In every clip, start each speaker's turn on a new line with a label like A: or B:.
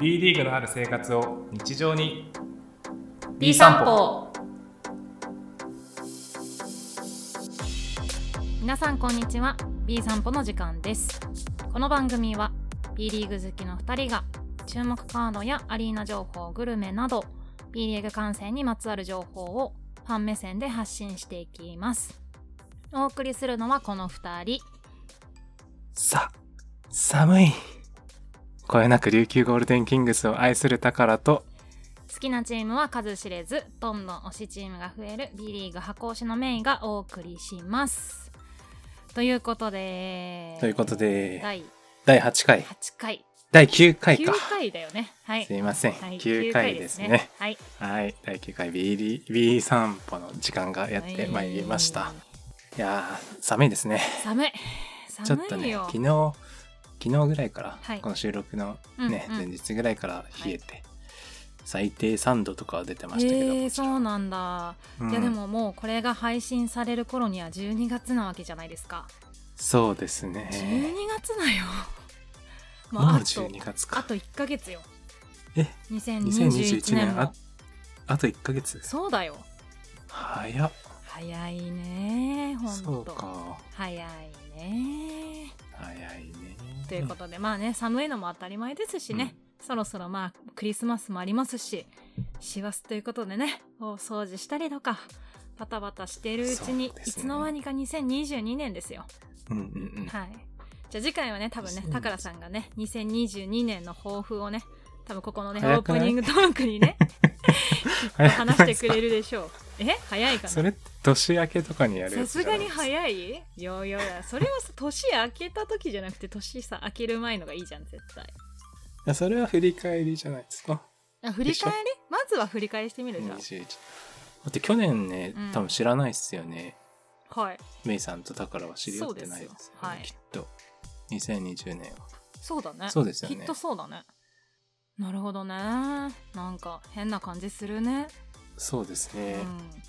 A: B リーグのある生活を日常に
B: B 散歩皆さんこんにちは B 散歩の時間ですこの番組は B リーグ好きの2人が注目カードやアリーナ情報グルメなど B リーグ観戦にまつわる情報をファン目線で発信していきますお送りするのはこの2人
A: さ寒いこよなく琉球ゴールデンキングスを愛する宝と
B: 好きなチームは数知れずどんどん推しチームが増える B リーグ箱推しのメイがお送りしますということで
A: ということで
B: 第
A: 第8回
B: 8回
A: 第9回
B: 9
A: か
B: 回だよねはい
A: すいません、
B: はい
A: 9回ですね
B: はい
A: はい第9回 B リ B 散歩の時間がやってまいりました、、
B: はい
A: やー寒いですね
B: 寒い
A: ちょっと
B: 寒い
A: ね
B: よ、
A: 昨日昨日ぐらいから、
B: はい
A: この収録の
B: うんうん
A: ね、前日ぐらいから冷えて、最低3度とかは出てましたけど、
B: えー、そうなんだ、
A: うん
B: いやでももうこれが配信される頃には12月なわけじゃないですか、
A: そうですね
B: 12月だよも
A: も
B: う
A: う
B: あと
A: 12月
B: あ
A: か
B: と1ヶ月よ
A: え
B: 2021年
A: 2021年あ
B: も
A: あと1ヶ月
B: そうだよ
A: 早っ
B: 早いねほんと
A: そうか
B: 早いね
A: 早いね
B: ということで、まあね寒いのも当たり前ですしね、そろそろまあクリスマスもありますし師走ということでねお掃除したりとかバタバタしてるうちに
A: そうで
B: い
A: すね
B: つの間にか2022年ですよ
A: うんうんうん
B: はいじゃあ次回はね多分ね
A: そうですね
B: たからさんがね2022年の抱負をね多分ここのねオー
A: 早く
B: プ
A: ない
B: ニングトークにね
A: 早くない
B: 話してくれるでしょうえ早いか
A: そ
B: な
A: れって年明けとかにやる
B: さ
A: やつ
B: す
A: じゃ
B: が
A: ない
B: に
A: ですか
B: 早いよいよだそれはさ年明けた時じゃなくて年さ明ける前のがいいじゃん絶対
A: いやそれは振り返りじゃないですか
B: あ振り返りまずは振り返してみるじゃん
A: 21だって去年ね、
B: うん
A: 多分知らないっすよね
B: はい
A: メイさんとタカラは知り合ってないです
B: そ
A: よね
B: うですよはい
A: きっと2020年は
B: そうだね
A: そうですよね
B: きっとそうだねなるほどねなんか変な感じするね、
A: そうですね、
B: うん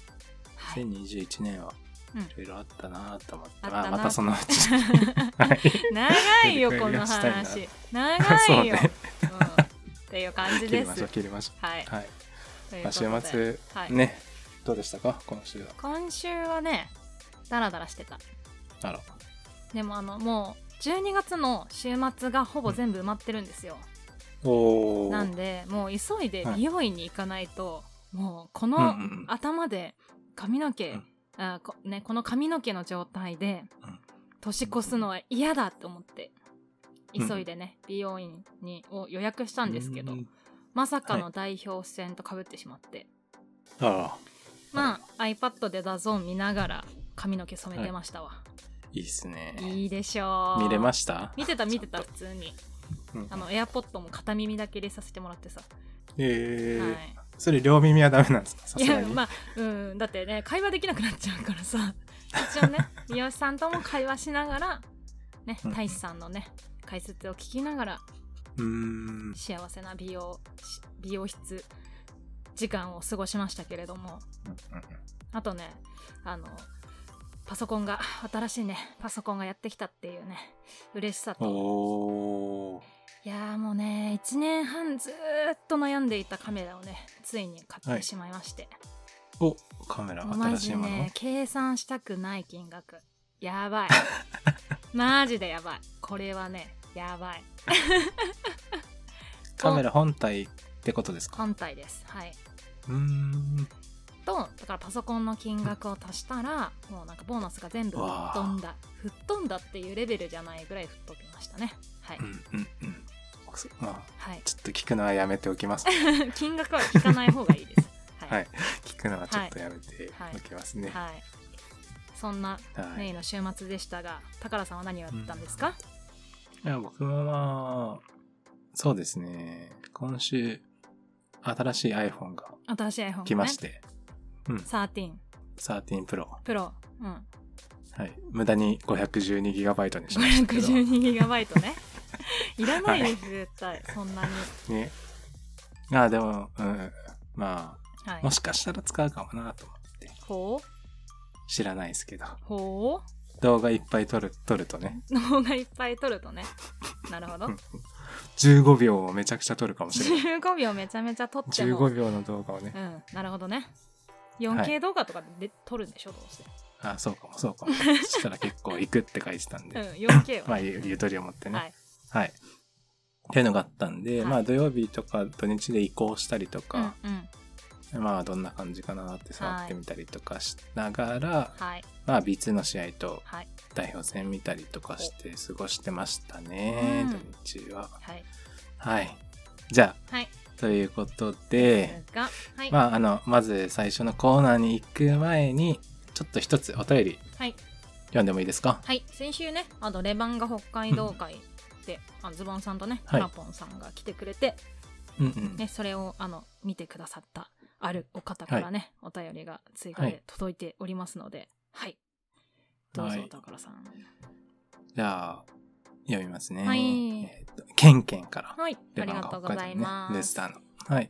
B: はい
A: 2021年は
B: うん
A: いろいろあったなと思って、
B: あったな
A: まあまたそのう ちはい
B: 長いよ
A: 振り
B: こ
A: 返り
B: の
A: がしたいな
B: 話長いよ、
A: そうね
B: うん、っていう感じ
A: 切り
B: で
A: ましょ
B: す
A: う切りましょ
B: はい、
A: うはい、
B: というこ
A: まあ、
B: と
A: 週
B: で
A: 末、
B: はい
A: ねどうでしたか今週は
B: 今週はねダラダラしてた
A: あら
B: でもあのもう12月の週末がほぼ全部埋まってるんですよ、
A: おお
B: なんでもう急いで
A: はい
B: 美容院に行かないと、もうこ
A: うんう
B: の
A: ん
B: 頭で髪の毛、
A: うん
B: あこね、この髪の毛の状態で
A: うん
B: 年越すのは嫌だと思って
A: うん
B: 急いでね、美容院にを予約した
A: なん
B: ですけど、
A: うん
B: まさかの代表戦とかぶってしまって、
A: あら
B: まあ iPad でダゾーン見ながら髪の毛染めてましたわ、
A: いいっすね
B: い、いでしょう
A: 見れま
B: し
A: した
B: 見てた見て
A: ち
B: た
A: ゃん
B: 普通に
A: とうん
B: あの AirPod も片耳だけ入れさせてもらってさ、
A: えー
B: はい
A: それ両耳はダメなんですかさ
B: い
A: すが
B: や
A: に、
B: まあうんだってね会話できなくなっちゃうからさ 一応ね三好さんとも会話しながらね
A: うん
B: 大志さんのね解説を聞きながら
A: うーん
B: 幸せな美容し美容室時間を過ごしましたけれどもあとねあのパソコンが 新しいねパソコンがやってきたっていうね嬉しさと
A: おお
B: いやーもうね1年半ずーっと悩んでいたカメラをねついに買っ
A: は
B: て
A: い
B: しまいまして、
A: おカメラ
B: マ
A: 新し
B: ジ
A: いもの、
B: ね計算したくない金額や ばいマジでやばいこれはねやばい
A: カメラ本体ってことですか
B: 本体ですはいう
A: ーん
B: とだからパソコンの金額を足したらもうなんかボーナスが全部吹っ
A: わあ
B: 飛んだ吹っ飛んだっていうレベルじゃないぐらい吹っ飛びましたねはい、
A: うんうんうんそまあ
B: はい、
A: ちょっと聞くのはやめておきますは
B: 金額は聞かない方がいい ですはい、
A: い聞くのはちょっとやめて
B: はい
A: おきますね
B: はいそんな
A: はい、
B: メ
A: い、
B: イの週末でしたが宝さんは何をやったんですか、
A: や僕もまあそうですね今週新しい iPhone が
B: 新しい iPhone が、ね、
A: 来まして、
B: 13
A: 13 Pro
B: プロうん
A: はい無駄に 512GB にしましたけど
B: 512GB ねいらないです絶対そんなに
A: ねああでもうんま
B: は
A: あ
B: い
A: もしかしたら使うかもなと思って
B: ほう
A: 知らないですけど
B: ほ
A: 動画いっぱい撮る撮るとね
B: う動画いっぱい撮るとねなるほど
A: うん15秒をめちゃくちゃ撮るかもしれ ない。
B: 15秒めちゃめちゃ撮っても
A: 15秒の動画をね。
B: うんなるほどね
A: は
B: 4K
A: い
B: 動画とかで撮るんでしょどうせ、
A: あ、そうかも、そうかも。そしたら結構行くって書いてたんで。
B: うん 4K は
A: まあ、ゆゆとりを持ってね。
B: はい
A: はい。っていうのがあったんで、
B: はい
A: まあ土曜日とか土日で移行したりと
B: うん
A: か、
B: うん
A: まあどんな感じかなって触ってみたりとかしながら、
B: はい
A: まあ B2 の試合と
B: はい
A: 代表戦見たりとかして過ごしてましたね、
B: うん
A: 土日は。
B: はい
A: はい。じゃ
B: はい
A: あ、ということで、
B: ですがはい、
A: まああの、まず最初のコーナーに行く前に、ちょっと一つお便り
B: はい
A: 読んでもいいですか
B: はい、先週ねあのレバンガ北海道会で、あズボンさんとね
A: はい
B: ラポンさんが来てくれて、
A: うんうん。
B: ね、それをあの見てくださったあるお方からね、お便りが追加
A: は
B: で
A: い
B: 届いておりますのではい、どう
A: は
B: ぞ
A: い
B: 宝さん
A: じゃあ、読みますね。
B: はい
A: えーとケンケンから。
B: はいあ
A: レ
B: り
A: バン
B: が
A: ガ
B: とうご
A: 北
B: ざい
A: 海道の
B: ま
A: ね、レス
B: す
A: ターの。はい。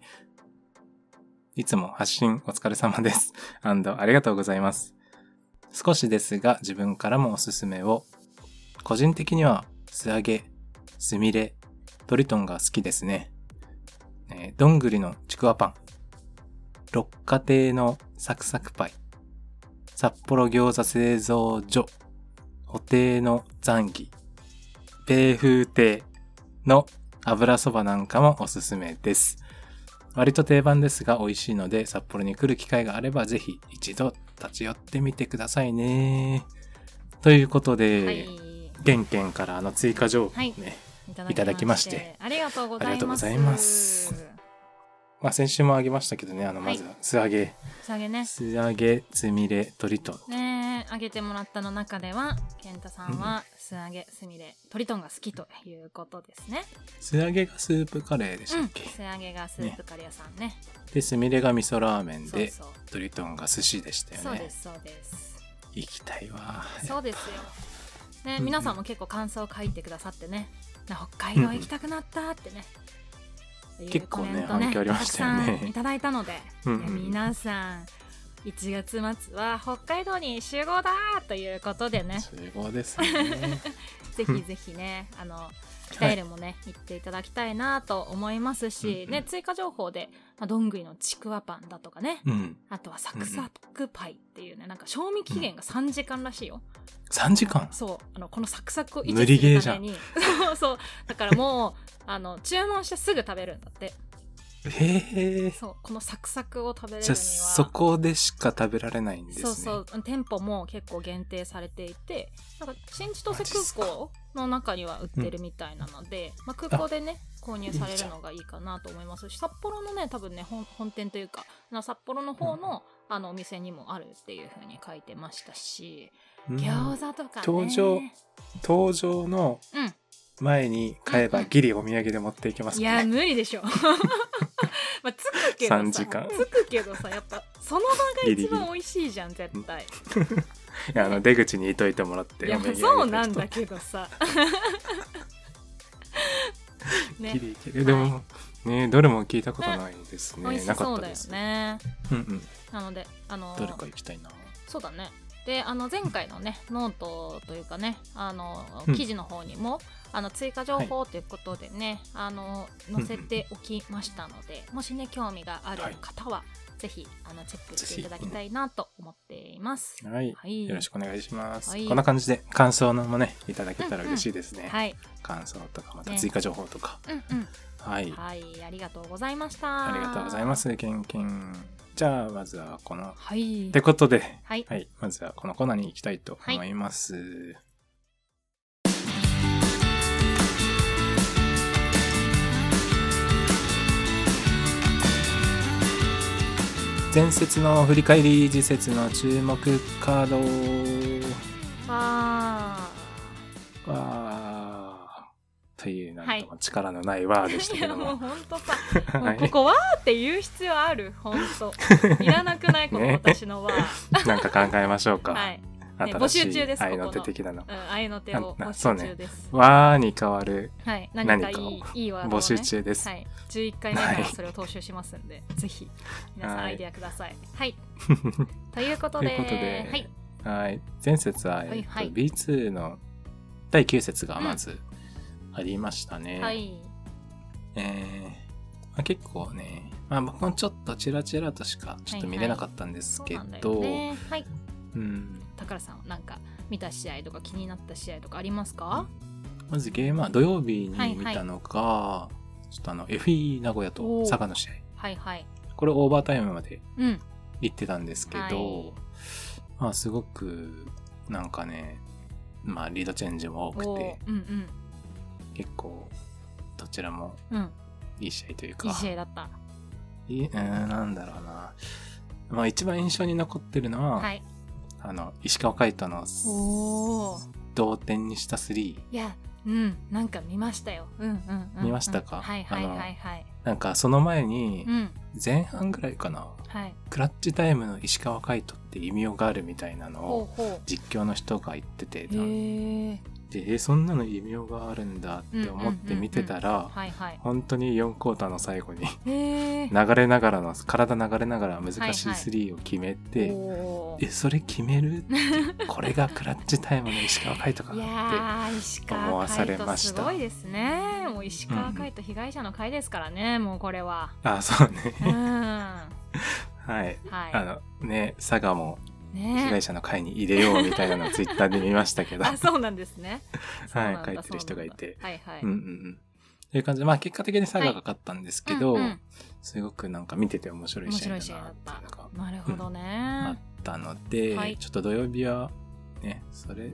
A: いつも発信お疲れ様です。and ありがとうございます。少しですが、自分からもおすすめを。個人的には、素揚げ、すみれ、トリトンが好きですね。えーどんぐりのちくわパン。六花亭のサクサクパイ。札幌餃子製造所。補定のザンギ。米風亭の油そばなんかもおすすめです。割と定番ですが美味しいので札幌に来る機会があればぜひ一度立ち寄ってみてくださいね。ということで、
B: はい
A: ケンケンからあの追加情報ね、
B: いただきまして
A: いただきまして
B: ありがとうございます
A: ありがとうございますまあ、先週もあげましたけどねあの
B: は
A: ま
B: い
A: ずは素揚げ、
B: 素揚げね
A: 素揚げつみれ鶏と
B: ねえあげてもらったの中では健太さんは素揚げすみれトリトンが好きということですね
A: 素揚げがスープカレーでし
B: う
A: た
B: ん
A: っけ、
B: 素揚げがスープカレー屋さんね
A: でつみれが味噌ラーメン
B: そう
A: で
B: そう
A: トリトンが寿司でしたよね
B: そうですそうです
A: 行きたいわ
B: そうですよ。ね、
A: うん
B: 皆さんも結構感想を書いてくださってね。な北海道行きたくなったってね。いう
A: 結構
B: コメ
A: ね
B: ント
A: 反響ありましたよね
B: たくさんいただいたので、
A: うんうん
B: いや皆さん1月末は北海道に集合だということでね、
A: 集合です ね
B: ぜひぜひね、あの北エルもね、行っていただきたいなと思いますし、
A: うんうん
B: ね追加情報で、まあ、どんぐりのちくわパンだとかね、
A: うん
B: あとはサクサクパイっていうね、なんか賞味期限が3時間らしいよ。
A: 3時間
B: そうあのこのサクサクを
A: 塗りゲー
B: ためにそうそうだからもうあの注文してすぐ食べるんだって
A: へえ
B: そうこのサクサクを食べれる
A: じ
B: に
A: ゃ
B: は
A: あそこでしか食べられないんですね
B: そうそう店舗も結構限定されていてなんか新千歳空港の中には売ってるみたいなので、まあ、空港でね購入されるのがいいかなと思いますし札幌のね多分ね本本店というかあの札幌の方の,、あのお店にもあるっていうふうに書いてましたし
A: うん
B: 餃子とかね
A: 登場登場の
B: うん
A: 前に買えばギリお土産で持っていけます
B: い
A: か
B: や
A: ね
B: 無理でしょ まあつくけどさ
A: 3時間
B: つくけどさやっぱその場が
A: ギリ
B: 一
A: ギリ
B: 番美味しいじゃん絶対
A: いやあの出口にいといてもらって
B: いや
A: お土産
B: そう
A: あげた
B: ないん
A: 人
B: だけどさね
A: ギリいけるでも、ねどれも聞いたことないです
B: 美
A: ね、
B: 味し
A: なか
B: そう
A: った
B: だよ
A: です
B: ね
A: うんうん
B: なのであの
A: どれか行きたいな
B: そうだねであの前回のねノートというかねあの
A: うん
B: 記事の方にも、あの追加情報ということでね、あの載せておきましたので、もしね興味がある方は、ぜひあのチェックしていただきたいなと思っています。
A: はい、
B: はい、
A: よろしくお願いします、
B: はい
A: こんな感じで感想のもねいただけたら嬉しいですね、
B: はい、
A: 感想とかまた
B: ね
A: 追加情報とか、
B: うんうん、
A: はい
B: はい、ありがとうございました。。
A: ありがとうございますすけんけんじゃあまずはこの
B: はい。
A: ってことで
B: はい、
A: はいまずはこのコーナーに行きたいと思います、前節の振り返り次節の注目カード
B: わ
A: わーというなん
B: はい
A: とも力のないわーでし
B: ー。
A: た
B: い
A: け
B: や
A: ど
B: もう
A: も、
B: 本当さ、も
A: は
B: うこ
A: い、
B: こわーって言う必要ある本 当。いらなくないこの
A: ね
B: 私のわー。
A: なんか考えましょうか、
B: はい、
A: 新し
B: 募集中で
A: い
B: すここの
A: 愛の手的なの
B: うん、愛の手を
A: あ
B: 募
A: なそう
B: 集
A: ね
B: 中です。
A: わーに変わる
B: はい、何かい
A: 何かを
B: いいいワードを
A: 募
B: ね。
A: 集中です、
B: はい、11回目から
A: はい
B: それを踏襲しますんで、ぜひ皆さん
A: はい
B: アイデアください。 はい、ということで、
A: ということで
B: はい、
A: はい前節は、えっと
B: はいはい
A: B2 の第9節がまずありましたね、
B: はい、
A: えーまあ、結構ね、まあ、僕もちょっとチラチラとしかちょっと見れなかったんです
B: そう
A: け
B: なんだよ
A: ど、
B: ね。はい。
A: うん
B: 高さん、なんか見た試合とか気になった試合とかありますか？
A: まずゲームは土曜日に見たのが、ちょっとあの FE 名古屋と佐賀の試合
B: はいはい。
A: これオーバータイムまで
B: うん。
A: 行ってたんですけど、
B: はい
A: まあすごくなんかねまあリードチェンジも多く
B: おー
A: て
B: うん
A: 結構どちらも
B: うんうん。
A: いい試合というか
B: いい試合だった。
A: いいうーんなんだろうなまあ一番印象に残ってるのは、
B: はい。
A: あの石川海人の
B: おー
A: 同点にした3
B: いや、うん、なんか見ましたよ。うんうんうん、うん。
A: 見ましたか
B: はいはいはいはい。
A: なんかその前に
B: うん。
A: 前半ぐらいかな、
B: はい。
A: クラッチタイムの石川海人って異名があるみたいなのを
B: ほうほ
A: 実況の人が言ってて
B: う。へえ。
A: でえーそんなの異名があるんだって思って見てたら
B: はいはい。
A: 本当に4クォーターの最後に
B: へえ。
A: 流れながらの体流れながら難し
B: はいは
A: い
B: い
A: スリーを決めて、
B: おー
A: えそれ決める これがクラッチタイムの石川海人か
B: い
A: なって
B: やー石
A: 思
B: 川
A: わさ
B: 海
A: れ
B: 人
A: ますした
B: ごいですねもう石川海人被害者の会ですからね、もうこれ は
A: あそう
B: うん
A: ね
B: は
A: はい
B: い
A: あのね佐賀も被害
B: ね
A: 者の会に入れようみたいなのをツイッターで見ましたけ ど
B: あそうなんですね
A: はい
B: そうなんだ
A: 書いてる人がいて
B: そうなんだはいはい、
A: うんうんうん。という感じで、まあ結果的に佐賀が勝ったんですけど、
B: うんうん
A: すごくなんか見てて面白い
B: 面
A: 試合
B: 白
A: だないっ
B: 試合
A: ていう
B: だ
A: の
B: ったな
A: が
B: るほどね、
A: あったので、
B: はい
A: ちょっと土曜日はね、それ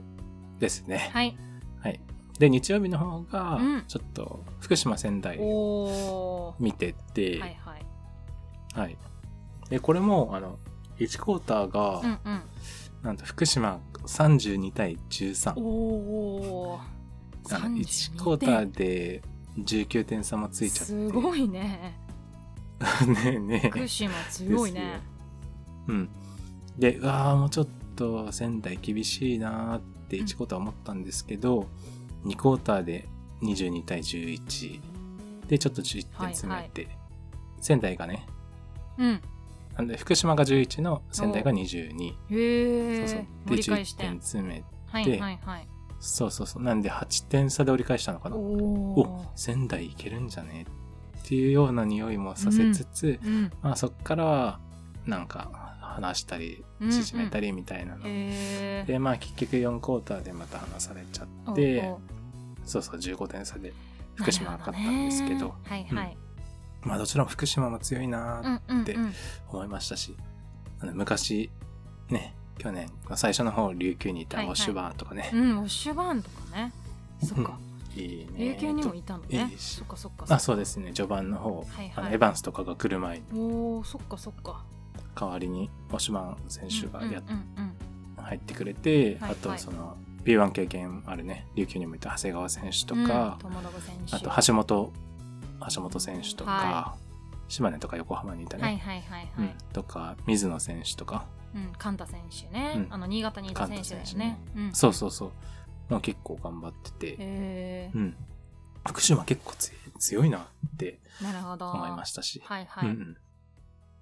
A: ですね。はい。
B: はい
A: で、日曜日の方が
B: うん、
A: ちょっと福島仙台
B: お
A: を
B: お
A: 見てて、
B: ーは
A: はいい、
B: はい
A: で、これも、あの、1クォーターが、
B: うんうん
A: なんと福島32対13。
B: おお
A: あの1クォーターで19点差もついちゃって。
B: すごいね
A: ねえねえ
B: 福島強いね
A: うん。で、うわーもうちょっと仙台厳しいなーって1クォーター思ったんですけど、2クォーターで22対11でちょっと11点詰めて、仙台がね、
B: うん
A: なんで福島が11の仙台が22。
B: へえ
A: そう
B: 盛り
A: そう
B: 返
A: で11
B: し
A: 点
B: 点
A: 詰めて、
B: はいはいはい
A: そうそうそう。なんで8点差で折り返したのかな。
B: お
A: お仙台いけるんじゃねっていうような匂いもさせつつ、
B: うん
A: まあそっからはなんか話したり縮めたりみたいなの
B: へえ
A: でまあ結局4クォーターでまた離されちゃ
B: お
A: っ
B: う
A: て
B: おう
A: そうそう15点差で福島が勝ったんですけど
B: なるほねはいはい
A: まあどちらも福島も強いな
B: う
A: ーっ
B: んうんうん
A: で思いましたし、あの昔ね去年最初の方琉球にいたウ
B: はい
A: ォ
B: はい
A: ッシュバーンとかね、
B: うんウォッシュバーンとかねそっか
A: いいね
B: 琉球にもいたのね
A: いいし
B: そっかそっか
A: あそうですね序盤の方、
B: はいはい
A: あのエヴァンスとかが来る前に
B: おおそっかそっか
A: 代わりにウォッシュバーン選手がやっ
B: うんうん
A: 入ってくれて、
B: はい
A: あとその B1 経験あるね琉球にもいた長谷川選手と
B: うん
A: か、
B: うん友信選手
A: あと橋本橋本選手とか、
B: は
A: 島根とか横浜にいたね、
B: はいはいはいは
A: うん
B: い、
A: とか水野選手とか
B: うん、神田選手ね、
A: うん
B: あの新潟にいた選手だよね。うん、
A: そうそうそうもう結構頑張ってて、
B: へえ
A: うん、福島結構強い強いなって
B: なるほど。
A: 思いましたし、
B: はいはい。
A: うんうん、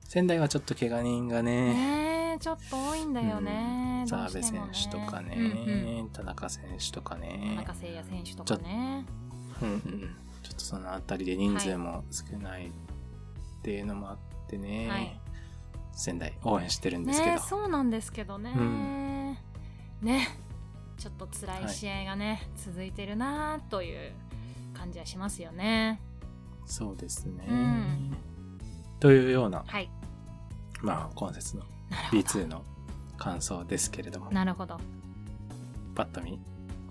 A: 仙台はちょっと怪我人がね
B: ねえちょっと多いんだよね。ど
A: 澤
B: う
A: 部
B: してもね
A: 選手とか
B: う
A: ね、
B: んうん
A: 田中選手とか
B: 田
A: ね
B: 中誠也選手とかね。
A: うんうん、ちょっとそのあたりで人数も少ないっていうのもあってね、
B: はい
A: 仙台応援してるんですけど、
B: ねえそうなんですけどね。
A: う
B: ねちょっと辛い試合がね、続いてるなあという感じはしますよね。
A: そうですね、
B: うん
A: というような、
B: はい。
A: まあ、今節の
B: なるほど。
A: B2 の感想ですけれども、
B: なるほど。
A: パッと見、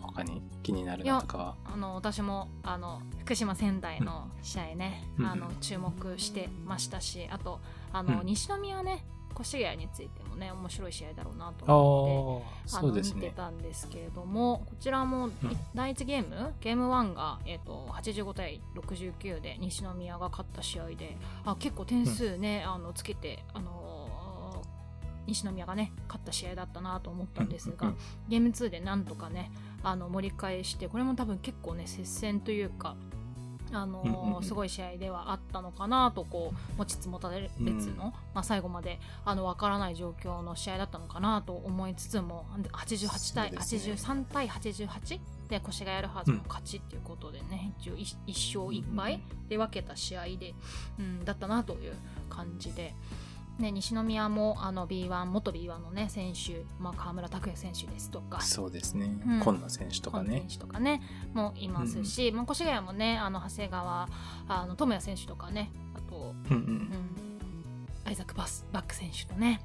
A: 他に気になるのとかは、
B: あの私もあの福島仙台の試合ね、
A: うん
B: あの注目してましたしあとあの、
A: うん
B: 西宮ね越谷についてもね面白い試合だろうなと
A: ああ
B: 思って。あ
A: そ
B: の
A: うです
B: 見て
A: ね。
B: たんですけれどもこちらも、い
A: うん
B: 第1ゲームゲーム1が、えー、と85対69で西宮が勝った試合であ結構点数ね、あのつけて、あのー西宮がね勝った試合だったなと思ったんですが、
A: うんうん
B: ゲーム2でなんとかねあの盛り返してこれも多分結構ね接戦というか。あのー
A: うんうんうん
B: すごい試合ではあったのかなとこう持ちつ持たれつの、
A: うん
B: まあ、最後まであの分からない状況の試合だったのかなと思いつつも88対
A: そうですね
B: 83対88で越谷るはずの勝ちっていうことでね、一応一一勝一敗で分けた試合で、うん、だったなという感じで。ね、西宮もあの B1 元 B1 の、ね、選手、まあ、河村拓哉選手ですとか
A: そうですね
B: うん。
A: 今野選手とか
B: 本
A: ね
B: 選。手とかねもいますし、まあ、越谷もねあの長谷川あの智也選手とかねあと、
A: うんう。
B: うんん、アイザックバスバック選手とね、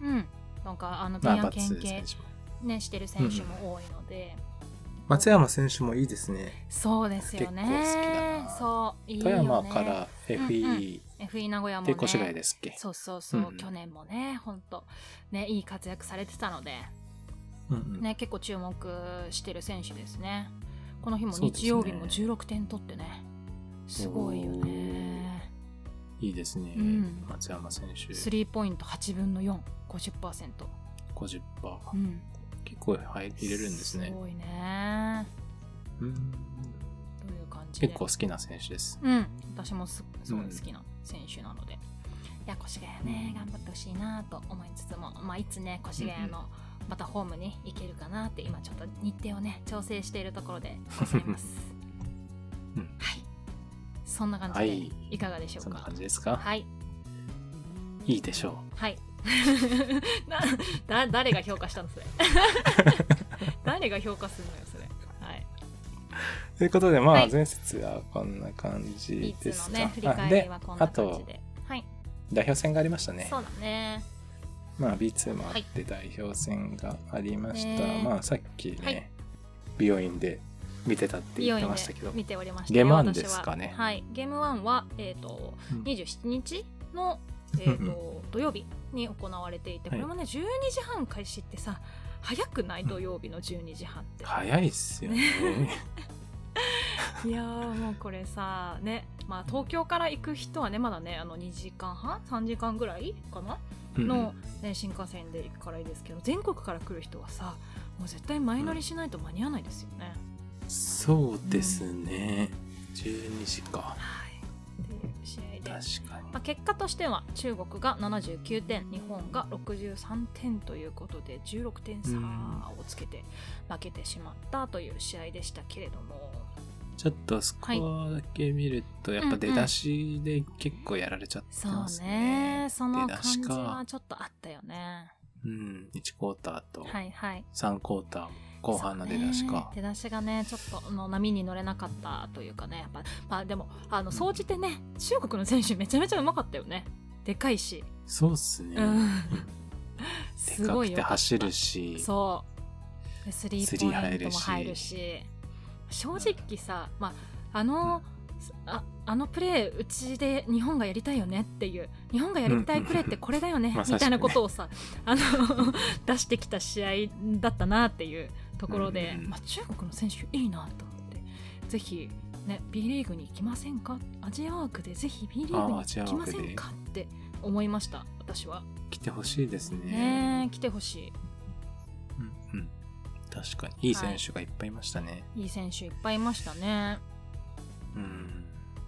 B: うん、なんかあの
A: まあ、
B: 提案
A: バッツ
B: 研
A: ー選
B: 究、
A: 手も。
B: ね、してる選手も多いので、
A: 松山選手もいいですね。
B: そうですよ
A: 結構
B: ね
A: 好きだな
B: そういいよ、
A: 富
B: ね、
A: 山から FE
B: FE 名古屋も
A: で
B: ね
A: 越谷ですっけ。
B: そうそうそう、
A: うん
B: 去年もね本当ねいい活躍されてたので
A: うんうん
B: ね、結構注目してる選手ですね。この日も
A: そうですね
B: 日曜日も16点取ってね、すごいよね。
A: いいですね
B: うん。
A: 松山選手
B: スリーポイント8分の4、50%。
A: 50%。
B: うん、
A: 結構入入れるんです
B: す
A: ね。
B: ごいね。
A: うん
B: という感じで。
A: 結構好きな選手です。
B: うん、私もすすごい好きな選手なので、いや越谷ね頑張ってほしいなと思いつつも、まあ、いつね越谷のまたホームに行けるかなって今ちょっと日程をね調整しているところでございます、
A: うん
B: はいそんな感じ
A: は
B: で
A: い
B: いかがでしょ
A: そ
B: うんか
A: な
B: は
A: 感
B: い
A: じですか
B: はい、
A: いいでしょう。
B: なだ誰が評価したの それ誰が評価するのよそれはい
A: ということで、ま
B: は
A: あ、
B: い
A: 前節はこんな感じ
B: い
A: で
B: つ
A: す
B: の
A: か。
B: ね振り
A: あ
B: 返り
A: で
B: はこん、な
A: あ
B: 感じ
A: と、
B: ではい
A: 代表戦がありましたね。
B: そうだね
A: まあ、B2 もあ
B: はい
A: って代表戦がありました。
B: ねえ
A: まあ、さっきね、
B: はい
A: 美容院で見てたって
B: 美容
A: 言って
B: 院
A: ましたけど
B: で、見ておりました
A: ゲームワ
B: ワ
A: ン
B: ン
A: ですかね
B: はい、ゲーム1は、えー、と
A: うん
B: 27日の、えー、
A: うんう
B: と土曜日に行われていてこ
A: はい
B: れもね12時半開始ってさ早くない土曜日の12時半って、
A: 早いっす よね。
B: い、やーもうこれさね、まあ、東京から行く人はねまだねあの2時間半3時間ぐらいかな
A: うん
B: の、ね、新幹線で行くからいいですけど全国から来る人はさもう絶対前乗りしないと間に合わないですよね。
A: そうですね。12時か。
B: はい、っていう試合で
A: 確かに。
B: まあ、結果としては中国が79点日本が63点ということで16点差をつけて負けてしまったという試合でしたけれども、
A: ちょっとスコアだけ見ると、やっぱ出だしで結構やられちゃって
B: そう
A: ます
B: ね
A: ね。
B: その感じ
A: 出だし
B: は
A: か
B: ちょっとあったよね
A: うん。1クォーターと
B: はいはい
A: 3クォーターも後半の出だし
B: そうね
A: か。
B: 出だしがねちょっとあの波に乗れなかったというかねやっぱ、まあ、でもあの
A: うん
B: 総じてね中国の選手めちゃめちゃうまかったよねでかいし、
A: そうっすね。
B: うん、
A: ですか
B: ご
A: く
B: いよ
A: て走るし。
B: そうでスリ
A: ス
B: ー
A: リー
B: ポイン
A: 入
B: ト
A: る
B: も
A: し
B: 入るし正直さ、まあ、あのああのプレーうちで日本がやりたいよねっていう日本がやりたいプレーってこれだよね
A: うんまさしくね
B: みたいなことをさ、あの 出してきた試合だったなっていうところで、
A: うん
B: まあ、中国の選手いいなと思ってぜひ、ね、B リーグに行きませんかアジア枠でぜひ B リーグに
A: あアジ
B: 行
A: ア
B: きま
A: 枠で
B: せんかって思いました私は。
A: 来てほしいですね。
B: ねえ来てほしい。
A: うんうん、確かにいい選手がいっぱいいましたね。
B: いい選手いっぱいいましたね。
A: うん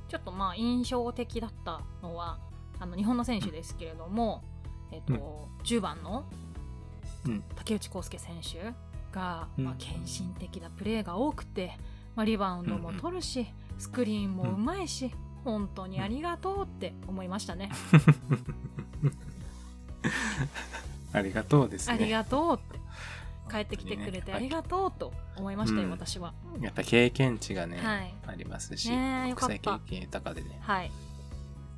B: ちょっとまあ印象的だったのはあの日本の選手ですけれども、えっと10番の
A: うん
B: 竹内康介選手が、
A: うん
B: まあ、献身的なプレーが多くて、まあ、リバウンドも取るし、スクリーンもうまいし、本当にありがとうって思いましたね。
A: ありがとうです
B: あり
A: ね。
B: がとうって帰ってきてくれ てあり
A: が
B: がとうと思いましたよ、
A: うん
B: 私は。
A: やっぱ経験値がね、
B: はい、
A: ありますし、
B: ねえよかっ
A: 国
B: た
A: 際経験豊かでね。
B: はい、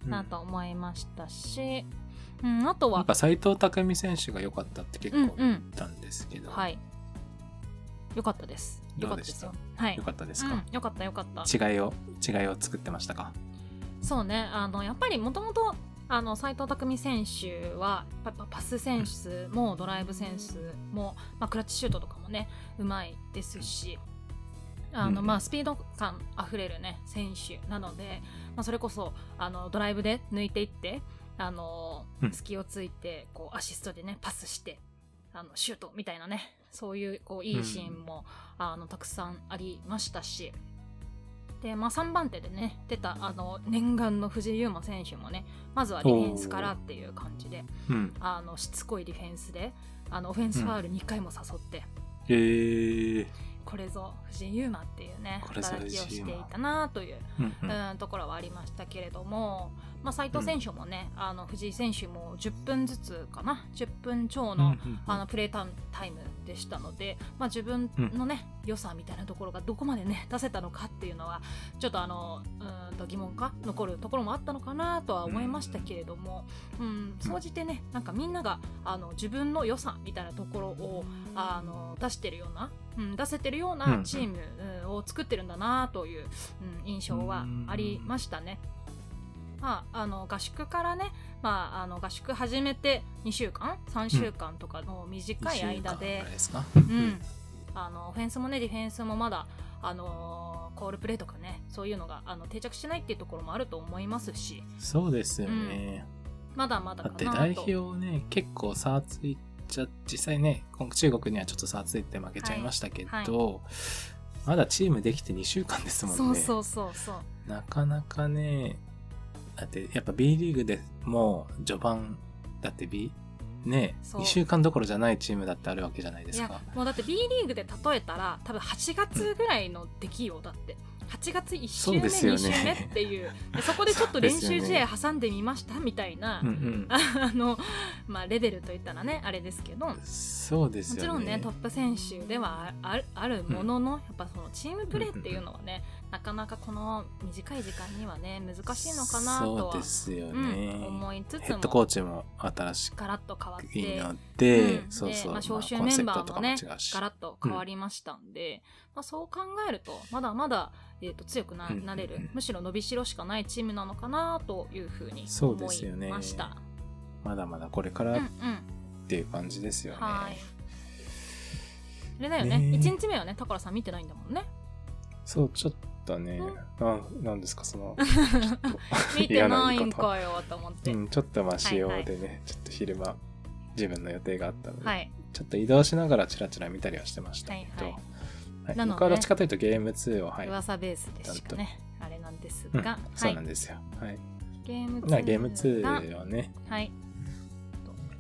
A: うん
B: なと思いましたし、うん、あと
A: な
B: は
A: んか斎藤匠選手が良かったって結
B: うん
A: 構
B: う
A: 言
B: ん
A: ったんですけど、
B: はい。よかったです。よ
A: ど
B: かった
A: うで
B: で
A: し
B: す
A: た
B: よ。はい
A: 良。かったです
B: う
A: か、
B: ん、よかったよかった。
A: 違いを違いを作ってましたか。
B: そうね、あのやっぱりもともとあの斉藤匠選手はパパパスセンスもドライブセンスも、まあ、クラッチシュートとかもねうまいですし。あの
A: うん
B: まあ、スピード感あふれる、ね、選手なので、まあ、それこそあのドライブで抜いていってあの
A: うん
B: 隙をついてこうアシストで、ね、パスしてあのシュートみたいなねそういうこういいシーンも、あのたくさんありましたしで、まあ、3番手でね出たあの念願の藤井優真選手もねまずはディフェンスからっていう感じで
A: うん、
B: あのしつこいディフェンスであのオフェンスファウル2回も誘って、
A: えー、
B: これぞ藤井優馬っていうね
A: これぞ
B: 働きを
A: 藤井
B: し
A: 優
B: て
A: 馬
B: いたなという、
A: うん
B: う
A: うん
B: ん、ところはありましたけれども、まあ、斉藤選手もね、あの藤井選手も10分ずつかな10分超の、
A: うんうん
B: あのプレータイムタイムでしたので、まあ、自分のね、良さみたいなところがどこまでね出せたのかっていうのはちょっとあのうーんと疑問が残るところもあったのかなとは思いましたけれども、うん、総じてねなんかみんながあの自分の良さみたいなところをあの出してるような、うん、出せてるよう
A: うんう
B: なんチームうんを作ってるんだなという、うん、印象はありましたね。まあ、あの合宿からね、まあ、あの合宿始めて2週間3週間とかの短い間で
A: 一週間ぐ、らいすか
B: うん、あのオフェンスもねディフェンスもまだ、あのーコールプレーとかねそういうのがあの定着してないっていうところもあると思いますし
A: そうですよね、
B: まだまだ
A: だ
B: か
A: って
B: な
A: 代
B: と。
A: 表ね結構差ついちゃ実際ね今中国にはちょっと差ついて負けちゃいましたけど、
B: はい
A: まだチームできて2週間ですもんね
B: そうそうそうそう
A: なかなかねだってやっぱ B リーグでもう序盤だって B ね
B: そう
A: 2週間どころじゃないチームだってあるわけじゃないで
B: い
A: す
B: や
A: か
B: もうだって B リーグで例えたら多分8月ぐらいの出来よだって8月1週目、
A: そうですよ
B: 2
A: ね
B: 週目っていうでそこでちょっと練習
A: そう
B: 試
A: で
B: 合挟んでみましたみたいな、
A: うんうん
B: あの、まあ、レベルといったらねあれですけども
A: そうですよ
B: ち
A: ね
B: ろんねトップ選手ではああるあるものの、やっぱそのチームプレーっていうのはね、なかなかこの短い時間にはね難しいのかなとは
A: そうですよ
B: うん
A: ね、
B: 思いつつ
A: ヘ
B: も
A: ッドコーチも新しく
B: ガラッと変わって
A: いいので、
B: うん
A: そうそう、
B: でまあ招集
A: コンセプ
B: メンバ
A: ト
B: ー
A: と
B: も
A: か
B: ね
A: 違うし
B: ガラッと変わりましたんで、まあ、そう考えるとまだまだ、えー、と強くな
A: うん
B: なれる、
A: うん
B: むしろ伸びしろしかないチームなのかなというふうに
A: そ
B: 思
A: うです
B: い
A: よね
B: ました。
A: まだまだこれか
B: う
A: ら
B: ん
A: っ
B: うん
A: ていう感じですよね。
B: はいあれだよね
A: ねえ
B: 1日目はね所さん見てないんだ もんね
A: そう、ちょっとね
B: うん、
A: ななんですか、その、
B: 見てないんかよと思っ
A: う
B: て、
A: ん、ちょっとまあ仕様でね、
B: は
A: ちょっと昼間、自分の予定があったので、
B: はい
A: ちょっと移動しながらチラチラ見たりはしてましたけど、
B: はい
A: は
B: はいなので
A: 僕はどっちかというとゲーム2を、はい、
B: 噂ベースでしかねあれなんです
A: うん
B: が、は
A: そうないんですよ。はい、
B: ゲーム
A: なゲーム
B: 2が
A: 2はね、
B: はい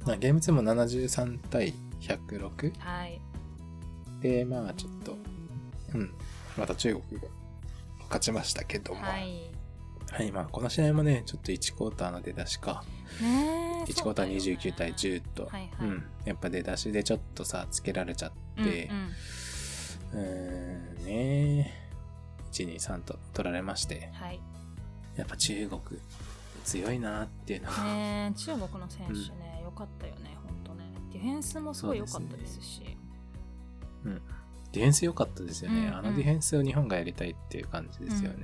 A: なゲーム2も73対106
B: はい
A: で、まあちょっと、うん、また中国が勝ちましたけども、
B: は
A: はい、
B: い
A: まあこの試合もね、ちょっと1クォーターの出だしか、
B: ねえ
A: 1クォーター29対
B: そうだよね
A: 10と、
B: はいはい
A: うん、やっぱ出だしでちょっとさつけられちゃって
B: うんうん
A: うーんね123と取られまして
B: はい
A: やっぱ中国強いなっていうのは、
B: ねえ中国の選手ね、良かったよね、本当ね。ディフェンスもすごい良かったですし、
A: ディフェンス良かったですよね、
B: うんうん
A: あのディフェンスを日本がやりたいっていう感じですよね、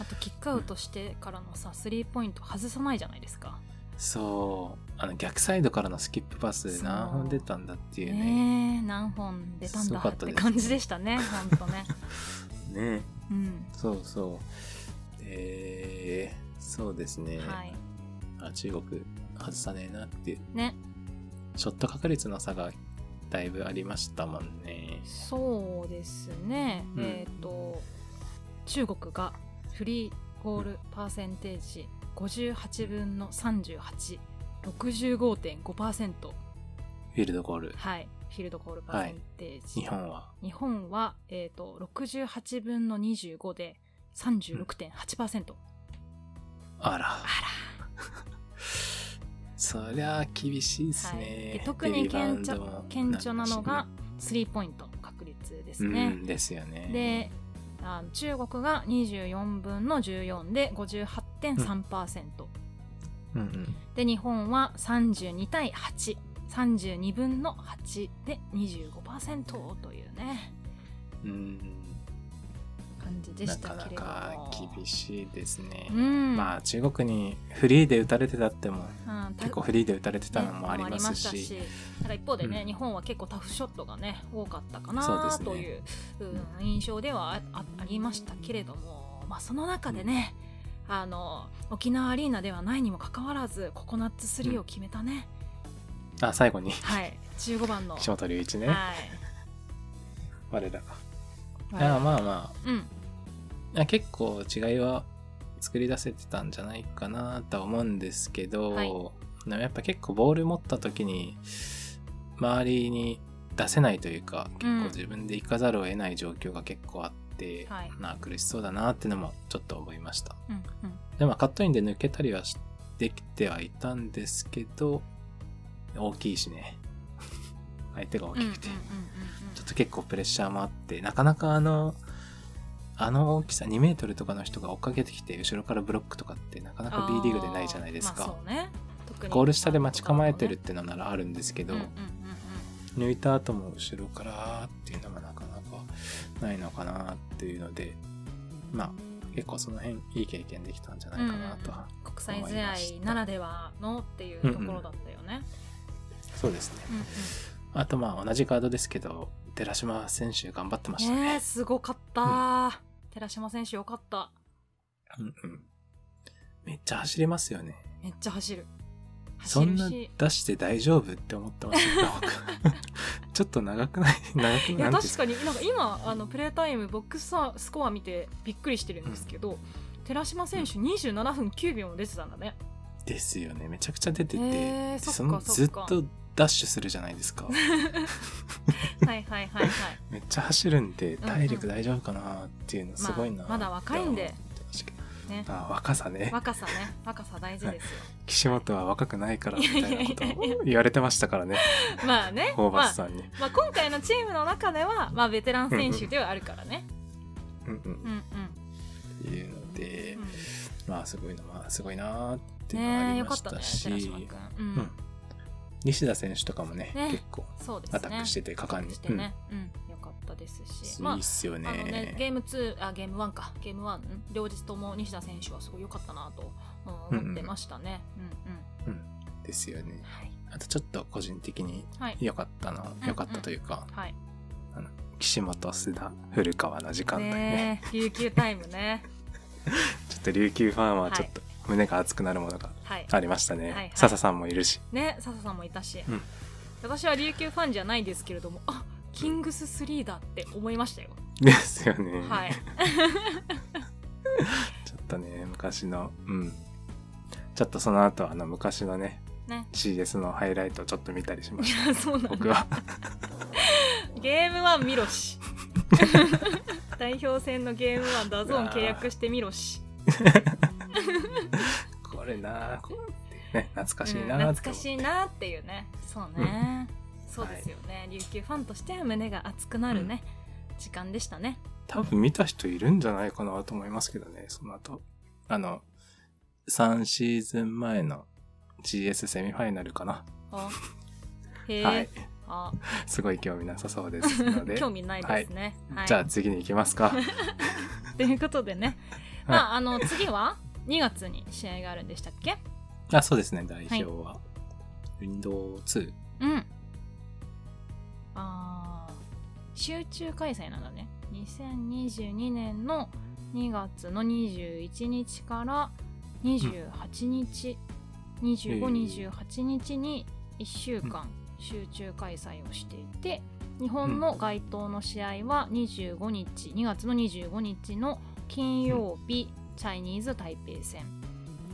B: あとキックアウトしてからのさ、スリーポイント外さないじゃないですか。
A: そうあの逆サイドからのスキップパス何本出たんだっていう
B: ね
A: ね
B: え何本出たん
A: す
B: だ
A: ごか
B: っ
A: ったで
B: て
A: す
B: 感じでしたね、本当ね。
A: ね
B: うん、
A: そうそうえー、そうですね、
B: はい。
A: あ中国外さねえなっていう
B: ね、
A: ショット確率の差がだいぶありましたもんね。
B: そうですね、
A: うん
B: えっ、と、中国がフリーゴールパーセンテージ58分の38、65.5%、
A: フィールドゴール。
B: はい、フィールドゴールパーセンテージ。
A: 日本は。
B: 日本は、えー、と68分の25で36.8%、
A: あら。
B: あ
A: そりゃ厳しいです
B: はい
A: ね。
B: で特に
A: リバウン
B: 顕
A: ド
B: 著
A: も
B: 顕著なのが
A: ん
B: スリーポイント確率で
A: ですすね。う
B: ね。
A: んですよね。
B: であ中国が24分の14で58.3%、
A: うんうん、
B: で日本は32対8。32分の8で25%というね
A: うん
B: 感じで
A: な
B: した
A: かな
B: けれども
A: か厳しいですね。
B: うん
A: まあ中国にフリーで打たれてたっても
B: あ、うんた
A: 結構フリーで打たれてたのもありま
B: ね
A: すし,、
B: もありましたただ一方でね、
A: うん
B: 日本は結構タフショットがね多かったか
A: そうで
B: な
A: すね
B: といううん印象ではああありましたけれども、まあ、その中でね、あの沖縄アリーナではないにもかかわらずココナッツ3を決めたね、
A: あ最後に
B: はい15番の、
A: 岸本龍一ね、
B: はい
A: 我らが。
B: 我
A: いや
B: 々
A: まあまあ
B: うん
A: いや結構違いは作り出せてたんじゃないかなとは思うんですけど、
B: はい
A: でもやっぱ結構ボール持った時に周りに出せないというか結
B: うん
A: 構自分で行かざるを得ない状況が結構あって、
B: はい
A: なあ苦しそうだなってのもちょっと思いました
B: うんうん
A: でもカットインで抜けたりはしできてはいたんですけど大きいしね 相手が
B: う
A: 大
B: んうんうん
A: きくて、
B: うん
A: ちょっと結構プレッシャーもあってなかなかあのあの大きさ2メートルとかの人が追っかけてきて後ろからブロックとかってなかなか B リーグでないじゃないですか、
B: あーまあそうね特に
A: ゴール下で待ち構えてるってのならあるんですけど、
B: うんうんうん
A: 抜いた後も後ろからっていうのがなかなかないのかなっていうのでまあ結構その辺いい経験できたんじゃないかなと、
B: うんうん国際試合ならではのっていうところだったよね。
A: そうですね
B: うんうん
A: あとまあ同じカードですけど寺島選手頑張ってました
B: ね
A: ね、
B: えすごかった。寺島選手よかった。
A: うんうん、めっちゃ走りますよね
B: めっちゃ走る。
A: そ
B: 走
A: ん
B: る
A: な
B: し。
A: 出して大丈夫って思ってま した僕ちょっと長くない 長く
B: い
A: な
B: や
A: い
B: 確かになんか今あのプレータイムボックススコア見てびっくりしてるんですけど、寺島選手27分9秒も出てたんだね。
A: ですよねめちゃくちゃ出てて、
B: へーそっか
A: の
B: そ
A: ず
B: っ
A: っ
B: か
A: とダッシュするじゃないですか
B: はいはいはいはい。
A: めっちゃ走るんで
B: うん
A: 体力大丈夫かなっていうのすごいな、
B: まあまだ若いんで
A: って思ってましたけど
B: ね、
A: あ若さね
B: 若さね若さ大事ですよ。
A: 岸本は若くないからみたいなこと
B: いやいやいやい
A: を言われてましたからね
B: まあね、
A: ホーバ
B: ま
A: ス
B: あ、
A: さんに、
B: まあ今回のチームの中では、まあ、ベテラン選手ではあるからね。
A: うんう
B: うん
A: ん
B: うん
A: っていうので、
B: うん。
A: まあすごいのまあすごいなーっていうのがあ
B: ねえ
A: り
B: よ
A: ま
B: かっ
A: した
B: ね
A: たし、
B: 寺島君。う
A: うん
B: ん、
A: 西田選手とかもね
B: ね
A: 結構
B: そうですね。
A: アタックしてて果
B: アタ
A: 敢
B: ッ
A: に
B: クしてね、うん、良かったですし、
A: うん、い
B: ま
A: いっすよ
B: あ、あのね
A: ね、
B: ゲーム2あゲーム1かゲーム1ん両日とも西田選手はすごい良かったなとうん思ってましたね。うんうん、
A: ですよね
B: はい
A: あとちょっと個人的に
B: はい
A: 良かったの
B: うん
A: 良かったというか、
B: はい。
A: 岸本須田古川の時間帯ね
B: ねえ琉球タイム ね。
A: ちょっと琉球ファンはちょっと胸が熱くなるものが
B: はい。
A: ありました
B: はいは
A: ね
B: い
A: 笹、さんもいるし
B: ね笹さんもいたし、
A: うん
B: 私は琉球ファンじゃないですけれどもあキングススリーだって思いましたよ、
A: ですよね、
B: はい
A: ちょっとね昔のうんちょっとその後あの昔のね
B: ね
A: CS のハイライトをちょっと見たりしま
B: い
A: し
B: やそうな
A: た
B: ん
A: 僕
B: だ
A: は
B: ゲームは見ろし 代表戦のゲームはダゾーン契約してみろし
A: これなあこうね懐かしいなあって思
B: う
A: っ
B: ん
A: て
B: 懐かしいなっていうねそうね、そうですよね、琉球ファンとしては胸が熱くなるね、時間でしたね
A: 多分見た人いるんじゃないかなと思いますけどね、その後。あの、3シーズン前の GS セミファイナルかな。
B: あへえ、
A: はい。
B: あ
A: すごい興味なさそうですので。
B: 興味ないですね、はい
A: じゃあ次に行きますか。
B: ということでね、まああの次は2月に試合があるんでしたっけ
A: あ、そうですね、代表は。Windows2。
B: うんあー集中開催なんだね2022年の2月の21日から28日、2528日に1週間集中開催をしていて日本の該当の試合は25日2月の25日の金曜日、チャイニーズ台北戦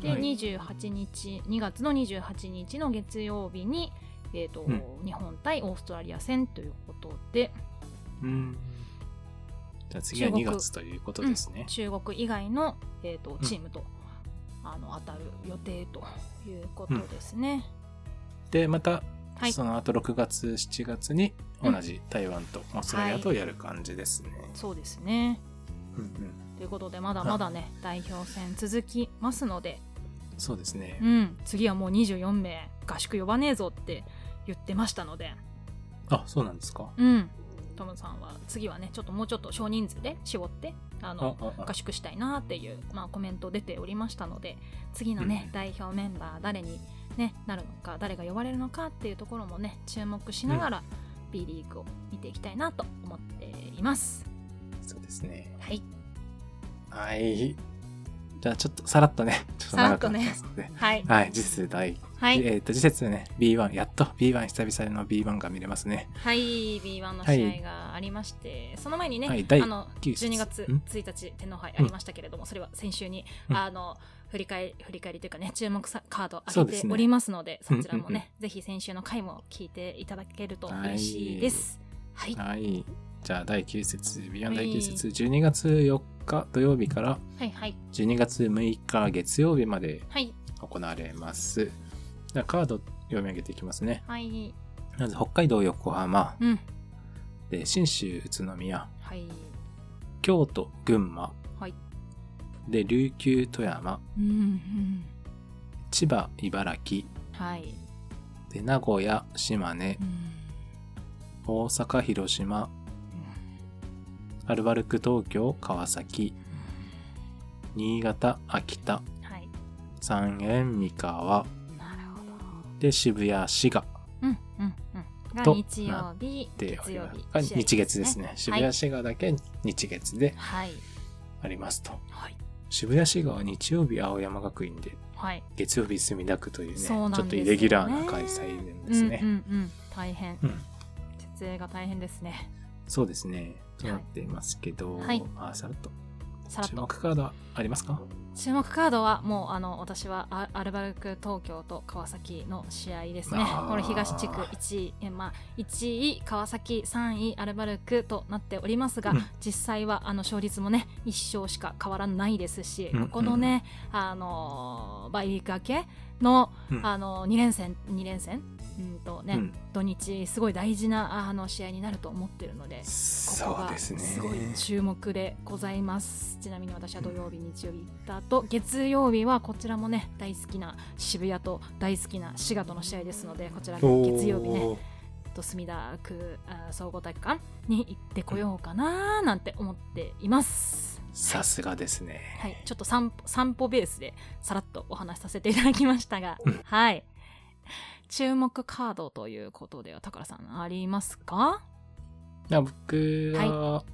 B: で、
A: はい
B: 28日2月の28日の月曜日に、えーと
A: うん
B: 日本対オーストラリア戦ということで
A: うん。じゃあ次は
B: 中
A: 2
B: 国
A: 月ということですね。
B: 中国以外の、えー、とチームと、あの当たる予定ということですね。
A: で、また、
B: はい
A: その後6月、7月に同じ台湾とオーストラリアとやる感じですね。
B: そうですね
A: うんうん。
B: ということでまだまだね代表戦続きますので、
A: そうですね
B: う。ん、次はもう24名合宿呼ばねえぞって言ってましたので、
A: あ、そうなんですか。
B: うん、トムさんは次はねちょっともうちょっと少人数で絞ってあの
A: あああ
B: 合宿したいなっていう、まあ、コメント出ておりましたので次のね、
A: うん
B: 代表メンバー誰に、ね、なるのか誰が呼ばれるのかっていうところもね注目しながら B リーグを見ていきたいなと思っています。
A: そうですね。
B: はい、
A: はい。じゃあちょっとさらっとね、 ちょっと長くなったので、
B: はい、
A: はい、次節第、
B: はい、
A: えっ、と次節ね、B1 やっと B1 久々の B1 が見れますね。
B: はい、B1 の試合がありまして、その前にね、
A: はい第
B: あの
A: 九節
B: 12月
A: ん
B: 1日天皇杯ありましたけれども、それは先週に、
A: うん
B: あの振り返り振り返りというかね注目さカード
A: そ
B: 上
A: うで
B: げ
A: す
B: て
A: ね
B: おりますのでそちらも
A: うんうん
B: ね、ぜひ先週の回も聞いていただけると嬉しいです。はい、は
A: はい。じゃあ、第9節、ビヨン
B: は
A: 第
B: い
A: 9節、12月4日土曜日から
B: い、はい、
A: 12月6日月曜日まで
B: はい、
A: 行われます。じゃあ、カード読み上げていきますね。
B: はい、
A: まず、北海道横浜、
B: うん、
A: で、信州宇都宮、
B: はい、
A: 京都群馬、
B: はい、
A: で、琉球富山、
B: うん、うん、
A: 千葉茨城、
B: はい、
A: で、名古屋島根
B: う、ん、
A: 大阪広島、
B: うん
A: アルバルク東京川崎、新潟秋田、
B: はい、
A: 三重三河、
B: なるほど。
A: で、渋谷滋賀、
B: うん、うん、うん。が
A: と
B: 日曜日、
A: で
B: 月曜日、
A: あ日月です
B: ね。
A: ね。渋谷市がだけ日月で
B: はい、
A: ありますと。
B: はい、
A: 渋谷市がは日曜日青山学院で、
B: はい。
A: 月曜日墨田区というね、ち
B: そう
A: ょ
B: な
A: っ
B: んですよね
A: とイレギュラーな開催なんです
B: うん、う
A: ね。
B: ん、うん、大変。
A: うん
B: 設営が大変ですね。
A: そうですね。となっていますけど、
B: はい
A: あさらっと。
B: さらっ
A: 注
B: と
A: 目カードはありますか
B: 注目カードはもうあの私はアアルバルク東京と川崎の試合ですね
A: あー。
B: これ東地区1位え、まあ、1位川崎3位アルバルクとなっておりますが、
A: うん
B: 実際はあの勝率もね1勝しか変わらないですし、
A: うん
B: ここのね、あのーバイウィーク明けの、
A: うん
B: あの2連戦2連戦うんとね、
A: うん
B: 土日すごい大事なあの試合になると思ってるのでこ
A: そ
B: こ
A: う
B: が
A: ですね。
B: すごい注目でございます。ちなみに私は土曜日、日曜日行った後、月曜日はこちらもね、大好きな渋谷と大好きな滋賀との試合ですので、こちら
A: おー
B: 月曜日ね、えっと墨田区あー総合体育館に行ってこようかなーなんて思っています。
A: さすがですね。
B: はい、ちょっと散歩散歩ベースでさらっとお話しさせていただきましたが
A: うん、
B: はい。注目カードということでは、高さんありますか
A: いや僕は、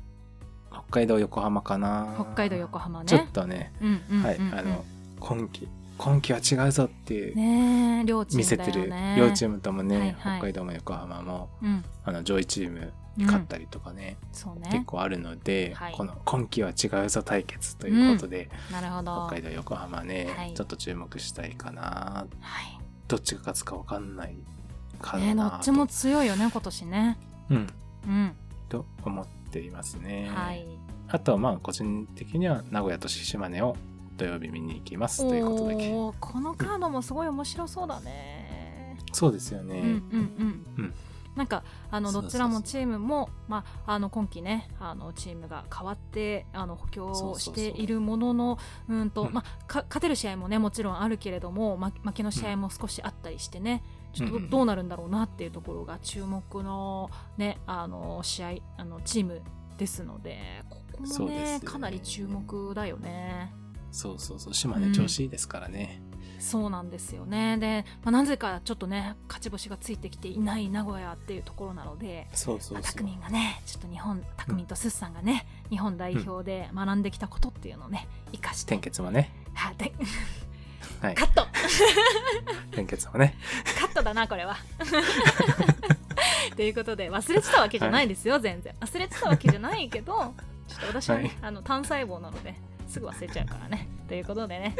A: 北海道横浜かな。
B: 北海道、横浜ね。
A: ちょっとね、
B: うんうんうんうん
A: はい、あの、今季、今季は違うぞっていう、
B: ねえ両チーム
A: 見せてる
B: だよね
A: 両チームともね、
B: はいはい
A: 北海道も横浜も、
B: うん
A: あの上位チーム
B: うん
A: 勝ったりとかね、
B: そう
A: 結
B: ね
A: 構あるので、
B: はい
A: この今季は違うぞ対決ということで、
B: なるほど
A: 北海道横浜ね、
B: はい
A: ちょっと注目したいかな。
B: はい
A: どっちが勝つかわかんないか
B: ねえど
A: な
B: っち
A: と、
B: も強いよね今年ね
A: うん、
B: うん、
A: と思っていますね。
B: はい
A: あとはまあ個人的には名古屋と島根を土曜日見に行きますということだけ
B: おーこのカードもすごい面白そうだね
A: そうですよ
B: う
A: ね、
B: んうんう
A: うんん
B: なんかあの
A: そうそう
B: どち
A: そう
B: らもチームもまああの今季ねあのチームが変わってあの補強をしているもののうんと
A: うん
B: まあか勝てる試合もねもちろんあるけれどもま負けの試合も少しあったりしてねちょっと
A: うんうん
B: どどうなるんだろうなっていうところが注目のねあの試合あのチームですのでここ
A: そう
B: も
A: です
B: ね
A: よね
B: かなり注目だよね。
A: そうそうそう島根調子いいですからね、
B: そうなんですよねで、まあ、なぜかちょっとね勝ち星がついてきていない名古屋っていうところなので、
A: そうそ
B: まあ、
A: う
B: タ
A: そ
B: ク
A: う
B: ミンがねちょっと日本タクミンとスッさんがね日本代表で学んできたことっていうのをね生かして
A: 天結もね
B: はで
A: は い
B: カット
A: 天結もね
B: カットだなこれは。ということで忘れてたわけじゃないですよ、全然忘れてたわけじゃないけどちょっと私は、ね
A: はい
B: あの単細胞なのですぐ忘れちゃうからねということでね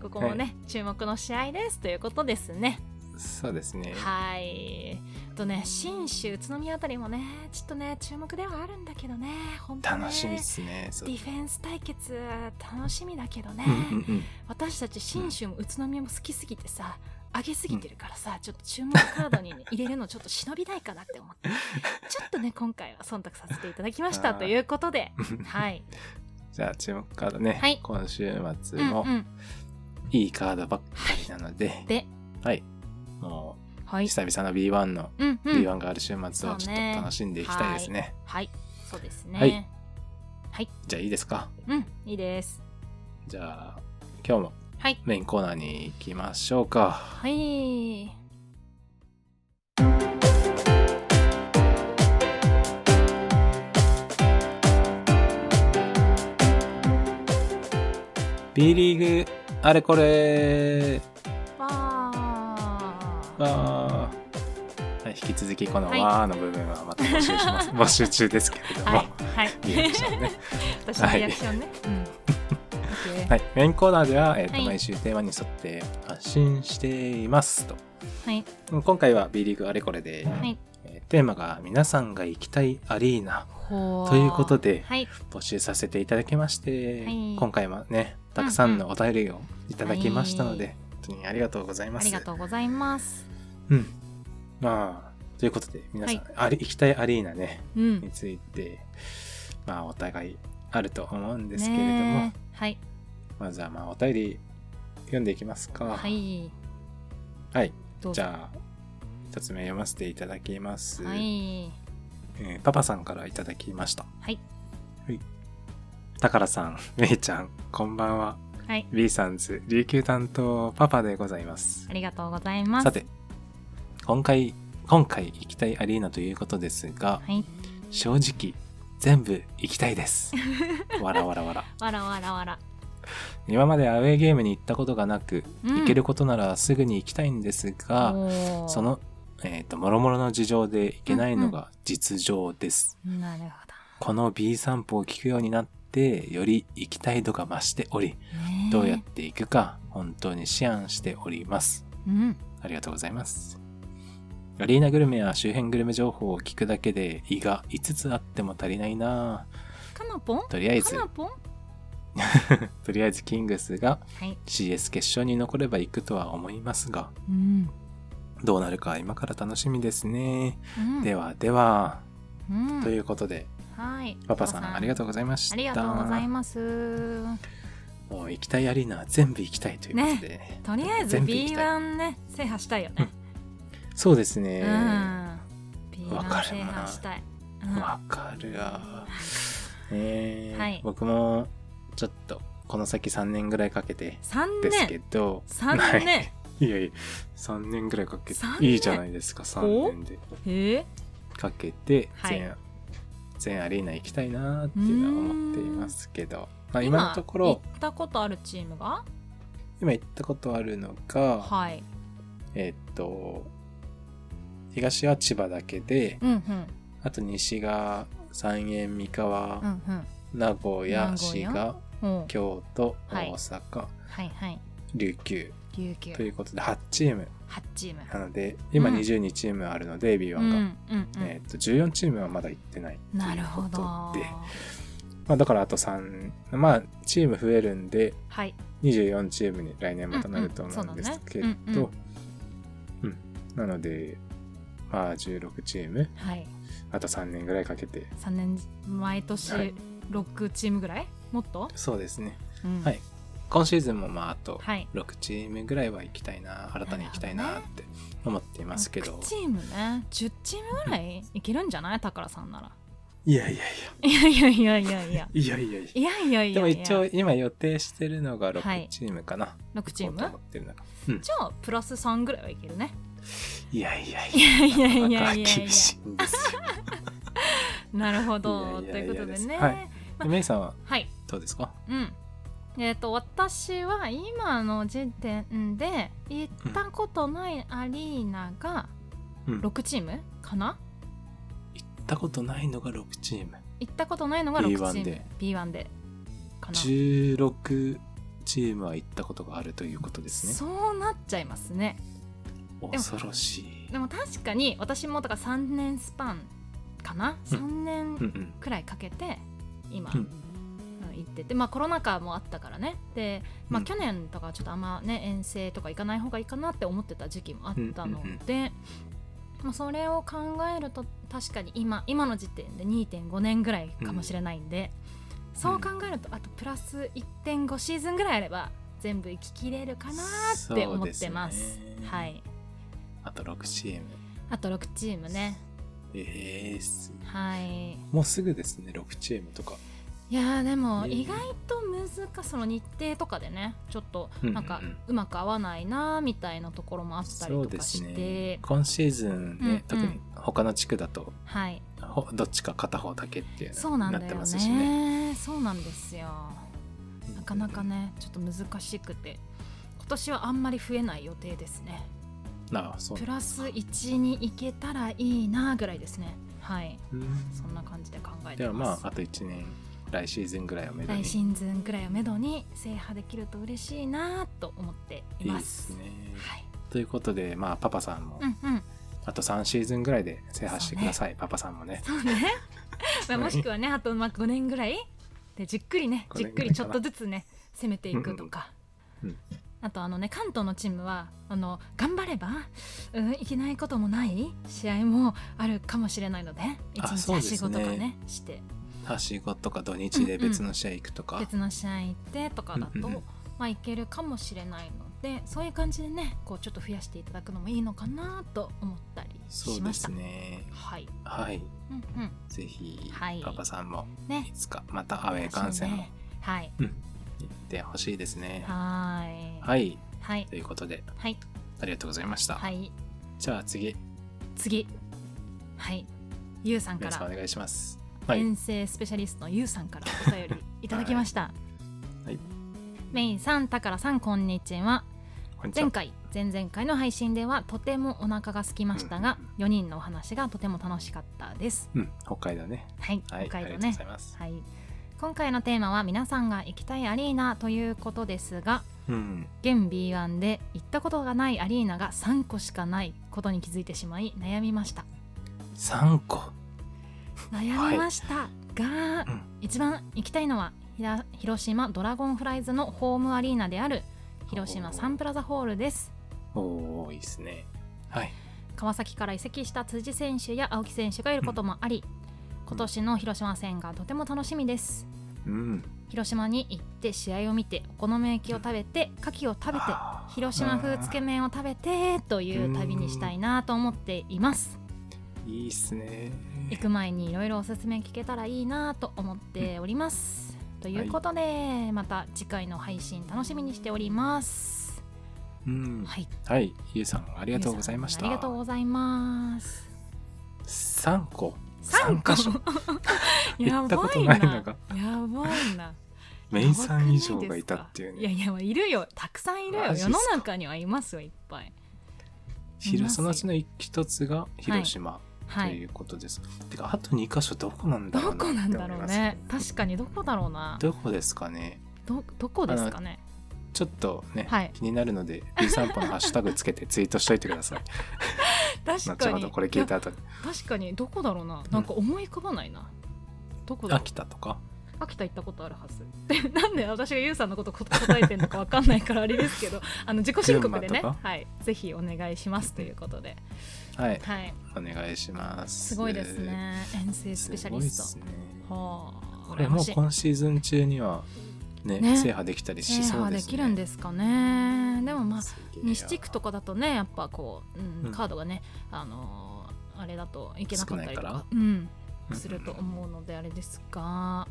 B: ここもね、
A: は
B: 注目の試合ですということですね
A: そうですね
B: はいあとね信州宇都宮あたりもねちょっとね注目ではあるんだけどね本当ね
A: 楽しみですねそう
B: ディフェンス対決楽しみだけどね、
A: うんうんうん
B: 私たち信州も宇都宮も好きすぎてさ上げすぎてるからさ、ちょっと注目カードにね、入れるのちょっと忍びないかなって思って ちょっとね今回は忖度させていただきました
A: あー
B: ということで はい、
A: じゃあ注目カードね、
B: はい
A: 今週末
B: うん
A: も
B: うん、
A: いいカードばっかりなので、
B: で
A: はいも
B: は
A: う
B: い、
A: 久々の B1 の、
B: うんうん
A: B1 がある週末をちょっと
B: そうね
A: 楽しんでいきたいですね
B: はいそうですね、
A: はいじゃあいいですか
B: うんいいです
A: じゃあ今日も
B: はい
A: メインコーナーに行きましょうか
B: はい
A: 「B リーグあれこれ
B: わー
A: わー」はい、引き続きこの「
B: はい
A: わー」の部分はまた募集し ます、募集中ですけれども、
B: はいはい
A: リアクションね
B: 私のリアクションね、うんオッケーはい
A: はい、メインコーナーでは、えーと
B: はい
A: 毎週テーマに沿って発信していますと。
B: はい
A: うん今回は B リーグあれこれで、
B: はい
A: えーテーマが皆さんが行きたいアリーナ
B: ほー
A: ということで
B: はい
A: 募集させていただきまして、
B: はい
A: 今回もね、たくさんのお便りをいただきましたので、
B: は
A: 本当にありがとうございま
B: あ
A: す。
B: りがとうございます
A: うん。まあ、ということで、皆さん、
B: はい
A: あり行きたいアリーナね、
B: うん
A: について、まあ、お互いあると思うんですけれども、
B: ねえはい
A: まずは、まあ、お便り読んでいきますか。
B: はい
A: はい。
B: どう
A: じ
B: ぞ
A: ゃあ、一つ目読ませていただきます。
B: はい
A: えーパパさんからいただきました。
B: はい
A: たからさん、めいちゃん、こんばんは。
B: はい
A: B さんズ琉球担当パパでございます
B: あ。りがとうございます
A: さて、今回、今回行きたいアリーナということですが、
B: はい
A: 正直全部行きた いです。わらわらわら。
B: わらわらわら、
A: 今までアウェーゲームに行ったことがなく、
B: うん
A: 行けることならすぐに行きたいんですが、
B: おー
A: その、えっ、と、もろもろの事情で行けないのが実情です。
B: なるほ
A: この B 散歩を聞くようになって、より行きたい度が増しており、
B: どねえ
A: どうやって行くか本当に思案しております。
B: うん
A: ありがとうございます。アリーナグルメや周辺グルメ情報を聞くだけで胃が5つあっても足りないなぁ
B: かなぽん
A: とりあえず
B: か、なぽん
A: とりあえずキングスが
B: はい、
A: CS 決勝に残れば行くとは思いますが、
B: うん
A: どうなるか今から楽しみですね。
B: うん、
A: ではでは、
B: うん、
A: ということで、
B: はい
A: パパさんありがとうございました。
B: ありがとうございます
A: もう行きたいアリーナは全部行きたいということで。
B: とりあえず
A: 全部行きたい
B: B1 ね制覇したいよね
A: そうです
B: う
A: ね。
B: ん
A: わ、わか
B: B1
A: る
B: 制
A: な
B: 覇したいうん
A: かる わ。ねえ
B: はい
A: 僕もちょっとこの先3年ぐらいかけて
B: 三
A: です
B: 年
A: けど、
B: 三
A: は
B: 年
A: い、いやいや3年ぐらいかけて
B: 三年
A: いいじゃないですか3年で
B: え
A: かけて
B: はい
A: 全,、全アリーナ行きたいなっていうのは思っていますけど、まあ、今のところ
B: 行ったことあるチームが
A: 今行ったことあるのが、
B: はい
A: えっと東は千葉だけで
B: うんうん
A: あと西が三重三河、
B: うん
A: 名古屋
B: 名古屋
A: 滋賀
B: うんおう
A: 京都
B: はい
A: 大阪、
B: はいはい
A: 琉球
B: 琉球
A: ということで8チーム
B: 八チーム
A: なので今
B: うん
A: 22チームあるので、B1 が、
B: うんうんうん
A: えー、と14チームはまだ行ってないと
B: ないる
A: うこ
B: ほど
A: とで、まあ、だからあと3まあチーム増えるんで
B: はい
A: 24チームに来年またなると思うんですけ
B: うんうんそうだねうん
A: どうんなのでまあ16チーム
B: はい
A: あと3年ぐらいかけて
B: 3年毎年
A: はい
B: 6チームぐらいもっと、
A: そうですね
B: うん
A: はい今シーズンもまああと
B: はい
A: 6チームぐらいは行きたいな新たに行きたいなって思っていますけど
B: 6チームね10チームぐらいいけるんじゃない宝さんなら
A: いやいや
B: いやいやいやいやいや
A: いやい
B: い
A: やいやいや
B: やいやいやいや
A: でも一応今予定してるのが
B: はい
A: 6チームかな、
B: 6チーム
A: 行こうと思ってるのが
B: じゃあプラス3ぐらいはいける ね
A: いやいやい
B: いやいやいや
A: や
B: い
A: なか
B: や
A: ないか
B: や
A: 厳しいんですよ
B: なるほど
A: い
B: と
A: や
B: い
A: いやいう
B: こ
A: や
B: とでね
A: ですはい
B: ま
A: メイさんは
B: はい
A: どうですか
B: うん。えっ、と私は今の時点で行ったことないアリーナが
A: うん
B: 6チームかな、
A: 行ったことないのが6チーム
B: 行ったことないのが6チ
A: B1
B: ーム
A: で
B: B1 でかな
A: 16チームは行ったことがあるということですね
B: そうなっちゃいますね
A: 恐ろしい
B: でも確かに私もだから3年スパンかな
A: うん
B: 3
A: うん
B: 年
A: うん
B: くらいかけて今、
A: うん
B: うん行っててまあコロナ禍もあったからねで、まあ、
A: うん
B: 去年とかちょっとあんまね遠征とか行かない方がいいかなって思ってた時期もあったので、まあ、それを考えると確かに今今の時点で2.5年ぐらいかもしれないんで、そう考えるとあとプラス1.5シーズンぐらいあれば全部行ききれるかなって思ってます
A: そうですね
B: はい
A: あと6チーム
B: あと6チームね
A: えーす
B: はい
A: もうすぐですね6チームとか
B: いやーでも
A: ね
B: 意外と難しその日程とかでねちょっと
A: うんうん
B: な
A: うん
B: んかうまく合わないなーみたいなところもあったり
A: そう
B: と
A: で
B: か
A: す
B: して、
A: ね今シーズン
B: うんうん
A: ね、特に他の地区だと
B: はい
A: ほどっちか片方だけっていう
B: そうな
A: のに
B: ん
A: なっ
B: だ
A: て
B: よ
A: ますしね
B: ねそうなんですよなかなかねちょっと難しくて今年はあんまり増えない予定ですね
A: なあそう
B: プラス1に行けたらいいなーぐらいですねはい
A: うん
B: そんな感じで考え
A: で
B: て
A: はま
B: ます
A: ああと1年来シーズンぐらいを目指
B: 来シーズンくらいをめどに制覇できると嬉しいなと思ってい
A: いい
B: ま
A: ですすね。
B: はい
A: ということで、まあ、パパさんも、
B: うんうん
A: あと3シーズンぐらいで制覇してください、パパさんもね。
B: そうねまあもしくはねあとまあ5年ぐらいでじっくりね
A: 5
B: じっ
A: 年ぐ
B: く
A: らい
B: り
A: か
B: ち
A: な
B: ょっとずつね攻めていくとか、
A: うんうん
B: あとあのね関東のチームはあの頑張れば、うん、いけないこともない試合もあるかもしれないので一
A: あ
B: 日
A: そう
B: は
A: です
B: しご
A: ね
B: とかねして
A: はしごとか土日で別の試合行くとか。
B: 別の試合行ってとかだ
A: うんうんう
B: と
A: ん。
B: まあ、いけるかもしれないのでそういう感じでねこうちょっと増やしていただくのもいいのかなと思ったり
A: そ
B: し
A: う
B: ま
A: で
B: した。
A: すね。
B: はい、
A: はい。
B: うんうん、
A: ぜひ、
B: はい
A: パパさんも
B: ね
A: いつかまたアウェー観戦も
B: ねはい
A: 行ってほしいですね。
B: はーい
A: はい。
B: はい
A: ということで、
B: はい
A: ありがとうございました。
B: はい
A: じゃあ次、
B: 次はいゆうさんか
A: 皆さんお
B: ら
A: 願いします。はい。
B: 遠征スペシャリストのゆうさんからお便りいただきました、
A: はい
B: メインさんたからさんこんにちは
A: こんにちは
B: 前回前々回の配信ではとてもお腹が空きましたが、4人のお話がとても楽しかったです
A: うん、北海道ね。
B: はい、
A: は
B: 北海
A: い。
B: 道
A: ありがとう
B: ね
A: ございます。
B: はい今回のテーマは皆さんが行きたいアリーナということですが
A: うん。
B: 現 B1 で行ったことがないアリーナが3個しかないことに気づいてしまい悩みました
A: 3個。
B: 悩みましたが、
A: うん
B: 一番行きたいのはひら広島ドラゴンフライズのホームアリーナである広島サンプラザホールです
A: おおいいですね。はい。
B: 川崎から移籍した辻選手や青木選手がいることもあり、今年の広島戦がとても楽しみです
A: うん。
B: 広島に行って試合を見てお好み焼きを食べて牡蠣を食べて
A: あー
B: 広島風つけ麺を食べてという旅にしたいなと思っています
A: いいっすね。
B: 行く前にいろいろおすすめ聞けたらいいなと思っております。ということで、また次回の配信楽しみにしております。
A: うん。
B: はい、
A: はい。ゆうさん、あり
B: あ
A: がとうございました。
B: ありがとうございます。
A: 3個。
B: 三個
A: 箇所。
B: や
A: 行ったこ
B: ば
A: と
B: い
A: な
B: ない
A: のが。
B: やばいな。
A: メインさん以上がいたってい
B: い
A: う
B: やいや、
A: ね。
B: いるよ。たくさんいるよ。
A: マジっ
B: 世
A: すか
B: の中にはいますよ、いっぱい。
A: ひろ
B: います
A: そ
B: よ
A: のうちの一つが広島と
B: はいい。
A: うことです。てか、あと2箇所どこなんだろう
B: どこなんだ
A: って
B: ろ
A: 思
B: う
A: いますよ
B: ね。確かにどこだろうな。
A: どこですかね。
B: ど、どこですかね。
A: ちょっとね、
B: はい
A: 気になる ので、B 散歩のハッシュタグつけてツイートしといてください。
B: 確
A: 後
B: か
A: ほど
B: に。
A: これ聞いた後に。
B: 確かにどこだろうななんか思い浮かばないな、どこだろう
A: 秋田とか。
B: 秋田行ったことあるはずでなんで私がゆうさんのことこ答えてるのかわかんないからあれです けどあの自己申告でね
A: 群馬と
B: はいぜひお願いしますということで
A: はい。
B: はい
A: お願いします。
B: すごいです。ね遠征スペシャリス
A: す
B: ト
A: ごいっすね。
B: はあ
A: これも
B: 羨
A: う
B: ましい
A: 今シーズン中にはね
B: ね
A: 制覇できたりし
B: 制
A: そう
B: 覇
A: で
B: です
A: ね。
B: きるんですかねでもまあ
A: すげえな
B: 西地区とかだとねやっぱこう、うん
A: うん
B: カードがねあのーあれだといけなかったりと
A: 少
B: か
A: ないか
B: うん、
A: うん
B: すると思うのであれですがあ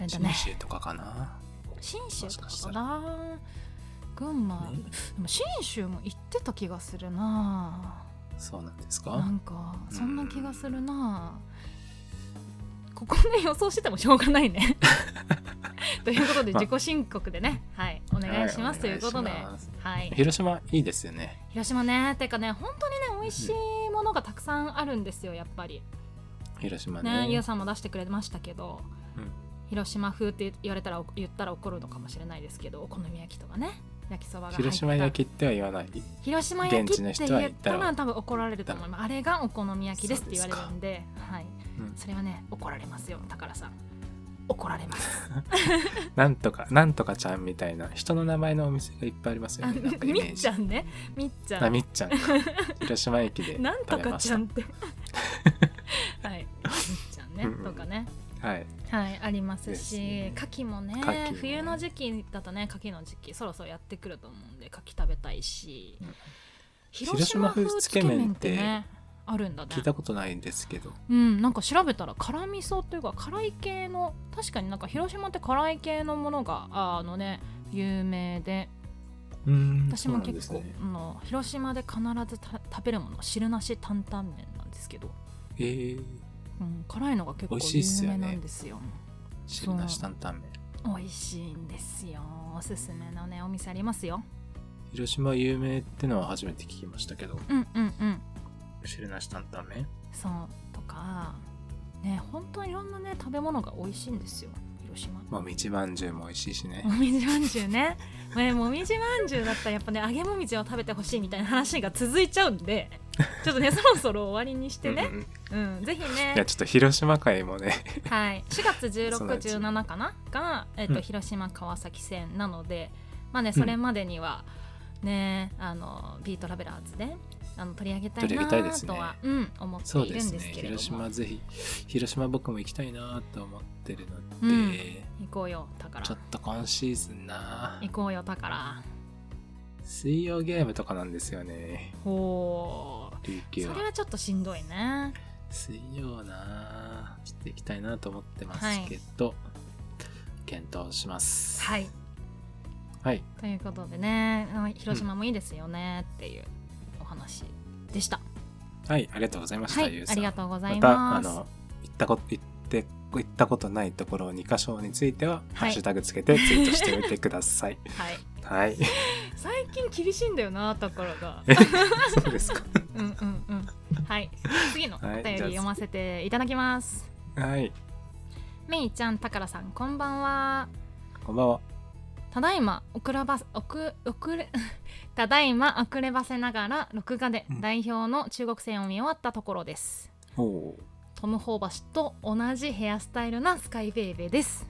B: れだ
A: 信
B: ね
A: 州とかかな。
B: 信州と
A: も
B: か
A: しかし
B: か
A: た
B: な群馬、
A: ね
B: でも信州も行ってた気がするな
A: そうなんです
B: な
A: か。
B: んかそんな気がするなここで予想しててもしょうがない ねということで
A: まあ
B: 自己申告でね、はいお願いします、
A: は
B: とい
A: い
B: うことで
A: お願いします
B: はい
A: 広島いいですよね。
B: 広島ねてかね本当にね美味しいものがたくさんあるんですよやっぱり
A: 広島
B: ねゆう
A: ね。
B: さんも出してくれましたけど、
A: うん
B: 広島風って言われたら言ったら怒るのかもしれないですけどお好み焼きとかね焼きそばが入った
A: 広島焼きっては言わない。
B: 広島焼きって言
A: 現地の人は言っ
B: ったた
A: ら
B: ら多分怒られると思いますあれがお好み焼きですって言われるんではい、
A: うん
B: それはね怒られますよ宝さん怒られます
A: なんとかなんとかちゃんみたいな人の名前のお店がいっぱいありますよ
B: あ
A: ね。なんかイ
B: み
A: メ
B: っ
A: ー
B: ち
A: ジ
B: ゃ。んねみっちゃ
A: あ
B: ん
A: みっちゃん。広島駅で
B: なんと
A: 食べ
B: か
A: まし
B: ちゃ
A: た
B: んっ。て はいみっちゃんね
A: うんうん
B: とかね
A: はい。
B: はいあります
A: です
B: し
A: ね
B: 牡蠣もね
A: 牡蠣も
B: 冬の時期だとね牡蠣の時期そろそろやってくると思うんで牡蠣食べたいし、
A: うん
B: 広島風つけ麺って
A: 広島
B: ねあるんだね
A: 聞いたことないんですけど。
B: うん、なんか調べたら辛味噌っていうか辛い系の確かになんか広島って辛い系のものがああのね有名で
A: うーん。
B: 私も結
A: そう
B: 構、
A: なんですね
B: あの広島で必ずた食べるもの汁なし担々麺なんですけど、
A: えー。
B: うん、辛いのが結
A: 美
B: 構
A: 味しいっす
B: 有
A: よね
B: 名なんですよ
A: 汁なし担々麺。
B: 美味しいんですよおすすめのねお店ありますよ
A: 広島有名ってのは初めて聞きましたけど
B: うんうんうん
A: 汁なし担々麺
B: そうとかね本当にいろんなね食べ物が美味しいんですよ広島
A: まあ、道まんじゅうも美味しいしね
B: も。みじまんじゅうねねもみじまんじゅうだったらやっぱね揚げもみじを食べてほしいみたいな話が続いちゃうんでちょっとねそろそろ終わりにしてね
A: うんうん
B: うん、ぜひ
A: いや、
B: ね、
A: ちょっと広島会もね、
B: はい、4月
A: そうなんですよ
B: 1617かなが、えっと
A: うん
B: 広島川崎線なのでまあねそれまでにはね、あのビートラベラーズであの取り上げたい
A: 取り
B: な
A: 上げたいです
B: ー
A: ね
B: とは、うん、思って
A: そう
B: い
A: で
B: るん
A: す
B: で
A: ね
B: すけれども、
A: 広島ぜひ広島僕も行きたいなと思ってるので、
B: うん行こうよ宝
A: ちょっと今シーズンな
B: 行こうよ宝
A: 水曜ゲームとかなんですよね
B: ほう
A: 琉球
B: そ
A: は
B: れはちょっとしんどいね
A: 水曜なちょっと行きたいなと思ってますけど、検討します
B: はい
A: はい
B: ということでねあの広島もいいですよねっていうお話でした、
A: はいありがとうございました、
B: は
A: ゆう
B: い
A: さ
B: あ
A: ん
B: りがとうござい
A: また
B: ま
A: あ
B: す
A: の行ったこと行って行ったことないところ2箇所については、ハッシュタグつけてツイートしてみてくだ さい
B: はい
A: はい
B: 最近厳しいんだよなところが
A: えそうですか
B: うんうんうんはい次のお
A: はい
B: 便り
A: じゃあ
B: 読ませていただきます、
A: はい
B: めいちゃんたからさんこんばんは
A: こんばんは
B: ただいま遅らばおく遅れ ただいま遅ればせながら録画で
A: うん
B: 代表の中国戦を見終わったところです、
A: おお
B: トム・ホーバスと同じヘアスタイルなスカイベイベーです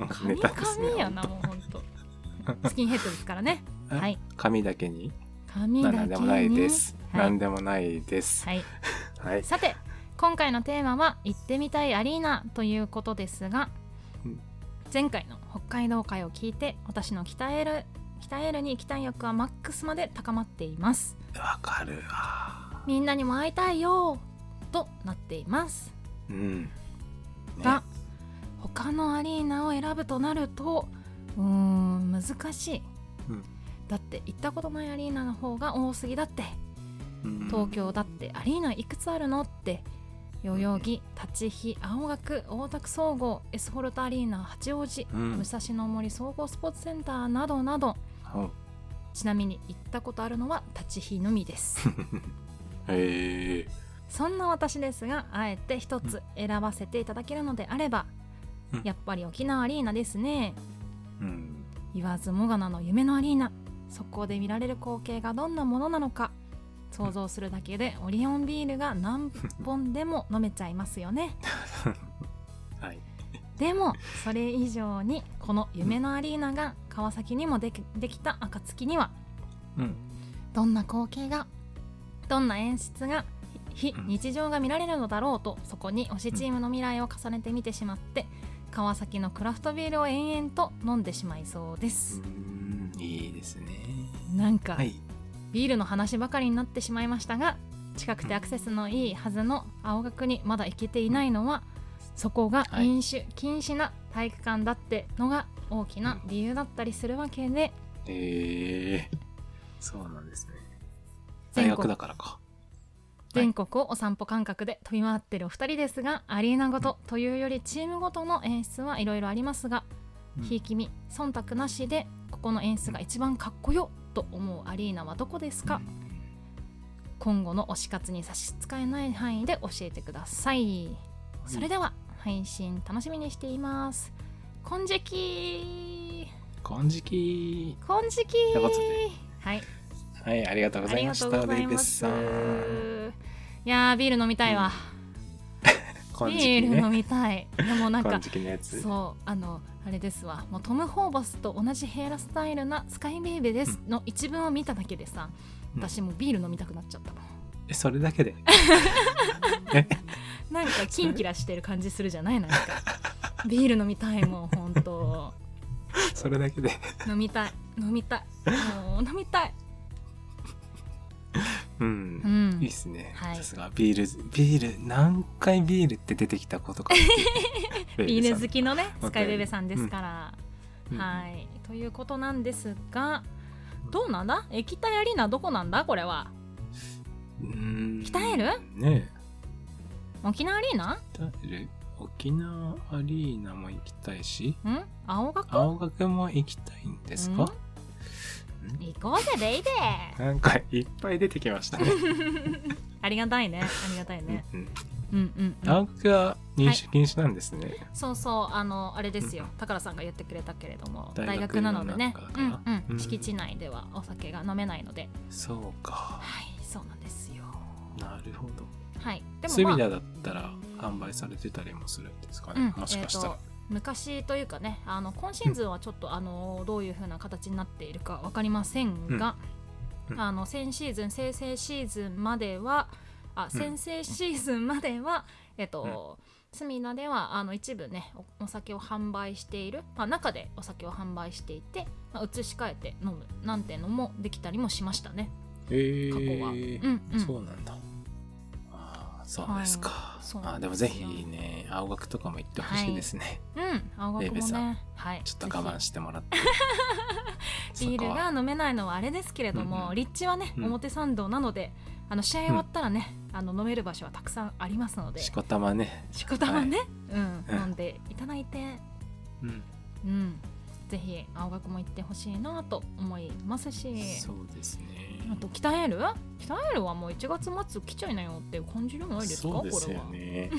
A: ネ
B: 神
A: タですね
B: 々やなもうほんとスキンヘッドですから ね
A: え
B: はい
A: 紙だけに
B: 髪だけに
A: 何でもないです、
B: はい
A: 何でもないです
B: はい
A: はい、
B: さて今回のテーマは「行ってみたいアリーナ」ということですが、
A: うん
B: 前回の北海道会を聞いて私の鍛える鍛えるに行きたい欲はマックスまで高まっています
A: わかるわ
B: みんなにも会いたいよとなっています
A: うん、ね
B: が、他のアリーナを選ぶとなるとうーん難しい、
A: うん
B: だって行ったことないアリーナの方が多すぎだって
A: うん
B: 東京だってアリーナいくつあるのって代々木立飛青学大田区総合エスフォルトアリーナ八王子、
A: うん
B: 武蔵野森総合スポーツセンターなどなど
A: うん
B: ちなみに行ったことあるのは立飛のみです
A: へえ
B: そんな私ですがあえて一つ選ばせていただけるのであれば、
A: うん
B: やっぱり沖縄アリーナですね
A: うん
B: 言わずもがなの夢のアリーナそこで見られる光景がどんなものなのか想像するだけでオリオンビールが何本でも飲めちゃいますよね
A: はい
B: でもそれ以上にこの夢のアリーナが川崎にもできできた暁には
A: うん
B: どんな光景がどんな演出が非
A: うん
B: 日常が見られるのだろうとそこに推しチームの未来を重ねて見てしまって川崎のクラフトビールを延々と飲んでしまいそうで
A: う
B: す
A: んいいですね
B: なんか
A: はい
B: ビールの話ばかりになってしまいましたが近くてアクセスのいいはずの青学にまだ行けていないのはそこが
A: はい
B: 飲酒禁止な体育館だってのが大きな理由だったりするわけで
A: へえそうなんですね大
B: 全
A: 学
B: 国
A: だからか
B: 全国をお散歩感覚で飛び回ってるお二人ですがアリーナごとというよりチームごとの演出はいろいろありますが
A: うん
B: ひいきみ忖度なしでここの演出が一番かっこよと思うアリーナはどこですか今後の推し活に差し支えない範囲で教えてください
A: はい
B: それでは配信楽しみにしています金色
A: 金色
B: 金色
A: ということで
B: はい
A: はいありがとうご
B: あ
A: ざい
B: り
A: ま
B: が
A: した
B: とうござい
A: デイベ
B: ま
A: ス
B: す
A: さん
B: いやービール飲みたいわ、
A: 金
B: ビ
A: 色
B: ール飲
A: ね
B: みたい でもなん
A: 金
B: か
A: 色のやつ
B: そうあのあれですわもうトム・ホーバスと同じヘアスタイルなスカイベイベーですの一文を見ただけでさ
A: うん
B: 私もうビール飲みたくなっちゃったもん
A: えそれだけで
B: なんかキンキラしてる感じするじゃない なんかビール飲みたいもん本当
A: それだけで
B: 飲みたい飲みたいもう飲みたい
A: うん
B: うん
A: いいっすね。
B: はい
A: さすがビール、ビール、何回ビールって出てきたことか。
B: ビール好
A: き。
B: きのね
A: お便り
B: スカイベイベーさんですから、
A: うん
B: はいということなんですがどうなんだ液体アリーナどこなんだこれは
A: うーん
B: 鍛える
A: ね
B: 沖縄アリーナ
A: え、鍛える。沖縄アリーナも行きたいし、
B: ん青学
A: 青学も行きたいんですか、ん
B: 行こうぜベイベー
A: なんかいっぱい出てきましたね。
B: ありがたいねありがたいね
A: うんう
B: う
A: ん
B: んうんうん
A: 青学が入手禁止なんですね、
B: そうそうあのあれですよ宝さんが言ってくれたけれども
A: 大学
B: 大学なのでね
A: の中
B: う
A: か
B: ん
A: ら
B: うん
A: うん
B: 敷地内ではお酒が飲めないので
A: そうか
B: はいそうなんですよ
A: なるほど
B: はいで
A: ス
B: も、
A: ミ
B: まあ、
A: ダだったら販売されてたりもするんですか
B: う
A: ね、
B: ん
A: もしかしたら、
B: 昔というかねあの今シーズンはちょっと、あのどういう風な形になっているか分かりませんが、
A: うんうん
B: あの先シーズン先々シーズンまではあ
A: うん
B: 先々シーズンまでは、えっと、スミナではあの一部ねおお酒を販売している、まあ、中でお酒を販売していて、まあ、移し替えて飲むなんてのもできたりもしましたね
A: え
B: 過去は。
A: ー
B: うんうん、
A: そうなんだあーそうですか、
B: そう
A: あーでもぜひね青学とかも行ってほしいですね、
B: うん、青学
A: レイベ
B: も
A: さ
B: ね、はい、
A: ちょっと我慢してもらって
B: ビールが飲めないのはあれですけれど
A: うん
B: も、
A: うん
B: 立地はね、
A: うん
B: 表参道なので、あの試合終わったらね、あの飲める場所はたくさんありますので、
A: しこたまね、
B: しこたまね、う、
A: うんん
B: 飲んでいただいて、
A: うん、
B: うん、ぜひ青学も行ってほしいなと思いますし、
A: そうですね
B: あと北エール、北エールはもう1月末来ちゃいなよっていう感じじゃないですか、
A: そうですよ ね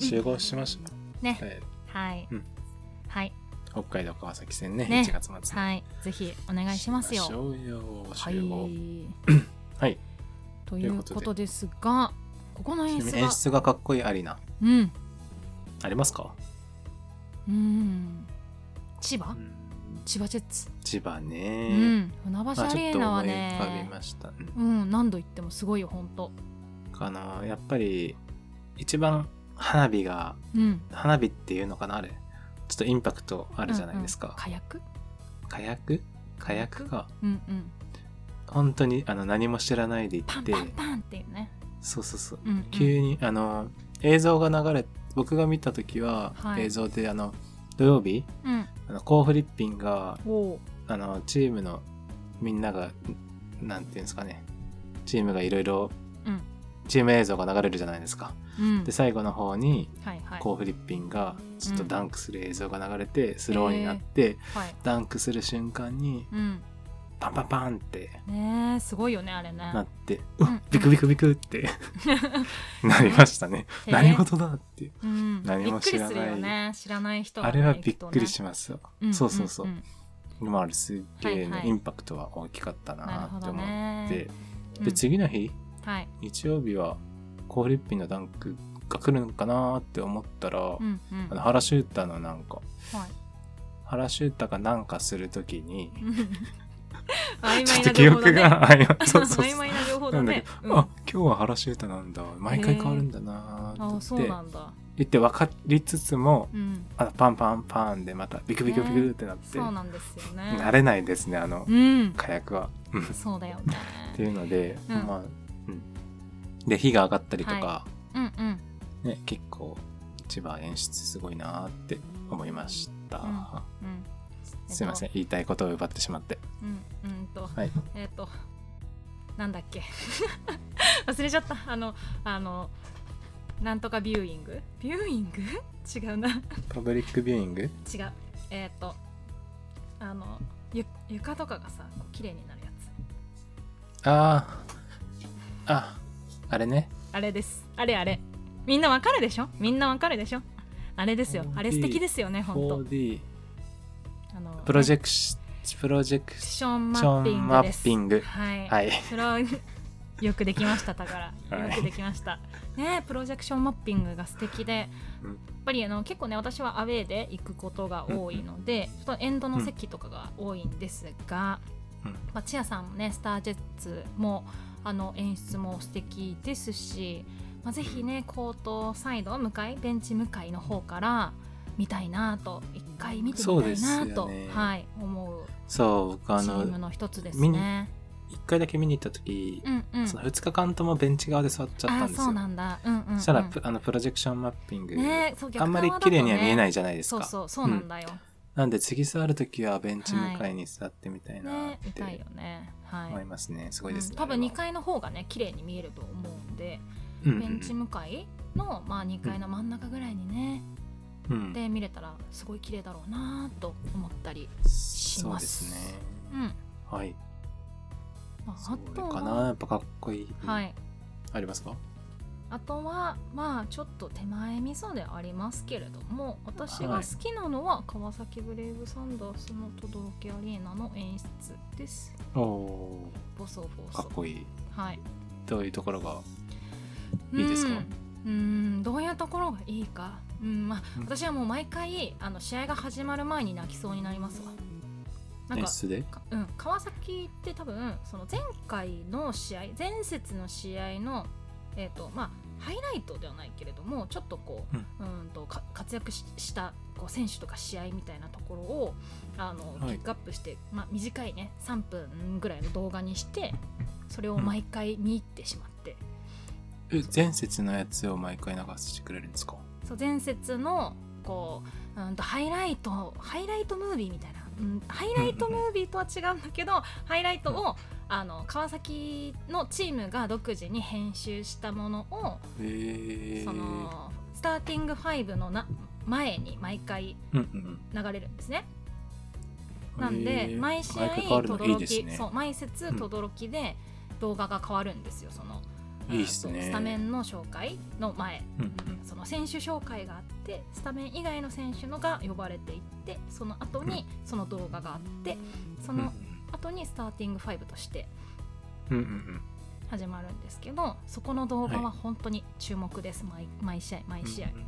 A: 集合 しましょう
B: ね
A: はい
B: これは。はい、
A: うん
B: はい、
A: 北海道川崎線ね
B: ね
A: 1月末
B: はい、ぜひお願いしますよ。
A: しましょうよ
B: は
A: 集合
B: い。
A: はい
B: ということですが、ここの演出が
A: 演、出がかっこいいアリーナ
B: うん、
A: ありますか
B: うん、千葉、千葉ジェッツ、
A: 千葉
B: う
A: ね
B: ん、船橋
A: まあ
B: ア
A: ち
B: リ
A: ょっ
B: ー
A: と
B: ナは
A: 思い浮かび
B: ね、
A: ましたね
B: うん、何度行ってもすごいよ、本当。
A: あのやっぱり一番花火が
B: うん、
A: 花火っていうのかなあれちょっとインパクトあるじゃないですか、
B: 火薬、
A: 火薬火薬が
B: うんうん、
A: 本当にあの何も知らないで行
B: パ
A: っ
B: ン
A: て
B: パンパンっていうね、
A: そうそうそう
B: うん、
A: 急に、あの映像が流れ僕が見た時は、
B: はい
A: 映像であの土曜日
B: うん、うん、
A: あのコー・フリッピンが
B: おう、
A: あのチームのみんながなんていうんですかねチームがいろいろ
B: うん、
A: チーム映像が流れるじゃないですか
B: うん
A: で、最後の方に
B: はいはい、
A: コー・フリッピンがちょっとダンクする映像が流れて、スローになって、
B: はい、
A: ダンクする瞬間に
B: うん、
A: パンパンパンって
B: ねえ、すごいよね、あれね。
A: なって、
B: うん
A: うっビクビクビクって なりましたね、
B: へえ
A: 何事だって
B: うん、
A: 何も知らな
B: び
A: い
B: っくりするよね、知らない人が
A: あ
B: ね
A: れはびっくり
B: 行く
A: しますよ、
B: とね
A: そうそうそうん
B: んん
A: まああれすっげえね、
B: はいはい
A: インパクトは大きかった
B: なる
A: な
B: ほ
A: って
B: ど
A: 思っ
B: ね。
A: て、
B: うん
A: で次の日
B: はい、
A: 日曜日はコー・フリッピンのダンクが来るのかなって思ったら、
B: うんうん、
A: あの
B: は
A: 原シューターのなんか
B: い。
A: 原シューターがなんかするときに、
B: うん曖
A: ちょ
B: 昧
A: っと
B: な情報だね。
A: 記憶 が、曖昧そうそうそ
B: 曖
A: う
B: 昧な情報
A: な
B: だ
A: んだけ
B: ね。
A: ど、
B: うん
A: あ今日は原シューターなんだ毎回変わるんだなー
B: あ、
A: って
B: そうなんだ。
A: 言って分かりつつも、
B: うん、
A: あのパンパンパンでまたビクビクビクってなって、
B: そうなんですよね。
A: 慣れないですねあの
B: うん、
A: 火薬は。うん
B: そうだよね。
A: っていうので、
B: うん
A: まあ、うん、で火が上がったりとか
B: は、うんうんうん
A: ね、結構千葉演出すごいなーって思いました、
B: うんうん
A: すいません言いたいことを奪ってしまって
B: うんうんと、
A: はい
B: えっ、となんだっけ 忘れちゃったあのあのなんとかビューイングビューイング違うな
A: パブリックビューイング
B: 違うえっ、とあのゆ床とかがさこう綺麗になるやつ
A: あーああれね
B: あれですあれあれみんなわかるでしょみんなわかるでしょあれですよ
A: 4D
B: あれ素敵ですよね本
A: 4D
B: 当あの
A: プロジ
B: ェ
A: ェクシプロジェク
B: ク
A: シ
B: ションマ
A: ョ
B: ッピ
A: ン
B: ン
A: マ
B: グです
A: ッピング
B: はい、
A: はい
B: それはよくできましただか
A: は
B: ら
A: い
B: よくできました、ねえプロジェクションマッピングが素敵で
A: うん
B: やっぱりあの結構ね私はアウェーで行くことが多いのでちょっとエンドの席とかが多いんですが、
A: うん
B: まあ、チアさんもねスタージェッツもあの演出も素敵ですし、まあ、ぜひねコートサイド向かいベンチ向かいの方から見たいなと一回見てみたい
A: そう
B: な
A: です
B: と、
A: よね
B: はい、思う
A: そう僕あ
B: チーム
A: の
B: の一つです
A: 見に
B: ね。
A: 一回だけ見に行った時、
B: うんうん、
A: その2日間ともベンチ側で座っちゃったんです
B: あーそう
A: よ
B: なんだ。うんうん、うん。
A: そしたらプあのプロジェクションマッピング、
B: ね、そう
A: あんまり綺麗には見えないいじゃないです
B: そう
A: か、
B: そうそうなんだよ。
A: なんで次座るときはベンチ向かいに座ってみたいなっ
B: ね、見たい
A: て
B: よね。はい。
A: 思いますね、すごいです
B: う
A: ね、
B: ん多分
A: あれ
B: 2
A: は
B: 階の方がね綺麗に見えると思うんで、
A: うんうん
B: ベンチ向かいのまあ2階の真ん中ぐらいにね、
A: うん
B: で見れたらすごい綺麗だろうなと思ったり。し
A: そう
B: ま
A: ですすね
B: うん。
A: はい
B: まあ、
A: そ
B: あ
A: れ
B: と
A: か
B: は
A: なやっぱかっこいい、
B: はい。
A: ありますか
B: あとはまあちょっと手前味噌でありますけれども私が好きなのは川崎ブレイブサンダースの轟アリーナの演出です。
A: おお
B: ボソボ
A: ーかっ
B: ソ。
A: こいい
B: はい。
A: どういうところがいいですか
B: うん。うんどういうところがいいか。うんまあ
A: うん
B: 私はもう毎回あの試合が始まる前に泣きそうになりますわ。なん
A: 演
B: か
A: 出で
B: かうん、川崎って多分その前回の試合前節の試合の、えーとまあ、ハイライトではないけれどもちょっとこう,、うん、とか活躍ししたこう選手とか試合みたいなところをあの
A: はい
B: ピックアップして、まあ、短いね3分ぐらいの動画にしてそれを毎回見入ってしまって、
A: え前節のやつを毎回流してくれるんですか
B: そう前節のこう、うん、とハイライトハイライトムービーみたいな、うん、ハイライトムービーとは違うんだけどハイライトをあの川崎のチームが独自に編集したものを
A: えー、
B: そのスターティング5のな前に毎回
A: うんうん
B: 流れるんですね。
A: うん
B: なんで
A: えー
B: 毎試合
A: 毎回変わるのいい
B: 轟
A: ですね
B: そう毎節
A: うん
B: 轟で動画が変わるんですよその
A: いいっすね
B: えーとスタメンの紹介の前
A: うんうん
B: その選手紹介があってスタメン以外の選手のが呼ばれていってその後にその動画があってそ
A: うん
B: の後にスターティング5として
A: うんうん
B: 始まるんですけどそこの動画
A: は
B: はい本当に注目です、毎毎試合
A: うん
B: 毎試合
A: うんうん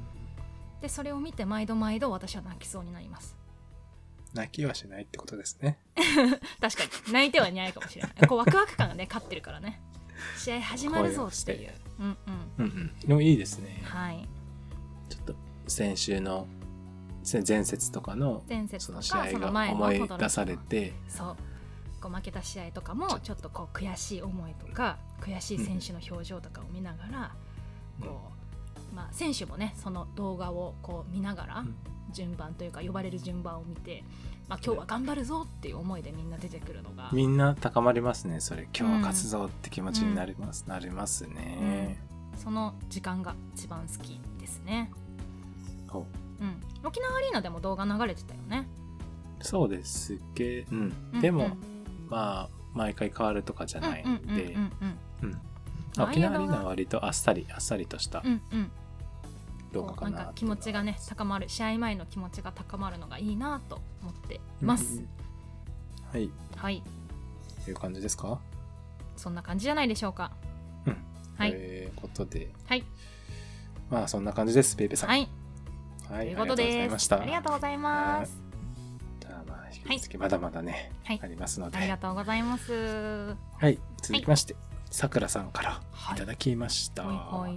B: でそれを見て毎度毎度私は泣きそうになります
A: 泣きはしないってことですね
B: 確かに泣いてはいないかもしれないこうワクワク感がね勝ってるからね試合始まるぞってい
A: 声
B: ううんうん
A: うんうんでもいいですね
B: はい
A: ちょっと先週のせ前節とかの
B: 前節と
A: その
B: か
A: 試合
B: その
A: が
B: 前の
A: 思い
B: 轟
A: 出されて
B: そうこう負けた試合とかもちょっとこう悔しい思いとか悔しい選手の表情とかを見ながら、
A: うん
B: こうまあ、選手もねその動画をこう見ながら
A: うん
B: 順番というか呼ばれる順番を見て、まあ、今日は頑張るぞっていう思いでみんな出てくるのが、
A: みんな高まりますねそれ今日は勝つぞって気持ちになります、なりますね、
B: その時間が一番好きですね、
A: ほう
B: うん、沖縄アリーナでも動画流れてたよね、
A: そうですけど、うん
B: うん
A: でも、
B: うん
A: まあ毎回変わるとかじゃないんで
B: うんうん
A: うん
B: まあ
A: 沖縄ア
B: ああい
A: リーナ
B: うの
A: は
B: は
A: 割とあっさりあっさりとした
B: うんうんうん
A: 動画
B: こ
A: か
B: う
A: な
B: なんか
A: って
B: 気
A: いうの
B: 持
A: は
B: ちがね高まる試合前の気持ちが高まるのがいいなと思っています、
A: うんうんはい
B: はい
A: という感じですか
B: そんな感じじゃないでしょうか
A: うん
B: はい、
A: ということで
B: はい
A: まあそんな感じですベイベさん
B: はい
A: は
B: と
A: い
B: いうことです
A: ありがとうございました
B: ありがとうございます
A: じゃあまあ引き続きまだまだね、
B: はい
A: ありますので、
B: ありがとうございます
A: はい、続きまして、さくらさんから
B: はい
A: いただきました。
B: ほいほい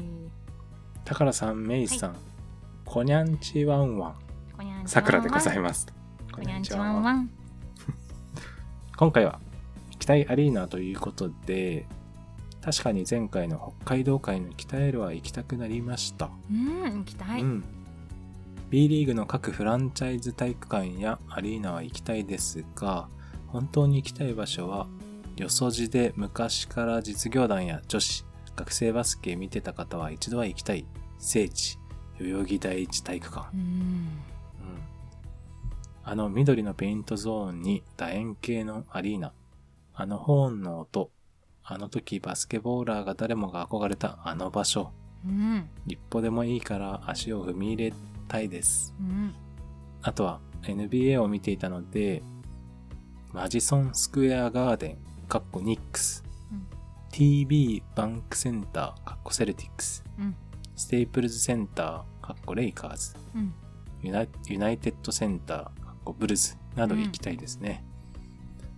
A: たからさん、めいさん、こにゃんちわんわん、
B: こにゃんちわんわん
A: さくらでございます。
B: こにゃんちわんわ
A: ん。
B: ん
A: 今回は、北へアリーナということで、確かに前回の北海道会の北へは行きたくなりました。
B: うん行きたい、
A: う
B: うん
A: ん。B リーグの各フランチャイズ体育館やアリーナは行きたいですが、本当に行きたい場所は、よそじで昔から実業団や女子、学生バスケ見てた方は一度は行きたい聖地、代々木第一体育館。うんあの緑のペイントゾーンに楕円形のアリーナ、あのホーンの音、あの時バスケボーラーが誰もが憧れたあの場所、
B: うん
A: 一歩でもいいから足を踏み入れたいです。
B: うん
A: あとは NBA を見ていたので、マジソンスクエアガーデン、カッコニックス、
B: うん
A: TB バンクセンター、カッコセルティックス、
B: うん
A: ステイプルズセンター、カッコレイカーズ、
B: うん
A: ユナユナイテッドセンター、かっこブルズなど行きたいですね。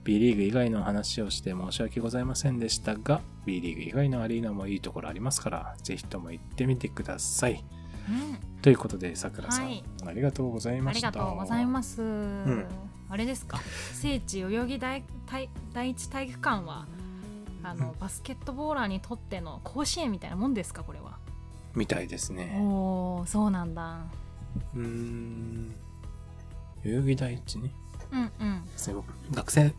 A: B リーグ以外の話をして申し訳ございませんでしたが、B リーグ以外のアリーナもいいところありますから、ぜひとも行ってみてください。
B: うん
A: ということで、さくらさん、
B: はい
A: ありがとうござい
B: あ
A: ま
B: り
A: した。
B: がとうござい
A: す。
B: ます、あれですか聖地代々木第第第一体育館はあの、バスケットボーラーにとっての甲子園みたいなもんですかこれは
A: みたいですね。
B: おおそうなんだ
A: うーん。代々木第一ね。
B: うんうん
A: すいません僕学生、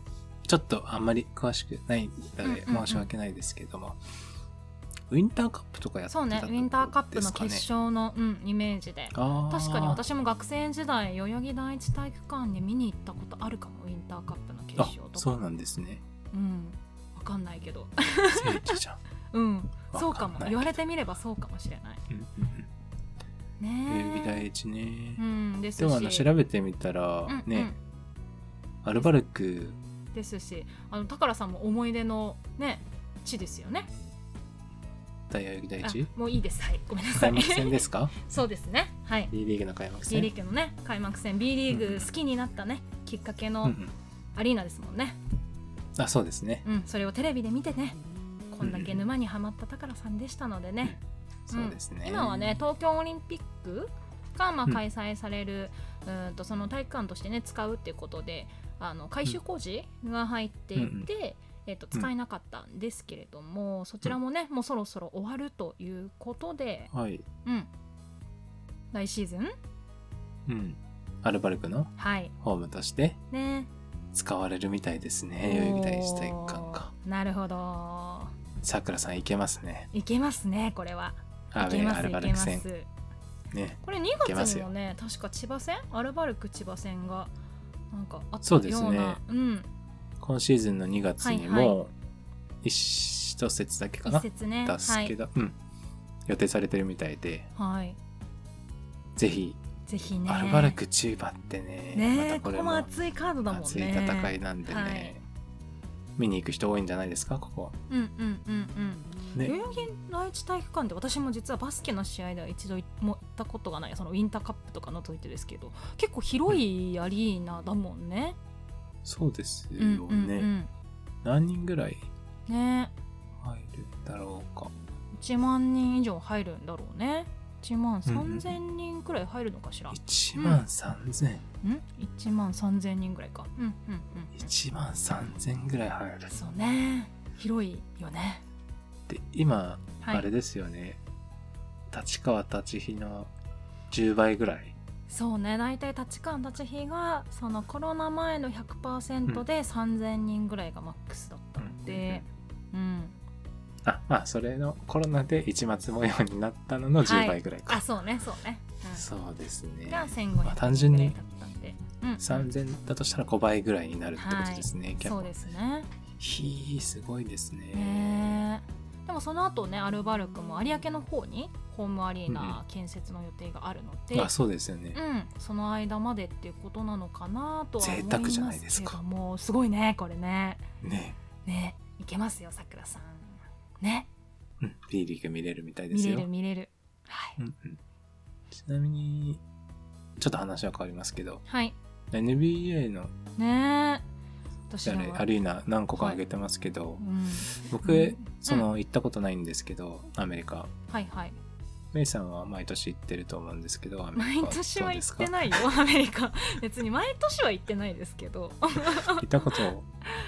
A: ちょっとあんまり詳しくないので
B: うんうんうん
A: 申し訳ないですけれども、ウィンターカップとかやってた
B: そうねウィンターカップの決
A: 勝。
B: 勝の、うん、イメージで
A: あー
B: 確かに私も学生時代代々木第一体育館に見に行ったことあるかもウィンターカップの決
A: あ
B: 勝とか
A: そうなんですね。
B: うんわかんないけど
A: 聖地じゃん。
B: うん
A: わかんないけど
B: そうかも言われてみればそうかもしれない
A: うんうん
B: ね
A: うん
B: え
A: テレビ第一ね
B: う。んですし
A: でもあの調べてみたら
B: うん、
A: ね、アルバルク、
B: うんですしあの宝さんも思い出のね地ですよね
A: 大代々木第
B: あ
A: 一
B: もういいですはいごめんなさ
A: 開
B: い
A: 幕戦ですか
B: そうですねはい
A: ?B リーグの開幕
B: B
A: 戦。
B: リーグのね開幕戦 B リーグ好きになったねきっかけ
A: うんう
B: の
A: ん
B: アリーナですもんね
A: あ、そうですね。
B: うんそれをテレビで見てねこんだけ沼にはまった宝さんでしたのでねうん
A: そうですね。
B: 今はね、東京オリンピックがまあ
A: うん
B: 開催される、うーんとその体育館としてね使うっていうことであの改修工事が入っていて、
A: うんうん
B: えっと使えなかったんですけれども、そちらもねもうそろそろ終わるということで、
A: はい。
B: うん、来シーズン
A: うん。アルバルクの
B: はい
A: ホームとして
B: ね
A: 使われるみたいですね。代々木第一体育館か。
B: おーなるほど
A: さくらさんいけますね。
B: いけますねこれは
A: ア
B: い
A: ウ
B: け
A: ェ
B: ま
A: ーア
B: す
A: ル
B: い
A: バ
B: け
A: ル
B: ま
A: ク戦。
B: す
A: ね。
B: これ2
A: けま
B: 月
A: す
B: に
A: よ
B: もね確か千葉戦アルバルク千葉戦がなんかあった
A: そ
B: よ
A: う
B: う
A: で
B: な
A: すね
B: うん、
A: 今シーズンの2月に
B: はい
A: も、一一節だけか
B: 一
A: な。
B: 節ね
A: 出すけど、うん。予定されてるみたいで、
B: はい、はい、
A: ぜひ、
B: ぜひね
A: アルバルク千葉ってね、
B: ね
A: ま
B: え
A: た
B: こ
A: こ
B: こ
A: れ
B: も
A: も
B: 熱いカードだもんね
A: 熱い戦いなんでね、
B: はい
A: 見に行く人多いんじゃないですか、ここは。
B: うんうんうんうん代
A: ね。
B: 々木第一体育館で私も実はバスケの試合では一度も行ったことがないそのウィンターカップとか除いてですけど結構広いアリーナだもんね。
A: そうですよ
B: うん
A: ね。
B: うんうん、
A: 何人ぐらい
B: ね
A: 入るんだろうか。
B: 1万人以上入るんだろうね1万3000人くらい入るのかしら、
A: 1万3000、
B: うん、1万3000人ぐらいかうんうんうん
A: 1万3000ぐらい入る
B: そうね広いよね
A: で今、
B: はい
A: あれですよね立川立飛の10倍ぐらい
B: そうね大体立川立飛がそのコロナ前の100%で3000人ぐらいがマックスだったので、うん
A: あまあそれのコロナで一末模様になったのの10倍ぐらいか、
B: あそうねそうね、う
A: そうです
B: ん、
A: ね
B: が
A: まあ
B: 1500
A: 単純
B: 人ぐらい
A: に
B: だったんで、うんうん
A: 3000だとしたら5倍ぐらいになるってことですね、キャ
B: そうですね
A: ひーすごいですね、
B: ねでもその後ねアルバルクも有明の方にホームアリーナ建設の予定があるので、
A: あそうですよね、
B: うん、その間までっていうことなのかなとは思い
A: 贅沢じゃな
B: ま
A: い
B: す
A: です
B: け
A: か
B: どもすごいねこれね
A: ね
B: ねいけますよさくらさんね
A: うん B リーグ見れるみたいで
B: 見
A: す
B: れ
A: よ
B: る見れるはい、
A: うんうん、ちなみにちょっと話は変わりますけど
B: はい、
A: NBA の
B: ね私
A: あ
B: ら
A: れ
B: は
A: アリーナ何個か挙げてますけど、
B: うん、
A: 僕その行ったことないんですけど、アメリカ
B: はいはい
A: メイさんは毎年行ってると思うんですけどアメリ
B: 毎
A: カ
B: 年は行って
A: い
B: ないよアメリカ別に毎年は行ってないですけど行っ
A: 行ったこと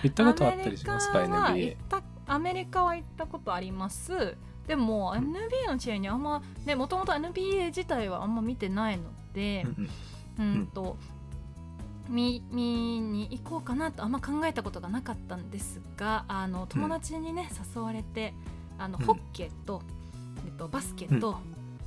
A: 行ったことあったりしますか NBA
B: アメリカは行ったことありますでも NBA の試合にあんまねもともと NBA 自体はあんま見てないので、
A: うんうん
B: うんと、見見に行こうかなとあんま考えたことがなかったんですがあの友達にね、誘われてあの
A: うん
B: ホッケーと、えっと、バスケと,、
A: う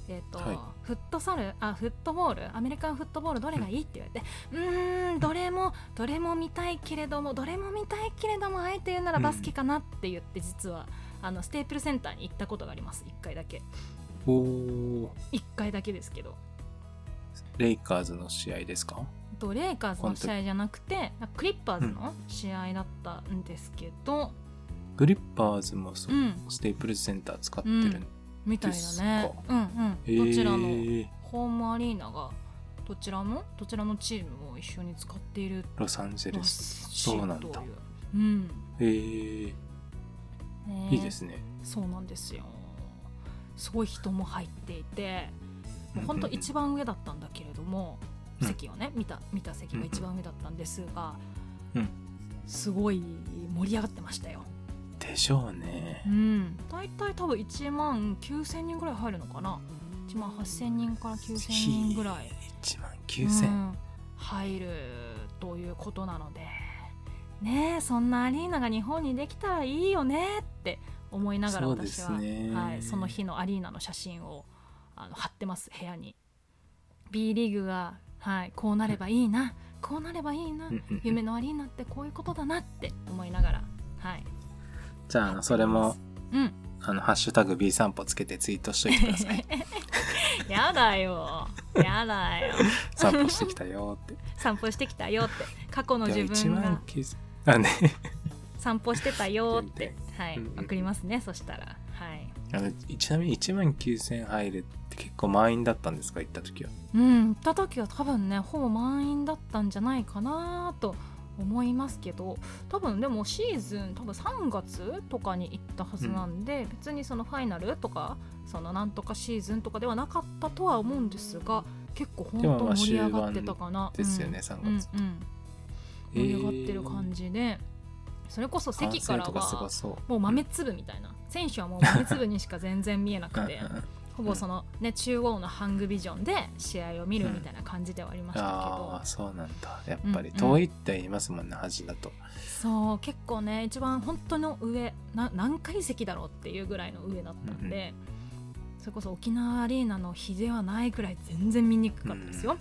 B: えっと
A: はい
B: フットサルあフットボールアメリカンフットボールどれがいいって言われてうーんどれもどれも見たいけれどもどれも見たいけれどもあえて言うならバスケかなって言って実はあのステープルセンターに行ったことがあります1回だけ
A: おー
B: 1回だけですけど
A: レイカーズの試合ですか
B: とレイカーズの試合じゃなくてなんかクリッパーズの試合だったんですけど、
A: グリッパーズもそううんステープルズセンター使ってるん
B: みたい
A: です
B: だ
A: か
B: ね、うん
A: え
B: うん、
A: ー
B: どちらのホームアリーナがどちらもどちらのチームも一緒に使っている
A: ロサンゼル
B: ら
A: ス
B: しい
A: そうなん
B: と
A: だ
B: いう、うん
A: えー
B: ね
A: いいですね
B: そうなんですよすごい人も入っていてもう本当
A: うんうんうん
B: 一番上だったんだけれども、
A: うん
B: 席をね見た見た席が一番上だったんですが、
A: うん
B: すごい盛り上がってましたよ。
A: でしょうね
B: うん、大体多分1万9000人ぐらい入るのかな1万8000人から9000人ぐらい、
A: 1万
B: う
A: 9000
B: ん入るということなのでねえそんなアリーナが日本にできたらいいよねって思いながら
A: そうで
B: 私
A: す
B: は、
A: ね
B: はい、その日のアリーナの写真をあの貼ってます部屋に B リーグが、はい、こうなればいいなこうなればいいな、
A: うんうんうん
B: 夢のアリーナってこういうことだなって思いながらはい
A: じゃあそれも
B: うん
A: あの、ハッシュタグ B 散歩つけてツイートしといてくだ さい。
B: やだよやだよ
A: 散歩してきたよって。
B: 散歩してきたよって過去の
A: で
B: 自
A: も1
B: 分が
A: 万9000あ、ね。
B: 散歩してたよってはい
A: うんうん
B: 送りますねそしたらはい
A: あのちなみに1万9000入るって結構満員だったんですか行った時は。
B: うん行った時は多分ねほぼ満員だったんじゃないかなと思いますけど多分でもシーズン多分3月とかに行ったはずなんで、別にそのファイナルとかそのなんとかシーズンとかではなかったとは思うんですが結構本
A: でもま
B: 当
A: あ
B: 盛り上がってたかな
A: ですよ
B: う
A: ね、
B: ん
A: 3月。
B: うんうん盛り上がってる感じで、それこそ席から
A: とかす
B: は
A: ごそう。
B: もう豆粒みたいな選手はもう豆粒にしか全然見えなくて
A: うんうんうん
B: ほぼその、ね、中央のハングビジョンで試合を見るみたいな感じではありましたけど
A: あ、あ、そうなんだ。やっぱり
B: うんうん
A: 遠いって言いますもんね、端だと。
B: そう結構ね一番本当の上な何階席だろうっていうぐらいの上だったんで、それこそ沖縄アリーナの比ではないくらい全然見にくかったですよ、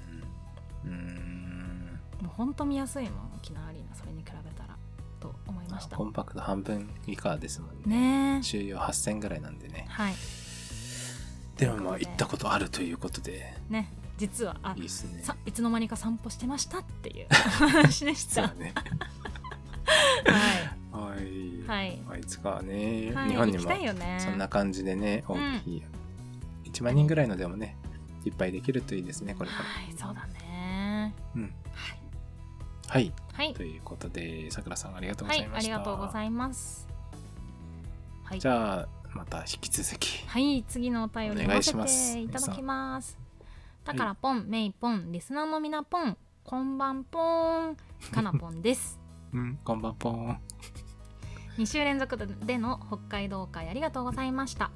A: うん。うん
B: もう本当見やすいもん沖縄アリーナそれに比べたらと思いました
A: コンパクト半分以下ですもんね。
B: ねえ
A: 収容8000ぐらいなんでね。
B: はい
A: でもまあ行ったことあるということで、
B: ね実はあ
A: いいですね。
B: さいつの間にか散歩してましたって いうお話でし
A: そ
B: た。
A: う
B: は
A: だね。はい
B: い、。はい
A: まあいつかはね、
B: はい、
A: 日本に
B: 行き
A: も
B: たいよね。
A: そんな感じでね、大きい、1万人ぐらいのでもね、いっぱいできるといいですね、これから。
B: はい、そうだね。
A: うん。
B: はい
A: はい。
B: はい
A: と、いうことで、さくらさんありがとうご
B: は
A: ざい
B: い、あ
A: まし
B: り
A: た。
B: がとうございます。はい、
A: じゃあ、また引き続き。
B: はい、次のお便り
A: お
B: 読
A: 願
B: ま
A: い
B: せ
A: します
B: ていただきます。だからポン、メイポン、リスナーのみなポン、こんばんポン、かなポンです。
A: うん、こんばんぽん。
B: 2週連続での北海道会ありがとうございました、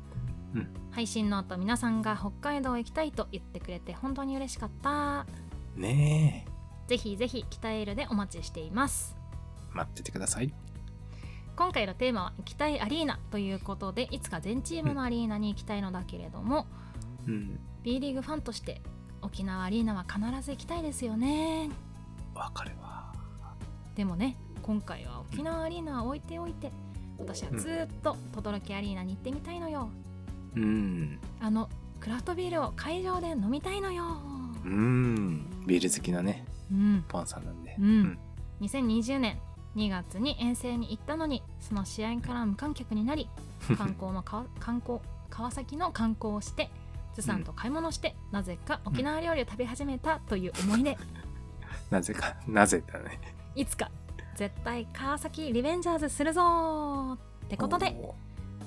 A: うん
B: 配信の後皆さんが北海道へ行きたいと言ってくれて本当に嬉しかった
A: ねえ、
B: ぜひぜひ北エールでお待ちしています
A: 待っててください。
B: 今回のテーマは行きたいアリーナということでいつか全チームのアリーナに行きたいのだけれども、
A: うん、
B: B リーグファンとして沖縄アリーナは必ず行きたいですよね
A: わかるわ。
B: でもね今回は沖縄アリーナは置いておいて私はずーっと轟アリーナに行ってみたいのよ
A: うん、
B: あのクラフトビールを会場で飲みたいのよ。
A: うん、ビール好きなね、
B: うん。
A: ぽんさんなんで。
B: うん2020年2月に遠征に行ったのに、その試合から無観客になり、観光のかわ観光川崎の観光をして、ずさんと買い物して、なぜか沖縄料理を食べ始めたという思い出。
A: なぜか、なぜだね。
B: いつか絶対川崎リベンジャーズするぞーってことで、
A: お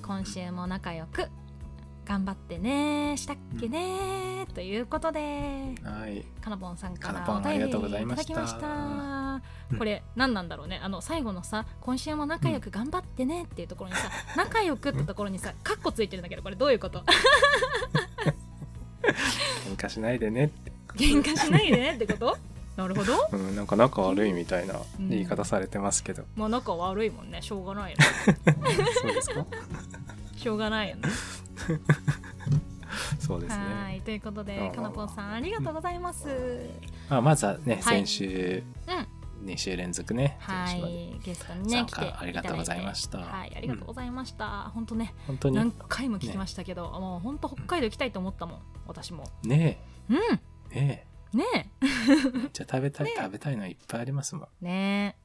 A: ー
B: 今週も仲良く頑張ってねーしたっけねーということで。
A: はい。
B: かなぼんさんか
A: からなぼ
B: お
A: んあり
B: 便
A: が
B: りい
A: とうござい
B: た
A: ま
B: だ
A: し
B: き
A: た
B: ました。
A: うん
B: これ何なんだろうねあの最後のさ「今週も仲良く頑張ってね」っていうところに さ「仲良く」ってところにさカッコついてるんだけどこれどういうこと
A: 喧嘩しないでねって。
B: 喧嘩しないでねってこと なるほど
A: うん、なんか仲悪いみたいな
B: うん
A: 言い方されてますけど。
B: まあ仲悪いもんねしょうがないよ
A: そうです か。
B: ねしょうがないよね
A: そうです
B: は
A: ね。
B: いということ
A: あ
B: で
A: ー
B: かなぽんさんありがとうございます
A: まあ、まずはね、
B: はい
A: 先週。二週連続ね。
B: は
A: 先週まで
B: いゲストにね
A: 参
B: 来
A: 加
B: ていただいて
A: ありがとうございました
B: はいありがとうございました本当ね
A: 本当
B: 何
A: に。
B: 回も聞きましたけどもう本当北海道行きたいと思ったもん私も
A: ね
B: うん
A: え。ね
B: ね
A: え。めっちゃ食べたい、
B: ねえ
A: 食べたいのいっぱいありますもん。
B: えね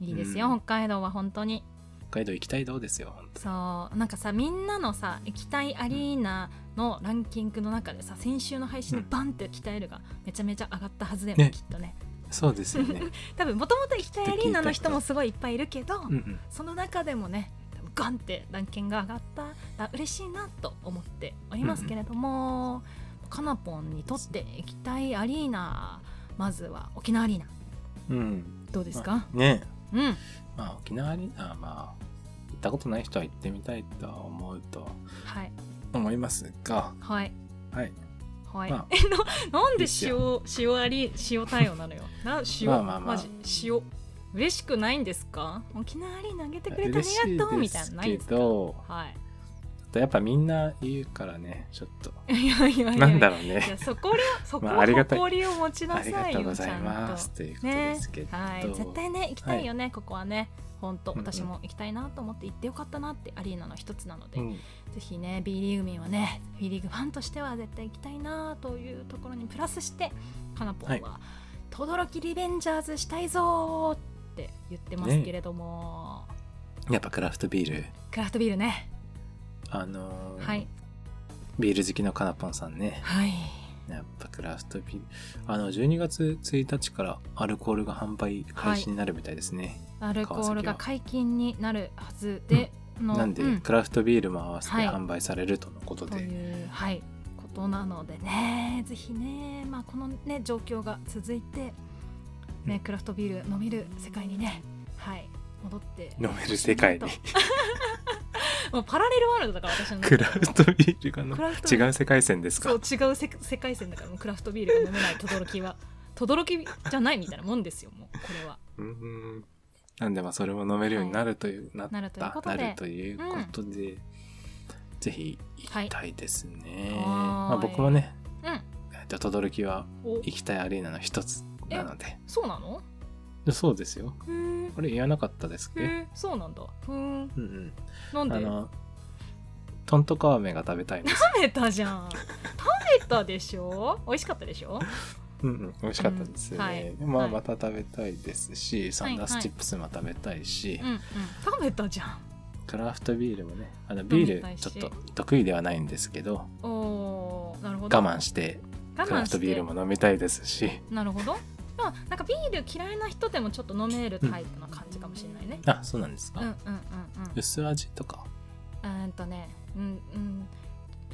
B: えいいですよ、
A: うん
B: 北海道は本当に
A: 北海道行きたいどうですよ。本当
B: そうなんかさみんなのさ行きたいアリーナのランキングの中でさ先週の配信でバンって鍛えるがめちゃめちゃ上がったはずだよね
A: ね
B: きっとね
A: そうですよね。
B: 多分もともと行きたいアリーナの人もすごいいっぱいいるけど、
A: うんうん。
B: その中でもね多分ガンってランキングが上がったら嬉しいなと思っておりますけれども、かなぽんにとって行きたいアリーナまずは沖縄アリーナ
A: うん。
B: どうです
A: ま
B: か、
A: あね
B: うん
A: え。まあ、沖縄に、あ、まあ。行ったことない人は行ってみたいとは思うと
B: はい
A: 思いますが。
B: はい
A: はい。
B: はい、
A: まあ
B: えのなんで
A: です
B: 塩塩あり塩対応なのよ。な塩、
A: まあまあま
B: マ
A: あ
B: ジ塩嬉しくないんですか？沖縄アリーナあげてくれてあ
A: 嬉しい
B: りがとうみ
A: で
B: たいな
A: す
B: のない
A: け
B: ですか？
A: ど。
B: はい。
A: とやっぱみんな言うからね、ちょっと。
B: いやいやいやいや
A: なんだろう
B: いや
A: ね。
B: そこをそこ を
A: まあありがたい
B: 誇りを持ちな
A: あ
B: さいよ、
A: りがとうご
B: ち
A: ざい
B: ゃん
A: ま
B: と
A: す。ということですけど。
B: はい、絶対ね行きたいよね、ここはね本当
A: うんうん
B: 私も行きたいなと思って行ってよかったなってアリーナの一つなので、
A: うん
B: ぜひね B リーグ民はね B リーグファンとしては絶対行きたいなというところにプラスしてかなぽんは、
A: はい
B: 轟きリベンジャーズしたいぞーって言ってますけれども、
A: やっぱクラフトビール、
B: クラフトビールね
A: あのー
B: はい
A: ビール好きのかなぽんさんね。
B: はい
A: やっぱクラフトビール。あの、12月1日からアルコールが販売開始になるみたいですね。
B: アルコールが解禁になるはずで、の
A: なんで、
B: うん
A: クラフトビールも合わせて
B: はい
A: 販売されるとのことで。
B: という、はい、ことなのでねぜひね、まあ、この、ね、状況が続いて、
A: う
B: ね
A: ん、
B: クラフトビール飲める世界にね、はい、戻って
A: 飲める世界に
B: ちょっともうパラレルワールドだから私の中
A: ク
B: で
A: ラフトビールがの
B: クラフトビール
A: 違う世界線ですか。
B: そう違うせ世界線だからもうクラフトビールが飲めない轟は轟じゃないみたいなもんですよもうこれは。
A: うーんなんでまあそれも飲めるようになるという、な
B: なるということで
A: なるということで、ぜひ行きたいです
B: は
A: ね。
B: い
A: まあ
B: はーい
A: 僕もね、
B: うん、
A: えっと轟は
B: お
A: 行きたいアリーナの一つなので。
B: そうなの
A: でそうですよ。
B: へー
A: これ言わなかったですっ
B: へ
A: け
B: ーそうなんだ。ふーん
A: うんうん。
B: なん
A: あ
B: で
A: の、トントカワメが食べたいんで すよ。
B: 食べたじゃん食べたでしょ美味しかったでしょ
A: うんうん、美味しかったですね。
B: うんはい
A: ま
B: は
A: あ
B: い
A: また食べたいですし、サンダー
B: はいは
A: ス
B: い
A: チップスも食べたいし、
B: うんうん食べたじゃん
A: クラフトビールもね、あの
B: 飲み
A: ビ
B: たいし
A: ールちょっと得意ではないんですけど、
B: おーなるほど
A: 我慢して
B: 我慢して
A: クラフトビールも飲みたいですし
B: なるほどまあなんかビール嫌いな人でもちょっと飲めるタイプな感じかもしれないね、
A: あそうなんです
B: う
A: か、
B: ん、うんうんうん
A: 薄味とか
B: うーんとねうんうん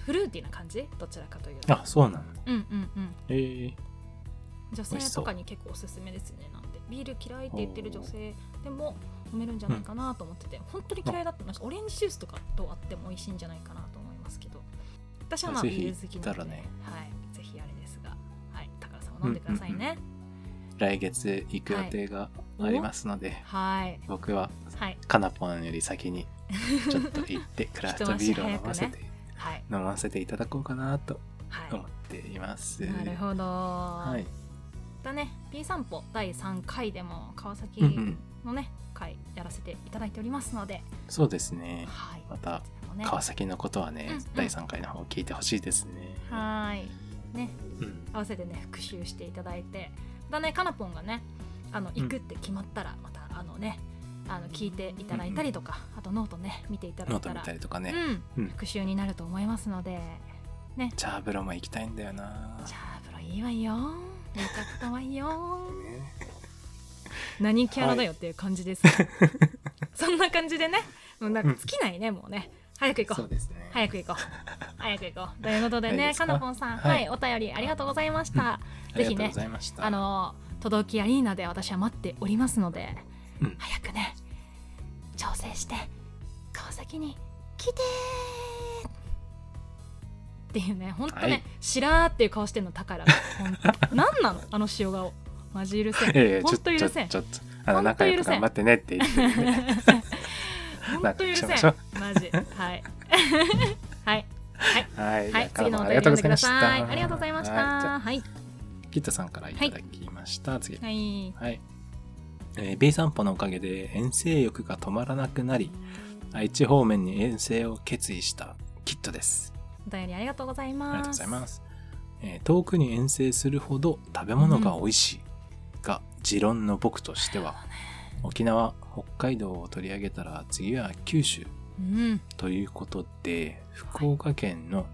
B: フルーティーな感じどちらかというと
A: あそうなの
B: うんうんうん
A: えー、
B: 女
A: 美味し
B: 性
A: そ
B: と
A: う
B: かに結構おすすめですねなんでビール嫌いって言ってる女性でも飲めるんじゃないかなと思ってて、本当に嫌いだったのオレンジジュースとかとあっても美味しいんじゃないかなと思いますけど私はまあ
A: ぜ
B: ビ
A: ひ
B: ール好きなので、
A: 行ったらね
B: はい、ぜひあれですが、はい、高田さんも飲んでくださいね、
A: 来月行く予定がありますので、
B: はい
A: 僕は
B: はい
A: かなぽんより先にちょっと行ってクラフトビールを飲ませて、
B: はい
A: 飲ませていただこうかなと思
B: は
A: っています
B: いなるほど、
A: は、
B: はいだね B 散歩第3回でも川崎
A: うんうん、
B: のね、回やらせていただいておりますので、
A: そうですね
B: はい
A: また
B: こちらもね
A: 川崎のことはね、
B: うんうん
A: 第3回の方聞いてほしいですね、
B: はいね
A: うん、
B: 合わせてね復習していただいてまたねかなぽんがねあの
A: うん
B: 行くって決まったら、またあのねあの聞いていただいたりとか、あとノートね見ていただ
A: ノー
B: い
A: ト
B: た
A: 見
B: ら
A: たりとかね、
B: うん
A: うん
B: 復習になると思いますので
A: チャーブロも行きたいんだよな
B: じゃあプロいいわよよかったわよ
A: ね
B: 何キャラだよっていう感じです、 そんな感じでねもうなんか尽きないね、もうね早く行こ
A: そううですね
B: 早く 行こう早く行こうということで
A: いい
B: ね
A: です
B: か
A: か
B: なぽんさん、は
A: はいい
B: お便りありがとうございました、
A: あ
B: ぜ
A: り
B: ひね
A: がとうございました。
B: あの届きアリーナで私は待っておりますので、
A: うん
B: 早くね調整して川崎に来てーっていうね本当ね、
A: はい
B: しらーっていう顔してんの宝が何 なのあの塩顔マジ許せん
A: ええ
B: 本当許せん
A: ちょっと、ちょっと、
B: ほんと
A: あの、仲
B: 許せん
A: 良く頑張ってねって言ってるね。
B: 本当許せん
A: なんかしましょう
B: マジはい はい
A: はい、
B: はい
A: じゃあ
B: 次のお
A: カナも
B: 便り読んでくだ
A: あ
B: さいありがとうございまし
A: はじゃ
B: た
A: あ
B: はい
A: キットさんからいただきました。次。
B: はい
A: はい。えー、B 散歩のおかげで遠征欲が止まらなくなり、愛知方面に遠征を決意したキットです。
B: お便りありがとうござい
A: ありが
B: ま
A: とうご
B: す
A: ざいます。えー遠くに遠征するほど食べ物が美味しいが、持論の僕としては、沖縄、北海道を取り上げたら次は九州、
B: うん
A: ということで福岡県の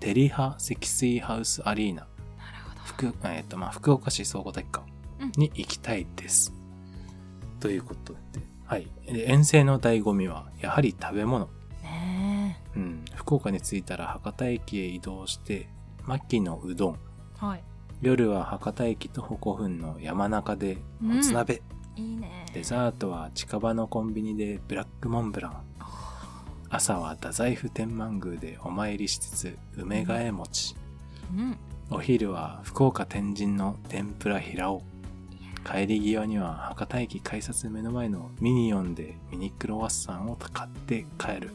A: テリハ積水ハウスアリーナ
B: なるほど
A: 福,、えーとまあ、福岡市総合体育館に行きたいです。ということで,、はい、で遠征の醍醐味はやはり食べ物、
B: ね
A: うん、福岡に着いたら博多駅へ移動して牧のうどん
B: えはい
A: 夜は博多駅と歩古墳の山中でもつ鍋、
B: いいね
A: デザートは近場のコンビニでブラックモンブラン朝は太宰府天満宮でお参りしつつ梅替え餅
B: うん
A: お昼は福岡天神の天ぷら平尾帰り際には博多駅改札目の前のミニオンでミニクロワッサンを買って帰る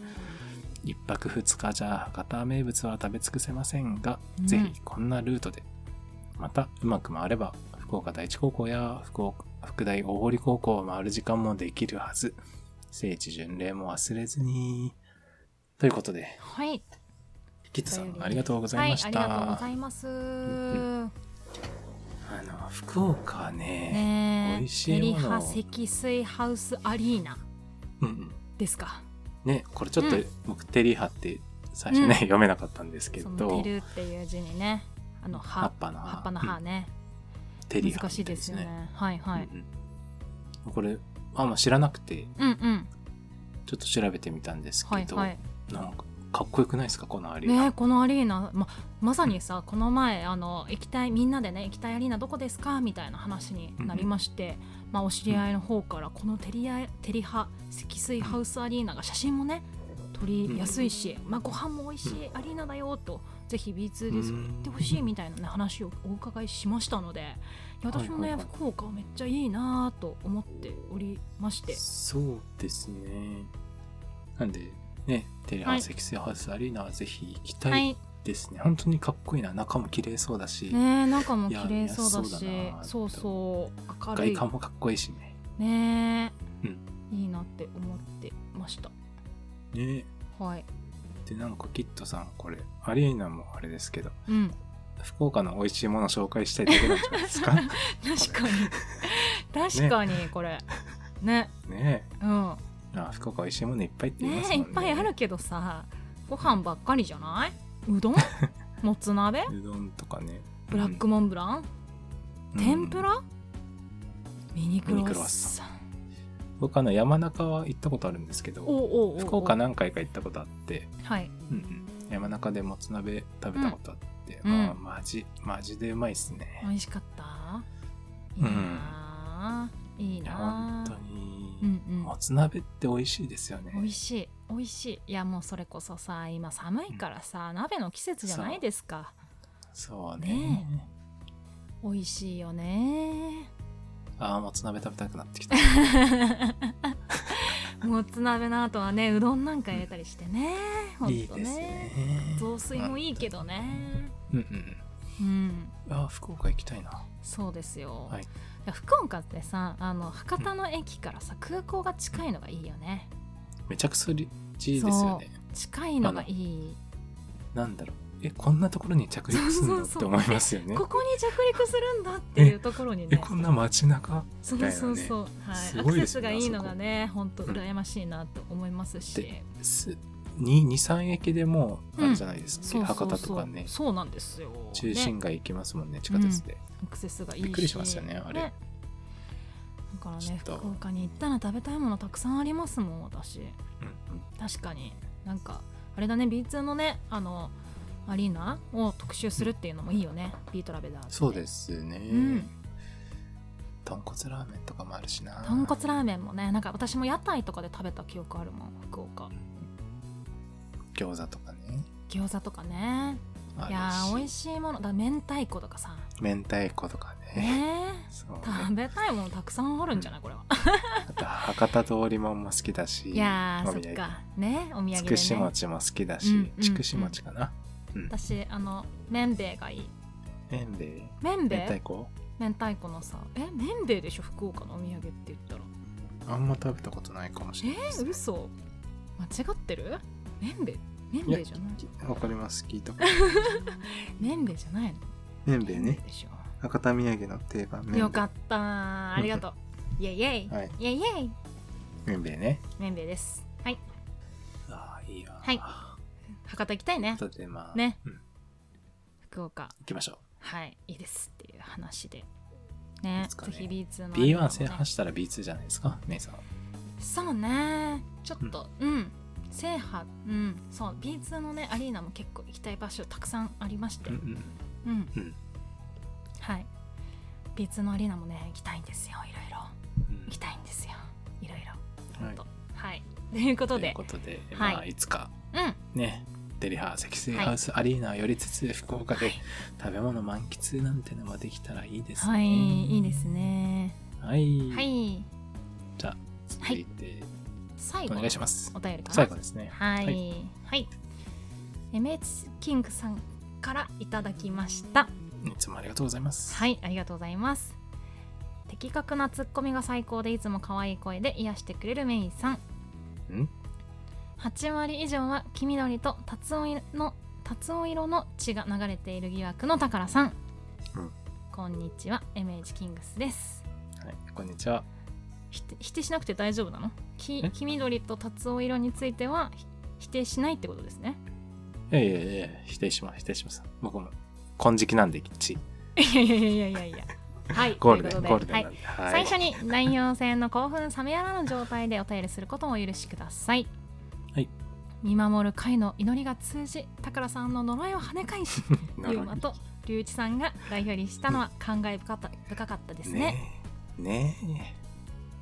A: 1泊2日じゃ博多名物は食べ尽くせませんが、
B: うん
A: ぜひこんなルートでまたうまく回れば福岡第一高校や福岡福大大堀高校を回る時間もできるはず聖地巡礼も忘れずにということで
B: はい。
A: キットさんありがとうござ
B: はいい
A: ま、
B: あ
A: し
B: り
A: た、
B: がとうございます。
A: あの福岡はね
B: ねえ、
A: 美味しいもの
B: 練馬積水ハウスアリーナ
A: うんうん
B: ですか。
A: ねこれちょっと
B: うん
A: 僕「テリハ」って最初ね、
B: うん
A: 読めなかったんですけ
B: その
A: ど
B: てるっていう字にね、あの
A: 葉
B: 葉
A: っ、ぱの
B: 葉っぱの葉
A: うん
B: ね、
A: テリハ
B: 難しいですよね。はいはい。
A: うんうんこれあんま知らなくて
B: うんうん。
A: ちょっと調べてみたんです
B: は
A: け
B: い
A: ど、
B: はい。
A: なんかかっこよくないですかこのアリーナ、
B: ねこのアリーナままさにさこの前あの行きたいみんなでね行きたいアリーナどこですかみたいな話になりまして、まあ、お知り合いの方からこのテリアテリハ積水ハウスアリーナが写真もね撮りやすいし、まあ、ご飯も美味しいアリーナだよとぜひ B2 でそれ行ってほしいみたいな、ね、話をお伺いしましたのでいや私もね、
A: はいはいはい
B: 福岡めっちゃいいなと思っておりまして
A: そうですねなんでねテリハ
B: はい
A: ウス積水ハウスアリーナはぜひ行き
B: は
A: たい
B: い
A: ですね、本当にかっこいいな中も綺麗そうだし、
B: ね中も
A: い
B: 綺
A: や
B: 麗そうだ
A: 見やす
B: し
A: そうだな
B: そうそう明る
A: 外
B: い
A: 観もかっこいいしね
B: ねえ、
A: うん
B: いいなって思ってました
A: ね
B: はい
A: でなんかキットさんこれアリーナもあれですけど
B: うん
A: 福岡の美味しいもの紹介したいだけなんじゃないで すか
B: 確かに確かにこれね
A: ね
B: うん
A: あ福岡美味しいものいっぱいって言い
B: ね
A: ます
B: え
A: もん
B: い
A: ね
B: っぱいあるけどさご飯ばっかりじゃないう どんもつ鍋
A: うどんとかね
B: ブラックモンブラン、
A: うん
B: 天ぷらミニクロ
A: ミニクロ
B: ワ
A: ワ
B: ッ
A: ッ
B: サ
A: サ
B: ン
A: 僕あの山中は行ったことあるんですけ
B: おう
A: ど
B: おうおうおう
A: 福岡何回か行ったことあって、
B: はい
A: うんうん、山中でもつ鍋食べたことあって、
B: うん
A: まあ
B: うん
A: マジマジでうまいっすね、
B: 美味しかったいいなあ、いい
A: いや
B: な
A: 本
B: あ
A: 当に、
B: うんうん
A: もつ鍋って美味しいですよね
B: 美味しい美味しいいやもうそれこそさ今寒いからさ、鍋の季節じゃないですか
A: そう
B: ね
A: ね
B: 美味しいよね
A: ああもつ鍋食べたくなってきた
B: もつ鍋の後はねうどんなんか入れたりしてね、ほんと
A: いいですね
B: 雑炊もいいけどね
A: うんうん
B: うん
A: うんあー福岡行きたいな
B: そうですよ、
A: はい
B: や福岡ってさあの博多の駅からさ、空港が近いのがいいよね
A: めちゃくちゃ立地いいですよね
B: 近いのがいい
A: なんだろうえこんなところに着陸するのっ
B: そうそう
A: て
B: そう
A: 思いますよね
B: ここに着陸するんだっていうところに
A: え
B: ね
A: こんな街中
B: そうそうそう、はい、
A: す
B: ア
A: ご
B: ク
A: い
B: セ
A: です
B: ス
A: よね
B: がいいのがね本当
A: うん
B: 羨ましいなと思いますし
A: で、23駅でもうあるじゃないですか、
B: そうそうそ
A: 博
B: う
A: 多とかね
B: そうなんですよ
A: 中心
B: ね
A: 街行きますもんね地下鉄で、
B: アクセスがいいし
A: びっくりしますよねあれ
B: だから
A: ちょ
B: ね
A: っと
B: 福岡に行ったら食べたいものたくさんありますもん私
A: うんうん
B: 確かになんかあれだね B2 のねあのアリーナを特集するっていうのもいいよね、ビートラベラーって
A: そうですね、
B: ん
A: 豚骨ラーメンとかもあるしな
B: 豚骨ラーメンもねなんか私も屋台とかで食べた記憶あるもん福岡
A: 餃子とかね
B: 餃子とかね
A: ある
B: いやー美味
A: し
B: しいものだ明太子とかさ
A: 明太子とかね
B: ねえ
A: そう
B: 食べたいものたくさんあるんじゃないこれは
A: あと博多通りもんも好きだし
B: いやー
A: お土
B: そ
A: 産
B: っかねお土産で
A: つくし
B: ね
A: 餅も好きだし、
B: うんうんうん
A: ちくし餅かな
B: 私あの麺べいがいい
A: めんべい
B: 麺べ
A: 明太
B: い
A: 子
B: 明太子のさえ麺べいでしょ福岡のお土産って言ったら
A: あんま食べたことないかもしれないで
B: え
A: す
B: ー、
A: ね
B: 嘘間違ってる麺べい麺べいじゃない
A: わかります聞いたことない
B: 麺べいじゃないの
A: めんべい
B: 麺
A: ね
B: べいでし
A: 博多土産の定番めんべ
B: ょ
A: い
B: よかったーありが とうイェイイェイ、
A: はい
B: イェイイェイ
A: めんべいね
B: 麺べいですはい
A: ああいいわ
B: はい博多行きたいね
A: ということでまあ
B: ね
A: うん
B: 福岡
A: 行きましょ
B: はいいいですっていう話でね
A: ですか
B: ぜ
A: ね
B: ひ B2
A: う
B: の
A: B1
B: 制
A: 制覇したら B2 じゃないですか姉さん
B: そうねちょっとうん、制覇うんそう B2 のねアリーナも結構行きたい場所たくさんありまして
A: う
B: うん、
A: うんんうん
B: はい B2 のアリーナもね行きたいんですよいろいろ
A: うん
B: 行きたいんですよいろいろ
A: はい
B: ほんとはいということ
A: という
B: で
A: ことで
B: はい
A: まあいつか
B: うん
A: ねデリハ積水ハウスアリーナを寄りつつ福岡
B: は
A: で
B: い
A: 食べ物満喫なんてのもできたらいいですね
B: はいいいですね
A: はい
B: はい
A: じゃあ続いて
B: 最
A: お
B: 後
A: 願いし
B: の
A: ます
B: お便りかな
A: 最後ですね
B: はい、
A: は
B: はい、エメツキングさんからいただきました。
A: いつもありがとうございます
B: はい、ありがとうございます。的確なツッコミが最高でいつも可愛い声で癒してくれるメイさん。
A: ん
B: 8割以上は黄緑と達音色の達音色の血が流れている疑惑のたからさん。
A: うん
B: こんにちは、エメージキングスです。
A: はい、こんにちは
B: 否定否定しなくて大丈夫なのき
A: え
B: 黄緑と達音色についてはひ否定しないってことですね。
A: いやいやいや否定します否定します僕も金色なんで一
B: いやいやいやいやいや。はい、
A: ゴールデ
B: と
A: ン
B: いう
A: ゴ
B: こと
A: ー
B: で
A: ルデン
B: は
A: ないんで、は
B: 最初に南陽線の興奮冷めやらぬ状態でお便りすることをお許しください。
A: はい
B: 見守る会の祈りが通じ、宝さんの呪いを跳ね返し、
A: な
B: ユ
A: る
B: ー
A: ほど
B: マと龍一さんが代表入りしたのは 感慨深かった深かったですね
A: ねえね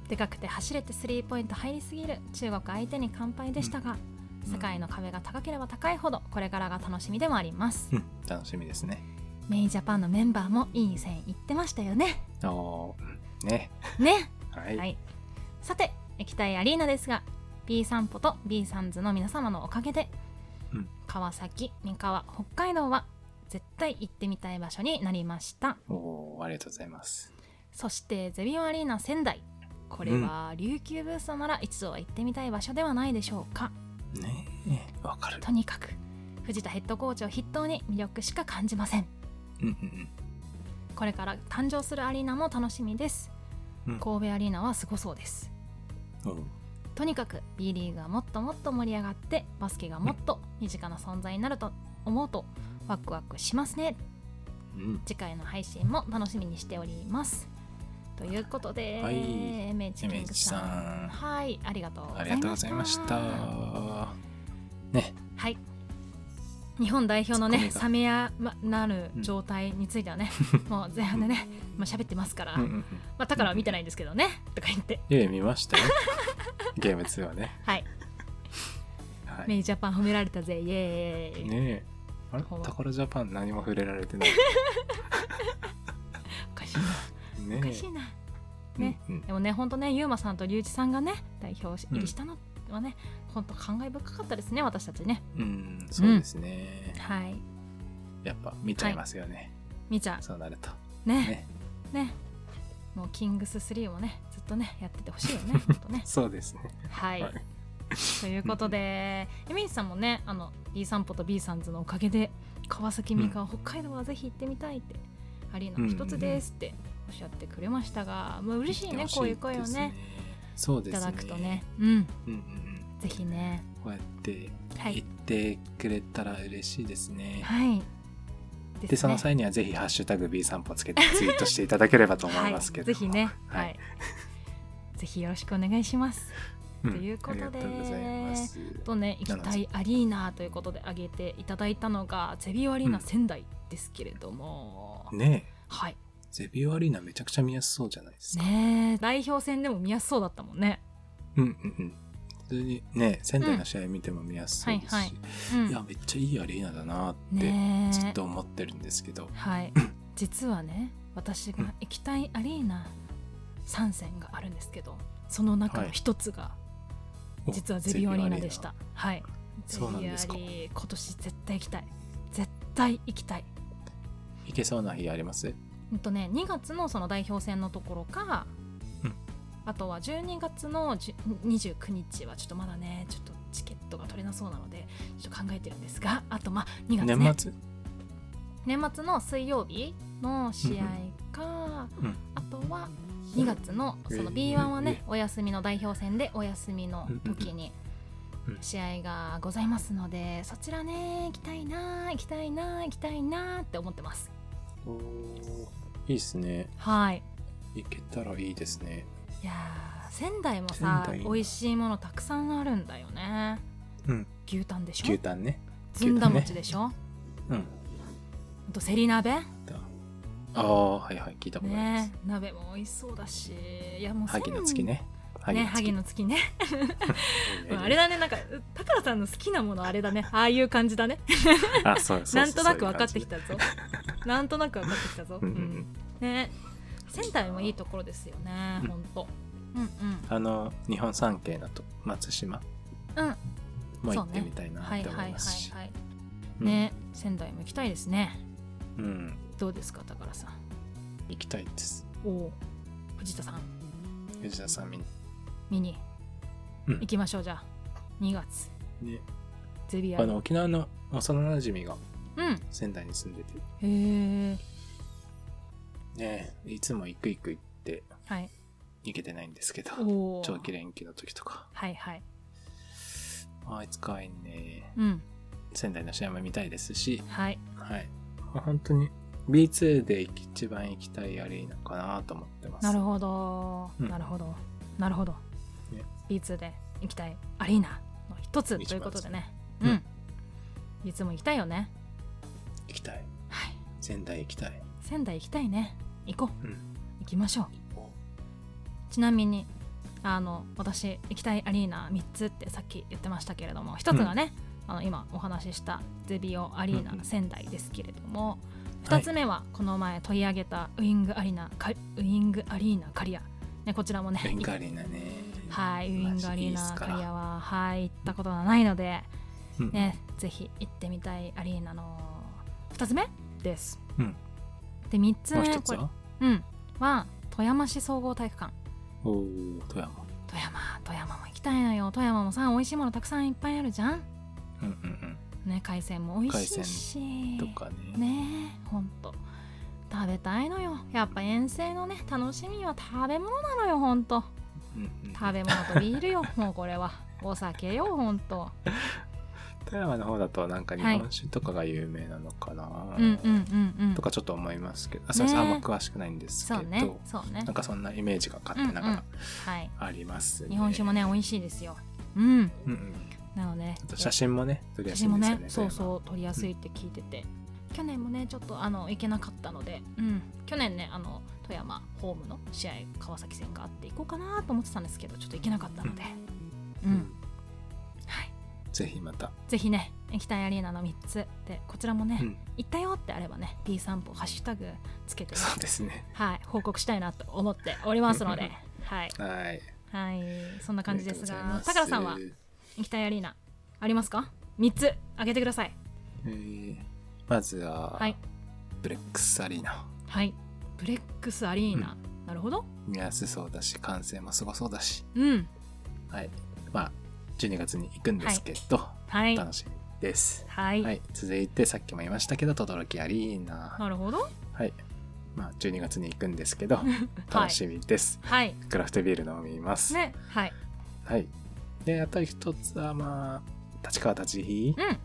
B: でかくて走れてスリーポイント入りすぎる中国相手に乾杯でしたが、
A: うん
B: 世界の壁が高ければ高いほどこれからが楽しみでもあります。
A: えうん楽しみですね
B: メイジャパンのメンバーもいい線いってましたよ ね。
A: おーね
B: ね
A: はい、
B: はい、さて液体アリーナですが B 散歩と B サンズの皆様のおかげで、
A: うん
B: 川崎三河北海道は絶対行ってみたい場所になりました
A: おーありがとうございます
B: そしてゼビオアリーナ仙台これは琉球ブーストなら一度は行ってみたい場所ではないでしょうか、
A: ねえわかる
B: とにかく藤田ヘッドコーチを筆頭に魅力しか感じません
A: うんうん
B: これから誕生するアリーナも楽しみです、
A: うん
B: 神戸アリーナはすごそうです
A: うんおー
B: とにかく B リーグがもっともっと盛り上がってバスケがもっと身近な存在になると思うとワクワクしますね
A: うん
B: 次回の配信も楽しみにしておりますということで、
A: はい
B: MH キン
A: MH
B: グ
A: さ
B: さん
A: ん
B: はいありがとうございました
A: ありがとうございましたね
B: はい日本代表のね
A: ツッ
B: 冷
A: コ
B: めやなる状態については ね、もう前半でね、まあ喋ってますから、
A: うんう
B: ま
A: んうん
B: あ、だからは見てないんですけどね、とか言って、
A: いやいや見ましたよ ゲーム2はね
B: はい、
A: はい
B: メイジャパン褒められたぜ、イエーイ、
A: ねえあれ
B: ほら
A: 宝ジャパン何も触れら れてない
B: おかしいな、
A: ね
B: おかし
A: え
B: いな。ね
A: うんうん
B: でもね、本当ね、ゆうまさんとりゅうちさんがね、代表入りしたのはね、本当感慨深かったですね、私たちね。
A: うんそうですね、
B: はい。
A: やっぱ見ちゃいますよね、
B: みちゃ
A: そうなると
B: ん、ね、
A: ね。
B: ね。もうキングス3もね、ずっとね、やっててほしいよ ね、ほんとね
A: そうですね
B: はい
A: はい。
B: ということで、エミンさんもね、あの、D 散歩と B さんズのおかげで、川崎美香、北海道はぜひ行ってみたいって、アリーナの一つですっておっしゃってくれましたが、まあ 嬉しいね、こういう声を
A: です
B: ね、
A: そうで
B: い
A: すね
B: ただくとね、うん、
A: うんうんうん
B: ぜひね。
A: こうやって
B: はい
A: 言っ。てくれたら嬉しいですね、
B: はい。
A: でその際にはぜひハッシュタグ B 散歩つけてツイートしていただければと思いますけども、
B: はい、 ぜひね、は、
A: はいい
B: ぜひよろしくお願いします。
A: うん
B: ということで
A: ありがとうございます
B: とね、行き
A: なるほど
B: たいアリーナということで挙げていただいたのがゼビオアリーナ
A: うん
B: 仙台ですけれども、
A: ねえ
B: はい、
A: ゼビオアリーナめちゃくちゃ見やすそうじゃないですか、
B: ねえ代表戦でも見やすそうだったもんね。
A: うんうんうん普通にね仙台の試合見ても見やすそうですし、
B: うんはいうん
A: いやめっちゃいいアリーナだなって
B: ねえ
A: ずっと思ってるんですけど、
B: はい、実はね、私が行きたいアリーナ参戦があるんですけど、その中の一つが。
A: お
B: 実はゼビオアリーナでした。はい。ゼビ
A: そうなんですか
B: オアリー今年絶対行きたい。絶対行きたい。
A: いけそうな日あります
B: うんとね、2月のその代表戦のところか、
A: うん
B: あとは12月の10 29日はちょっとまだね、ちょっとチケットが取れなそうなので、ちょっと考えてるんですが、あとまあ2月、ね、
A: 年末
B: 年末の水曜日の試合か、
A: うんうん
B: あとは2月のその B1 はね
A: え、
B: お休みの代表戦でお休みの時に
A: うんうん
B: 試合がございますのでそちらね行きたいな行きたいな行きたいなって思ってます
A: おーいいですね
B: はい
A: いけたらいいですね
B: いやー仙台もさ
A: 仙台いいな
B: 美味しいものたくさんあるんだよね
A: うん
B: 牛タンでしょ
A: 牛タンね
B: ずんだ餅でしょ、
A: うん
B: あとセリ鍋
A: ああはいはい聞いたことあります、
B: ね鍋も美味しそうだしいやもう仙
A: 萩の月ね
B: ね萩の月ね
A: 月
B: あれだねなんかタカラさんの好きなものあれだ ねああいう感じだね
A: あそうそうそう
B: なんとなく分かってき
A: た
B: たぞ なんとなく分かってきたぞ、
A: うんう
B: うん
A: ん
B: ね仙台もいいところですよね
A: うん
B: ほんとうんうん
A: あの日本三景だと松島
B: うん
A: も
B: そ
A: 行
B: う
A: っ
B: ね
A: てみたいな
B: はい
A: って
B: はい
A: 思
B: はいい
A: ますし
B: はい、
A: うん
B: ね仙台も行きたいですね
A: うん
B: どうですか宝さん
A: 行きたいです
B: おお藤田さん
A: 藤田さん見に
B: 見に、
A: うん
B: 行きましょうじゃあ2月
A: ね
B: ゼビア
A: あ
B: リ
A: の沖縄の幼なじみが
B: うん
A: 仙台に住んでて
B: へえ
A: ねいつも行く行く行って
B: はい
A: 行けてないんですけど
B: おお
A: 長期連休の時とか
B: はいはい
A: あいつかいね
B: うん
A: 仙台の試合も見たいですし
B: はい
A: はいまあ本当に B2 で一番行きたいアリーナかなと思ってます
B: なるほど、
A: うん
B: なるほどなるほど、
A: ね
B: B2 で行きたいアリーナの一つ
A: 一番
B: ということでね
A: です
B: うん、いつも行きたいよね
A: 行きたい
B: はい
A: 仙台行きたい
B: 仙台行きたいね行こう、
A: うん
B: 行きましょうちなみにあの私行きたいアリーナ3つってさっき言ってましたけれども1つがね、あの今お話ししたゼビオアリー
A: うんう
B: ナ
A: ん
B: 仙台ですけれども、
A: はい
B: 2つ目はこの前取り上げたウイングアリーナカウイングアリーナカリア、ね、こちらもね
A: ベンガリーナね
B: はい、ウィンガリー
A: マジいいっ
B: ナ
A: すか
B: カ
A: ら
B: リアは、はい、行ったことがないので、
A: うん
B: ね、ぜひ行ってみたいアリーナの2つ目です。
A: うん
B: で、3つ
A: もう
B: 目
A: 一つ
B: これ
A: は
B: うん、は富山市総合体育館。
A: おお富山
B: 富山、富山も行きたいのよ。富山もさ、美味しいものたくさんいっぱいあるじゃん。
A: うんうん
B: ね、海鮮も美味しい
A: うん
B: し。
A: とかね
B: ねえ、ほんと。食べたいのよ。やっぱ遠征のね、楽しみは食べ物なのよ、ほんと。
A: うんうん
B: 食べ物とビールよ、もうこれは。お酒よ、ほんと。
A: 富山の方だとなんか日
B: はい
A: 本酒とかが有名なのかな
B: うんうんうんうん
A: とかちょっと思いますけどあすいませんあん
B: ね
A: ま詳しくないんですけ
B: そうね
A: ど
B: そうね
A: なんかそんなイメージが勝手ながら
B: はい
A: ありますね
B: 日本酒もね美味しいですようん
A: うんうん
B: なので
A: あと写真もね撮りやすい
B: も
A: んですよ
B: ね
A: ね
B: そう
A: う
B: そう撮りやすいって聞いてて、去年もねちょっとあの行けなかったのでうん去年ねあの富山ホームの試合川崎戦があって行こうかなと思ってたんですけどちょっと行けなかったのでうん、はい
A: ぜひまた
B: ぜひね行きたいアリーナの3つでこちらもね、
A: うん
B: 行ったよってあればね B 散歩ハッシュタグつけてね、
A: そうですね
B: はい報告したいなと思っておりますの ではい
A: はい
B: はい、そんな感じです
A: ありとうござい
B: が
A: ま、す
B: タカラさんは行きたいアリーナありますか ?3 つ挙げてください。
A: えーまずは
B: はい、
A: ブレックスアリーナ
B: はい、ブレックスアリーナ、なるほど。
A: 見やすそうだし完成もすごそうだし
B: うん、
A: はいまあ12月に行くんですけど、
B: はい、
A: 楽しみです
B: はい、
A: はい、続いてさっきも言いましたけど轟アリーナ
B: なるほど。
A: はいまあ12月に行くんですけど
B: は
A: 楽
B: い、
A: しみです、
B: はい、
A: クラフトビール飲みます、
B: ね、はい、
A: はいであと一つはまあ立川立ち日
B: うん、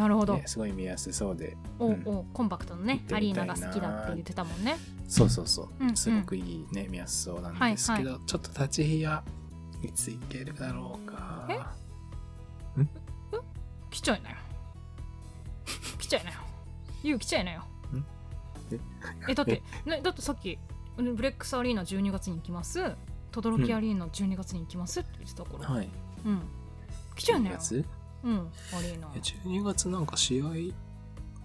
B: なるほど。
A: ね、すごい見やすそうで
B: お
A: うん
B: お、コンパクトのね
A: 行っ、てみたいな
B: アリーナが好きだって言ってたもんね。
A: そうそうそう、
B: うんうん
A: すごくいいね見やすそうなんですけど、ちょっと立ち日はいつ行けるだろうか
B: 来ちゃいなよ。来ちゃいなよ。ユウ来ちゃいなよ
A: ん。え
B: え、だって、ね、だってさっき、ねブレックスアリーナ12月に行きます。轟アリーナ12月に行きますって言ってたから。
A: はい
B: うん。来ちゃうね
A: 12
B: よ。
A: 月
B: うん、アリーナ
A: え。12月なんか試合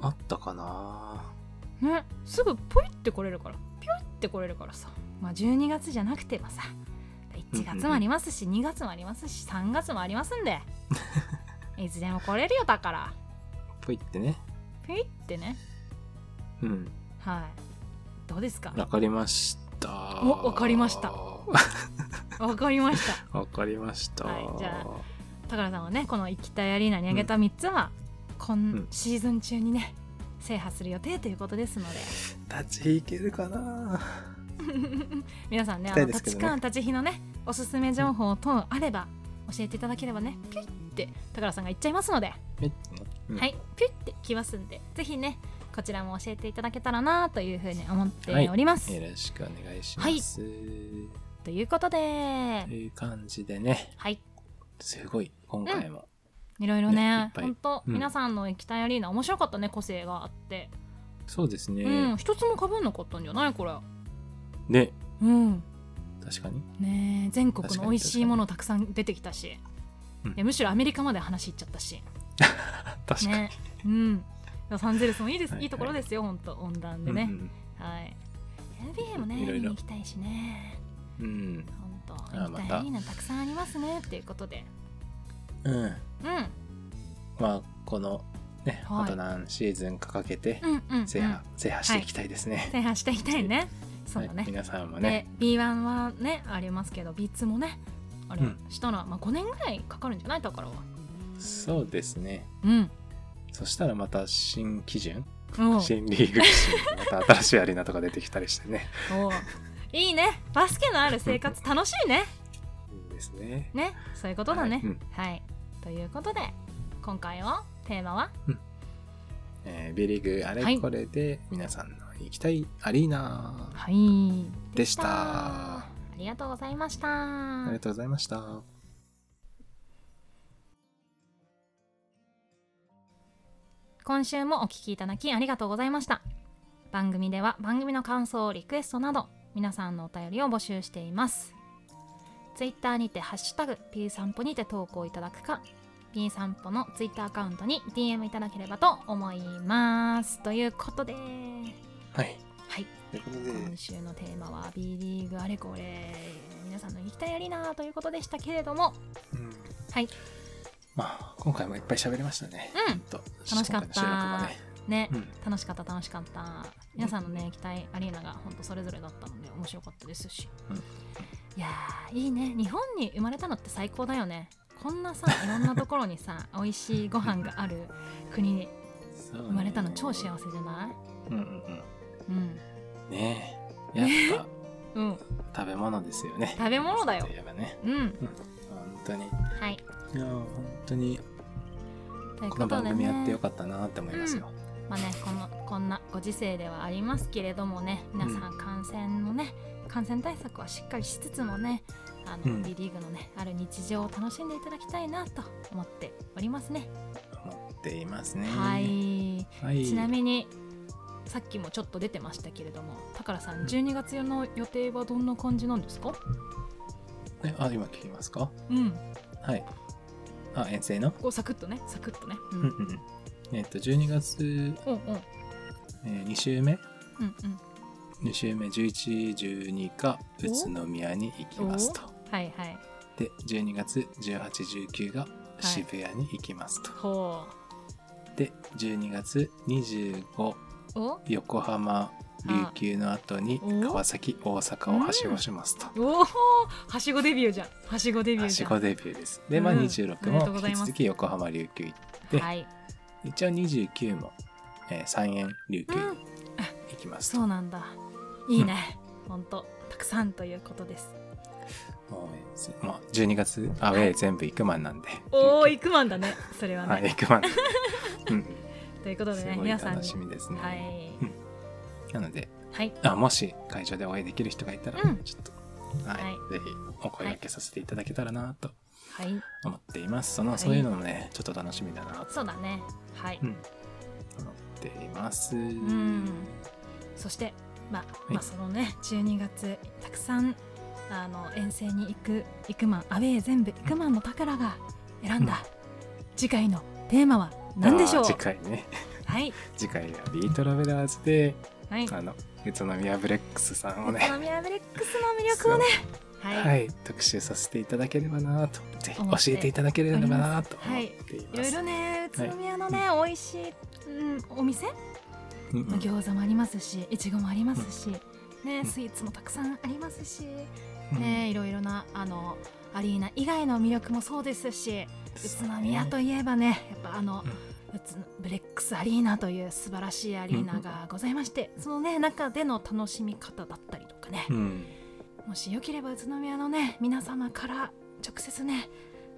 A: あったかな
B: ね、すぐポイって来れるから、ピョイって来れるからさ。まあ12月じゃなくてもさ、1月もありますし、2月もありますし、3月もあります んで、いつでも来れるよだから、
A: ぽいってね
B: ピョイってね。
A: うん
B: はい。どうですか
A: わかりました。
B: おわかりました
A: わ
B: わかりました。
A: かりました。
B: はいじゃ高田さんはね、この行きたいアリーナにあげた3つは、今
A: うん
B: シーズン中にね、制覇する予定ということですので。
A: 立ち行けるかな。
B: 皆さんね、
A: 行
B: あ
A: きた
B: の
A: いですけ
B: 立
A: どね
B: 川立飛のね、おすすめ情報等あれば教えていただければね、ピュッて高田さんが言っちゃいますので、
A: うん
B: はい、ピュッて来ますんで、ぜひね、こちらも教えていただけたらなというふうに思っております。
A: よろしくお願いします。
B: ということで、
A: という感じでね、
B: はい、
A: すごい今回も、
B: いろいろ
A: ねいっ
B: ね、
A: ぱい
B: 本当、
A: うん
B: 皆さんの行きたいアリーナ面白かったね、個性があって、
A: そうですね。
B: うん、一つも被んなかったんじゃないこれ。
A: ね、
B: うん、
A: 確かに。
B: ねえ全国
A: 確か
B: の
A: に
B: 美味しいものたくさん出てきたし、
A: うん
B: いやむしろアメリカまで話いっちゃったし。
A: 確かに。
B: ね、うん、ロサンゼルスもいいです、
A: は
B: い
A: いはい
B: い、ところですよ、本当温暖
A: う
B: で
A: んう
B: ね、
A: ん
B: はい。NBA もね、
A: いろいろ
B: 見に行きたいしね、
A: うん
B: 本当
A: あ
B: 行
A: ま
B: き
A: た
B: たいなたくさんありますねっていうことで
A: うん
B: うん
A: まあこのね、
B: はい
A: あと何シーズンかけて
B: うんうん、うん、
A: 制
B: 制
A: 覇、制覇していきたいですね、
B: 覇していきたいねそうだ
A: はい
B: ね、
A: 皆さんも
B: で
A: ね
B: B1 はねありますけど B2 もねあれ
A: うん
B: したら、まあ、5年ぐらいかかるんじゃないだからは
A: そうですね
B: うん
A: そしたらまた新基準
B: おう
A: 新リーグ基準また新しいアリーナとか出てきたりしてね
B: おういいねバスケのある生活楽しいね
A: いいですね
B: ねそういうことだね
A: はいうん
B: はい、ということで今回はテーマは
A: えー、B リーグあ
B: は
A: れ
B: い
A: これで皆さんの行きたいアリーナ
B: はい
A: でした、
B: ありがとうございました
A: ありがとうございました
B: 今週もお聞きいただきありがとうございました番組では番組の感想リクエストなど皆さんのお便りを募集していますツイッターにて「ハッシュタグ #P 散歩」にて投稿いただくか P 散歩のツイッターアカウントに DM いただければと思いますということでは
A: はい
B: い
A: ということで
B: 今週のテーマは B リーグあれこれ皆さんの行きたいアリーナということでしたけれども
A: うん
B: はい
A: まあ今回もいっぱい喋りましたね
B: うん
A: ほと
B: 楽しかった
A: 今回の収録もね
B: ね、
A: うん
B: 楽しかった楽しかった皆さんのね期待アリーナが本当それぞれだったので面白かったですし、
A: うん
B: いやーいいね日本に生まれたのって最高だよねこんなさいろんなところにさ 美味しいご飯がある国に
A: そうね
B: 生まれたの超幸せじゃない
A: うんう
B: う
A: ん
B: ん
A: うんねえやっ
B: うん
A: ぱ食べ物ですよね
B: 食べ物だよ
A: といえばね
B: うん
A: 本当にい
B: はい
A: や本当に
B: という
A: こ
B: こ
A: の
B: と
A: 番
B: で
A: 組
B: ね
A: やってよかったなって思いますよ、
B: まあねこのこんなご時世ではありますけれどもね皆さん感染のね、感染対策はしっかりしつつもねあの、
A: うん
B: B リーグのねある日常を楽しんでいただきたいなと思っておりますね。
A: 思っていますね
B: はい、
A: はい
B: ちなみにさっきもちょっと出てましたけれども高良さん12月の予定はどんな感じなんですか
A: えあ今聞きますか
B: うん
A: はいあ遠征の
B: こうサクッとねサクッとね。うん
A: うんうんうんえっと12月、
B: うんうん
A: えー、2週目
B: うんうん
A: 2週目1112か宇都宮に行きますと
B: はいはい
A: で12月1819が渋谷に行きますと、
B: ほ
A: で12月25
B: うお
A: 横浜琉球の後に
B: お
A: 川崎大阪をはしごしますと、
B: おおはしごデビューじゃんはしごデビュー
A: は
B: じ
A: し
B: ゃん
A: ごデビューですでまあ
B: うん
A: 26
B: おめでとう
A: も
B: ござい
A: 引き
B: ます
A: 続き横浜琉球行って、
B: はい
A: 一応29も、えー、三円琉球
B: う
A: に
B: ん
A: 行きますと、
B: そうなんだいいね、ほんとたくさんということです
A: もうまあ、12月アウェー全部行くマンなんで
B: おおイクマンだねそれはね、
A: はい行くマンうん
B: ということですね
A: ごい
B: 皆さん
A: 楽
B: に
A: しみですね、
B: はい
A: なので
B: はい
A: あもし会場でお会いできる人がいたら、
B: うん
A: ちょっとはい、
B: はい
A: ぜひお声掛けさせていただけたらなと
B: はい
A: 思っていますその、
B: はい
A: そういうのもねちょっと楽しみだなと
B: そうだねはい
A: うん思っています、
B: うん、そしてまあ、
A: い
B: まあそのね12月たくさんあの遠征に行くイクマンアウェー全部イクマンの宝が選んだ、
A: うん
B: 次回のテーマは何でしょう
A: あー次回ね
B: はい
A: 次回はビートラベラーズで
B: はい
A: あの宇都宮ブレックスさん
B: エ
A: を
B: コ
A: ね
B: ノミアブレックスの魅力をねはい、
A: はい、特集させていただければなとぜひ
B: 思
A: 教
B: って
A: えていただければなと思ってい
B: い
A: ま
B: ろい
A: す、
B: ろね宇都宮のね、美味しい、うん、お店、
A: うんうん
B: 餃子もありますしいちごもありますし、ね、スイーツもたくさんありますし、ね、いろいろなあのアリーナ以外の魅力もそうですし宇都宮といえばねやっぱあの、
A: うん
B: うつブレックスアリーナという素晴らしいアリーナがございまして、その、ね、中での楽しみ方だったりとかね、
A: うん
B: もしよければ宇都宮のね皆様から直接ね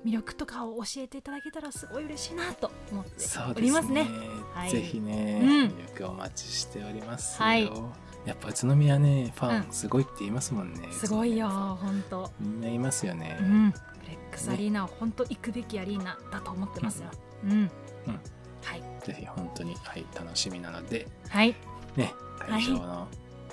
B: 魅力とかを教えていただけたらすごい嬉しいなと思って
A: そう
B: お
A: で
B: り
A: す
B: ますね
A: ね。
B: はい
A: ぜひね、
B: うん
A: 魅力をお待ちしておりますよ。
B: はい
A: やっぱ宇都宮ね、ファ
B: う
A: ンすごいって言いますもんね。
B: すごいよ
A: 宇都宮のファン。
B: 本当
A: みんな言いますよね
B: う。んブレックスアリーナを本当行くべきアリーナだと思ってますようん、はい
A: ぜひ本当にはい楽しみなので
B: はい
A: ね、
B: は
A: 会
B: い
A: 場の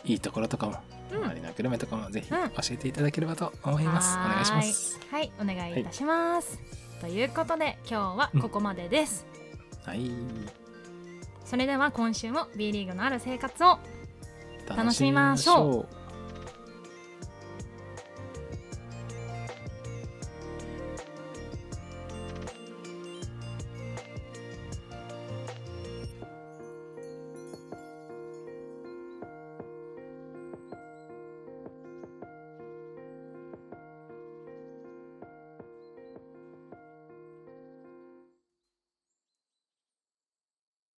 A: いいところとかも、
B: うん
A: 周りのグルメとかもぜひ
B: う
A: 教
B: ん
A: えていただければと思います。お願いします。
B: はいお願いいたします、ということで今日はここまでです、
A: はい、
B: それでは今週も B リーグのある生活を
A: 楽しみましょう。